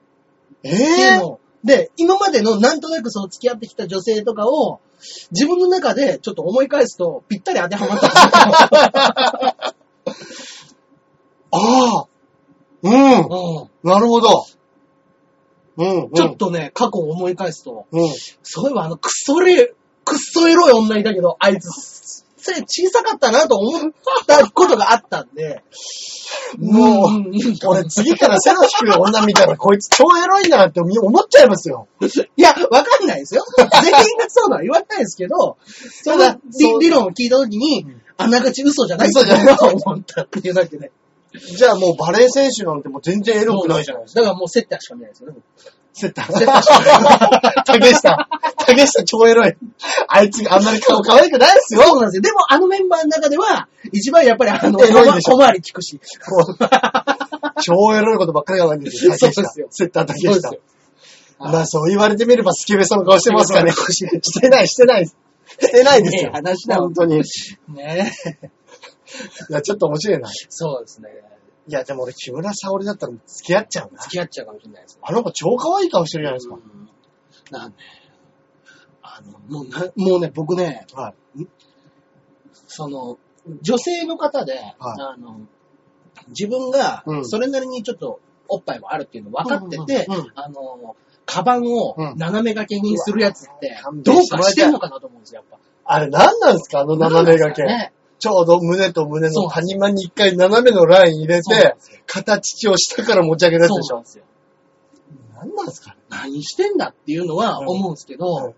Speaker 2: え
Speaker 1: っていう
Speaker 2: え
Speaker 1: のをで、今までのなんとなくその付き合ってきた女性とかを、自分の中でちょっと思い返すと、ぴったり当てはまった。
Speaker 2: ああ。うん。 [LAUGHS]
Speaker 1: う
Speaker 2: なるほど。うん、うん。
Speaker 1: ん、ちょっとね、過去を思い返すと、
Speaker 2: うん。
Speaker 1: そういえばあの、くっそれ、くっそエロい女いたけど、あいつ、それ小さかったなと思ったことがあったんで、
Speaker 2: もうん
Speaker 1: んん
Speaker 2: 俺次から背の低い女見たらこいつ超エロいなって思っちゃいますよ。
Speaker 1: いや、わかんないですよ。全員がそうとは言わないですけど、そ
Speaker 2: [LAUGHS] ただ
Speaker 1: の
Speaker 2: そう
Speaker 1: 理理論を聞いたときに
Speaker 2: うん、
Speaker 1: あながち嘘じゃない
Speaker 2: 嘘じゃない
Speaker 1: と [LAUGHS] 思ったっていうだけで。
Speaker 2: じゃあもうバレー選手なんてもう全然エロくないじゃないですか。
Speaker 1: だからもう接待しか見ないですよね。
Speaker 2: セッター。竹下。竹下超エロい。あいつあんまり顔可愛くないですよ。
Speaker 1: そうなんですよ。でもあのメンバーの中では、一番やっぱりあ
Speaker 2: [LAUGHS]
Speaker 1: の、
Speaker 2: エロいでしょ
Speaker 1: 小回り聞くし。
Speaker 2: 超エロいことばっかり考えてるんですよ。竹
Speaker 1: そう
Speaker 2: 下
Speaker 1: ですよ。
Speaker 2: セッター竹
Speaker 1: そうです
Speaker 2: 下
Speaker 1: よ。。
Speaker 2: まあそう言われてみればスケベさの顔してますかね。してない、してない。してないですよ。
Speaker 1: ねえ話だ
Speaker 2: [LAUGHS] 本当に。い
Speaker 1: ねえ。
Speaker 2: や、ちょっと面白いな。い
Speaker 1: そうですね。
Speaker 2: や、でも俺木村沙織だったら付き合っちゃうな。
Speaker 1: 付き合っちゃうかもしれないですね。
Speaker 2: あの子超可愛い顔してるじゃないですか。
Speaker 1: うんなんで、あの、もうな、もうね、僕ね、
Speaker 2: はい。
Speaker 1: その、女性の方で、あの、自分が
Speaker 2: う、ん
Speaker 1: それなりにちょっと、おっぱいもあるっていうの分かってて、
Speaker 2: うんうんうん
Speaker 1: あの、カバンを
Speaker 2: うん
Speaker 1: 斜め掛けにするやつって
Speaker 2: うわ、
Speaker 1: どうかしてんのかなと思うんですよ、やっ
Speaker 2: あれ何なんですかあの
Speaker 1: ぱ。
Speaker 2: 斜め掛け。
Speaker 1: ね
Speaker 2: ちょうど胸と胸
Speaker 1: そう
Speaker 2: の谷間に一回斜めのライン入れ
Speaker 1: そうなん
Speaker 2: て
Speaker 1: ですよ、
Speaker 2: 形を下から持ち上げるやつ
Speaker 1: そう
Speaker 2: でし
Speaker 1: なん
Speaker 2: ょ。
Speaker 1: ですよ。
Speaker 2: 何なんですか
Speaker 1: 何してんだっていうのは思うんですけ
Speaker 2: うん
Speaker 1: ど、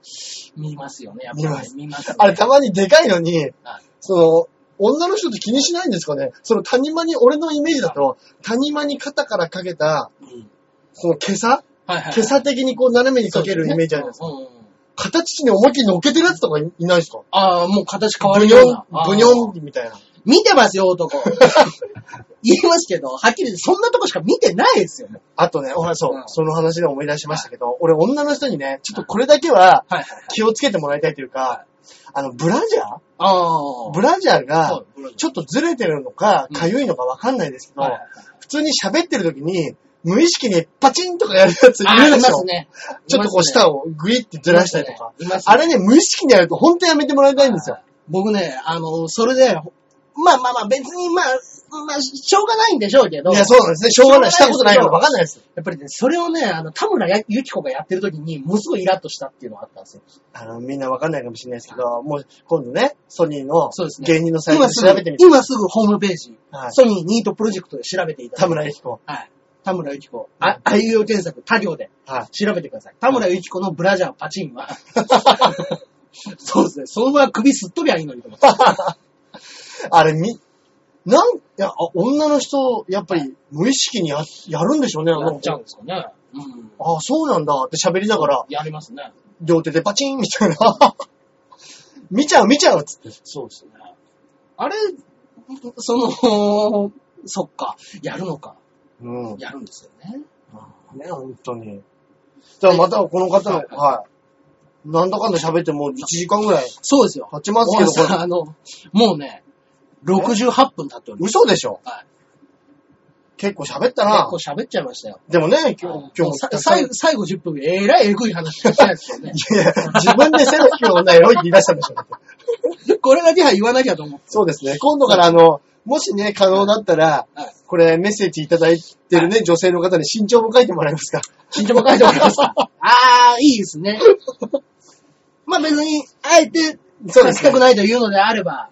Speaker 1: 見ますよね、やっぱり
Speaker 2: 見ま
Speaker 1: ね
Speaker 2: す。
Speaker 1: 見ますね。
Speaker 2: あれたまにでかいのに
Speaker 1: はい、
Speaker 2: その、女の人って気にしないんですかねその谷間に、俺のイメージだと、谷間に肩からかけた、
Speaker 1: うん
Speaker 2: その毛さ
Speaker 1: はいはい。
Speaker 2: 毛さ的にこう斜めにかけるイメージじゃないですか。
Speaker 1: か。うんうんうん
Speaker 2: 形に思いっきり乗っけてるやつとかいないですか
Speaker 1: ああ、もう形変わ
Speaker 2: ブ
Speaker 1: る
Speaker 2: ニ
Speaker 1: よう
Speaker 2: ョ
Speaker 1: な。
Speaker 2: ン、ブニョンみたいな。
Speaker 1: 見てますよ、男。
Speaker 2: [LAUGHS]
Speaker 1: 言いますけど、はっきり言ってそんなとこしか見てないですよ、ね。
Speaker 2: あとね、俺そう、
Speaker 1: うん
Speaker 2: その話で思い出しましたけど、俺女の人にね、ちょっとこれだけは
Speaker 1: はいはい。
Speaker 2: 気をつけてもらいたいというか、あの、ブラジャ
Speaker 1: あ
Speaker 2: ー
Speaker 1: あ。
Speaker 2: ブラジャーが、
Speaker 1: ッ
Speaker 2: ちょっとずれてるのか、
Speaker 1: うん
Speaker 2: かゆいのかわかんないですけど、
Speaker 1: はいはい
Speaker 2: 普通に喋ってる時に、無意識にパチンとかやるやつい
Speaker 1: あ
Speaker 2: る
Speaker 1: ー、
Speaker 2: で
Speaker 1: い
Speaker 2: し
Speaker 1: ま
Speaker 2: ょ
Speaker 1: すね。
Speaker 2: ちょっとこう
Speaker 1: を
Speaker 2: 舌をグイってずらしたりとか。。
Speaker 1: いますね
Speaker 2: あれね、無意識にやると本当やめてもらいたいんですよ。。
Speaker 1: 僕ね、あの、それで、まあまあまあ、別にまあ、まあ、しょうがないんでしょうけど、
Speaker 2: い
Speaker 1: や
Speaker 2: や、そうなんですね。しょうがない。し
Speaker 1: しょ
Speaker 2: た
Speaker 1: うがないですけど
Speaker 2: ことないからわかんないです。
Speaker 1: っぱりね、それをね、あの、田村やゆき子がやってる時に、ものすごいイラッとしたっていうのがあったんですよ。
Speaker 2: あの、みんなわかんないかもしれないですけど、もう今度ね、ソニーの
Speaker 1: そうですね
Speaker 2: 芸人のサイト
Speaker 1: 今
Speaker 2: です調べて
Speaker 1: ぐ
Speaker 2: み、て。
Speaker 1: 今すぐホームページ、
Speaker 2: はい
Speaker 1: ソニーニートプロジェクトで調べていただ
Speaker 2: 田
Speaker 1: いて、
Speaker 2: 村由紀子。
Speaker 1: はい。田村ゆき子、あ、あいうえお検索、他行で。
Speaker 2: はい。
Speaker 1: 調べてください。田村ゆき子のブラジャーパチン [LAUGHS] は、そうですね。そのまま首すっ飛びゃいいのにと思って。 [LAUGHS]
Speaker 2: あれ、み、なん、いや、あ女の人、やっぱり無意識にややるんでしょうね、あ
Speaker 1: や
Speaker 2: の
Speaker 1: っちゃうんですかね。うん。
Speaker 2: あそうなんだって喋りながら、
Speaker 1: やりますね。
Speaker 2: 両手でパチンみたいな。 [LAUGHS] 見ちゃう、見ちゃうっつって。
Speaker 1: そうですね。あれ、その、そっか。やるのか。
Speaker 2: うん。
Speaker 1: やるんですよね。
Speaker 2: ね、本当に。じゃあまたこの方の、はい。なんだかんだ喋ってもう1時間ぐらい
Speaker 1: そうですよ。
Speaker 2: 経ちますけど、
Speaker 1: 小原
Speaker 2: こ
Speaker 1: さんあの、もうね、68分経っており
Speaker 2: れ
Speaker 1: ます。
Speaker 2: 嘘でしょ
Speaker 1: はい。
Speaker 2: 結構喋ったな。
Speaker 1: 結構喋っちゃいましたよ。
Speaker 2: でもね、今
Speaker 1: も
Speaker 2: 日、今
Speaker 1: うさ
Speaker 2: 日も。
Speaker 1: 最後最後10分、えらいえぐい話しかしてないですよね。
Speaker 2: いやいや自分で背の低い女エロいって言い出したんでしょ。
Speaker 1: [LAUGHS] これだけは言わなきゃと思って。
Speaker 2: そうですね。今度からあの、もしね、可能だったら、
Speaker 1: はい
Speaker 2: これメッセージいただいてるね、女性の方に身長も書いてもらえますか。
Speaker 1: 緊張も書いてもらいますか [LAUGHS] あー、いいですね。まあ別に、あえて、
Speaker 2: そうですね
Speaker 1: 出したくないというのであれば、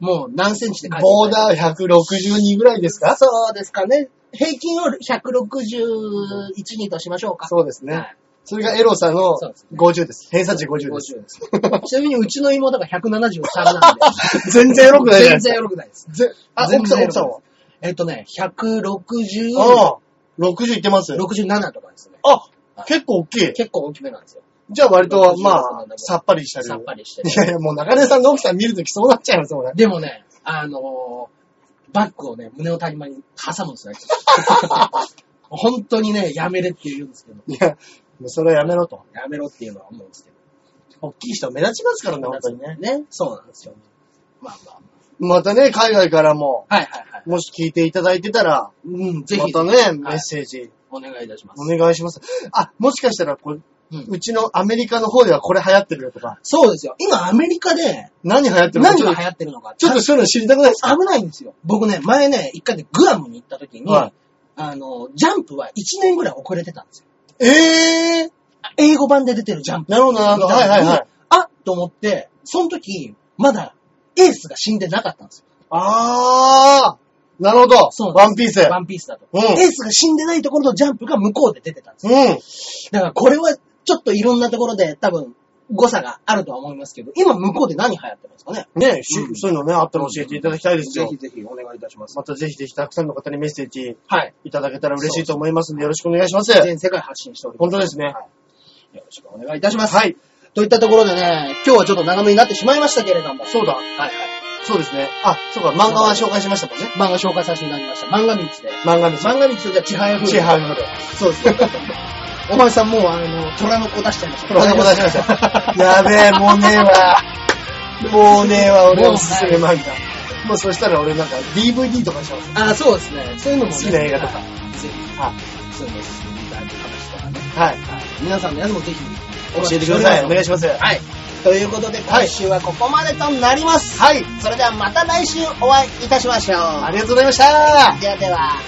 Speaker 1: もう何センチで書いて
Speaker 2: ボーダー162ぐらいですか
Speaker 1: そうですかね。平均を161、2としましょうか。
Speaker 2: そうです
Speaker 1: は
Speaker 2: ね
Speaker 1: い。
Speaker 2: それがエロさの
Speaker 1: そうですね
Speaker 2: 50です。偏差値50です。
Speaker 1: 50です。ちなみにうちの妹が173なんで。
Speaker 2: 全然エロくないじゃないで
Speaker 1: 全
Speaker 2: す
Speaker 1: 然
Speaker 2: か。
Speaker 1: よくないです。
Speaker 2: ぜあ、
Speaker 1: 全
Speaker 2: 奥さん、
Speaker 1: 然
Speaker 2: 奥さんは
Speaker 1: えっとね、160、
Speaker 2: ああ、60いってます。
Speaker 1: 67とかですね。
Speaker 2: あ、結構大きい。
Speaker 1: 結構大きめなんですよ。
Speaker 2: じゃあ割と、
Speaker 1: 60
Speaker 2: ま
Speaker 1: な
Speaker 2: あ
Speaker 1: んだ、
Speaker 2: さっぱりしたり。
Speaker 1: さっぱりして
Speaker 2: いやいや、もう中根さんの奥さん見るときそうなっちゃいます、俺。
Speaker 1: でもね、あのーバッグをね、胸の谷間に挟むんで
Speaker 2: [LAUGHS]
Speaker 1: すよ。あいつ本当にね、やめれって言うんですけど、
Speaker 2: いや、もうそれはやめろと。
Speaker 1: やめろっていうのは思うんですけど。
Speaker 2: 大きい人目立ちますからね、本当にね。
Speaker 1: ね。そうなんですよ。まあまあ。
Speaker 2: またね、海外からも、
Speaker 1: はいはいはい。
Speaker 2: もし聞いていただいてたら、うん、
Speaker 1: ぜひ
Speaker 2: またね、
Speaker 1: はい
Speaker 2: メッセージ、
Speaker 1: お願いいたします。
Speaker 2: お願いします。あ、もしかしたらこれ、う
Speaker 1: うん
Speaker 2: ちのアメリカの方ではこれ流行ってるよとか、
Speaker 1: そうですよ。今アメリカで
Speaker 2: 何流行ってるのか
Speaker 1: 何
Speaker 2: ちょ
Speaker 1: が
Speaker 2: っ
Speaker 1: 流
Speaker 2: と、
Speaker 1: 行ってるのか。
Speaker 2: ちょっとそういうの知りたくないですか
Speaker 1: 危ないんですよ。僕ね、前ね、一回でグアムに行った時に、
Speaker 2: はい
Speaker 1: あの、ジャンプは1年ぐらい遅れてたんですよ。
Speaker 2: ええ
Speaker 1: 英語版で出てるジャンプ。
Speaker 2: なるほど、なるほど。はいはいはい。。
Speaker 1: あっと思って、その時、まだエースが死んでなかったんですよ。
Speaker 2: あー、なるほど。
Speaker 1: そうな
Speaker 2: ワ
Speaker 1: ん
Speaker 2: ン
Speaker 1: で
Speaker 2: ピース。
Speaker 1: ワンピースだと。
Speaker 2: うん
Speaker 1: エースが死んでないところのジャンプが向こうで出てたんですよ
Speaker 2: うん。
Speaker 1: だからこれはちょっといろんなところで多分誤差があるとは思いますけど、今向こうで何流行ってるんですかね
Speaker 2: ね、し
Speaker 1: うん
Speaker 2: そういうのね、あったら教えていただきたいですよ。
Speaker 1: ぜひお願いいたしま
Speaker 2: またぜひぜひたくさんの方にメッセージ
Speaker 1: はい。
Speaker 2: いただけたら嬉しいと思いますんで、よろしくお願いします。
Speaker 1: 全世界発信しております。
Speaker 2: 本当ですね
Speaker 1: はい。よろしくお願いいたします。
Speaker 2: はい。
Speaker 1: といったところでね、今日はちょっと長めになってしまいましたけれども。
Speaker 2: そうだ。
Speaker 1: はいはい。
Speaker 2: そうですね。あ、そうか、漫画は紹介しましたもんね。
Speaker 1: 漫画紹介させていただきました。漫画道で。
Speaker 2: 漫画です。
Speaker 1: 漫画道でじゃあ、ちはやふ
Speaker 2: チーハーフで。
Speaker 1: そ
Speaker 2: [LAUGHS]
Speaker 1: うですね。お前さんもう、あの、虎の子出しちゃいました。
Speaker 2: 虎の子出しました。 [LAUGHS] やべえ、もうねえわ。もうねえわ、俺おすすめ漫画。もうそしたら俺なんか DVD とかします。
Speaker 1: [LAUGHS] あ、そうですね。そういうのもね、
Speaker 2: 好きな映画とか
Speaker 1: はいぜひ、
Speaker 2: は
Speaker 1: そういうの見たい話とかね。
Speaker 2: い。はい。
Speaker 1: 皆さんのやつもぜひ
Speaker 2: 教えてください。お願い
Speaker 1: し
Speaker 2: します。
Speaker 1: ます。はい。ということで、今週はここまでとなります。はい。それではまた来週お会いいたしましょう。
Speaker 2: ありがとうございました。
Speaker 1: ではでは。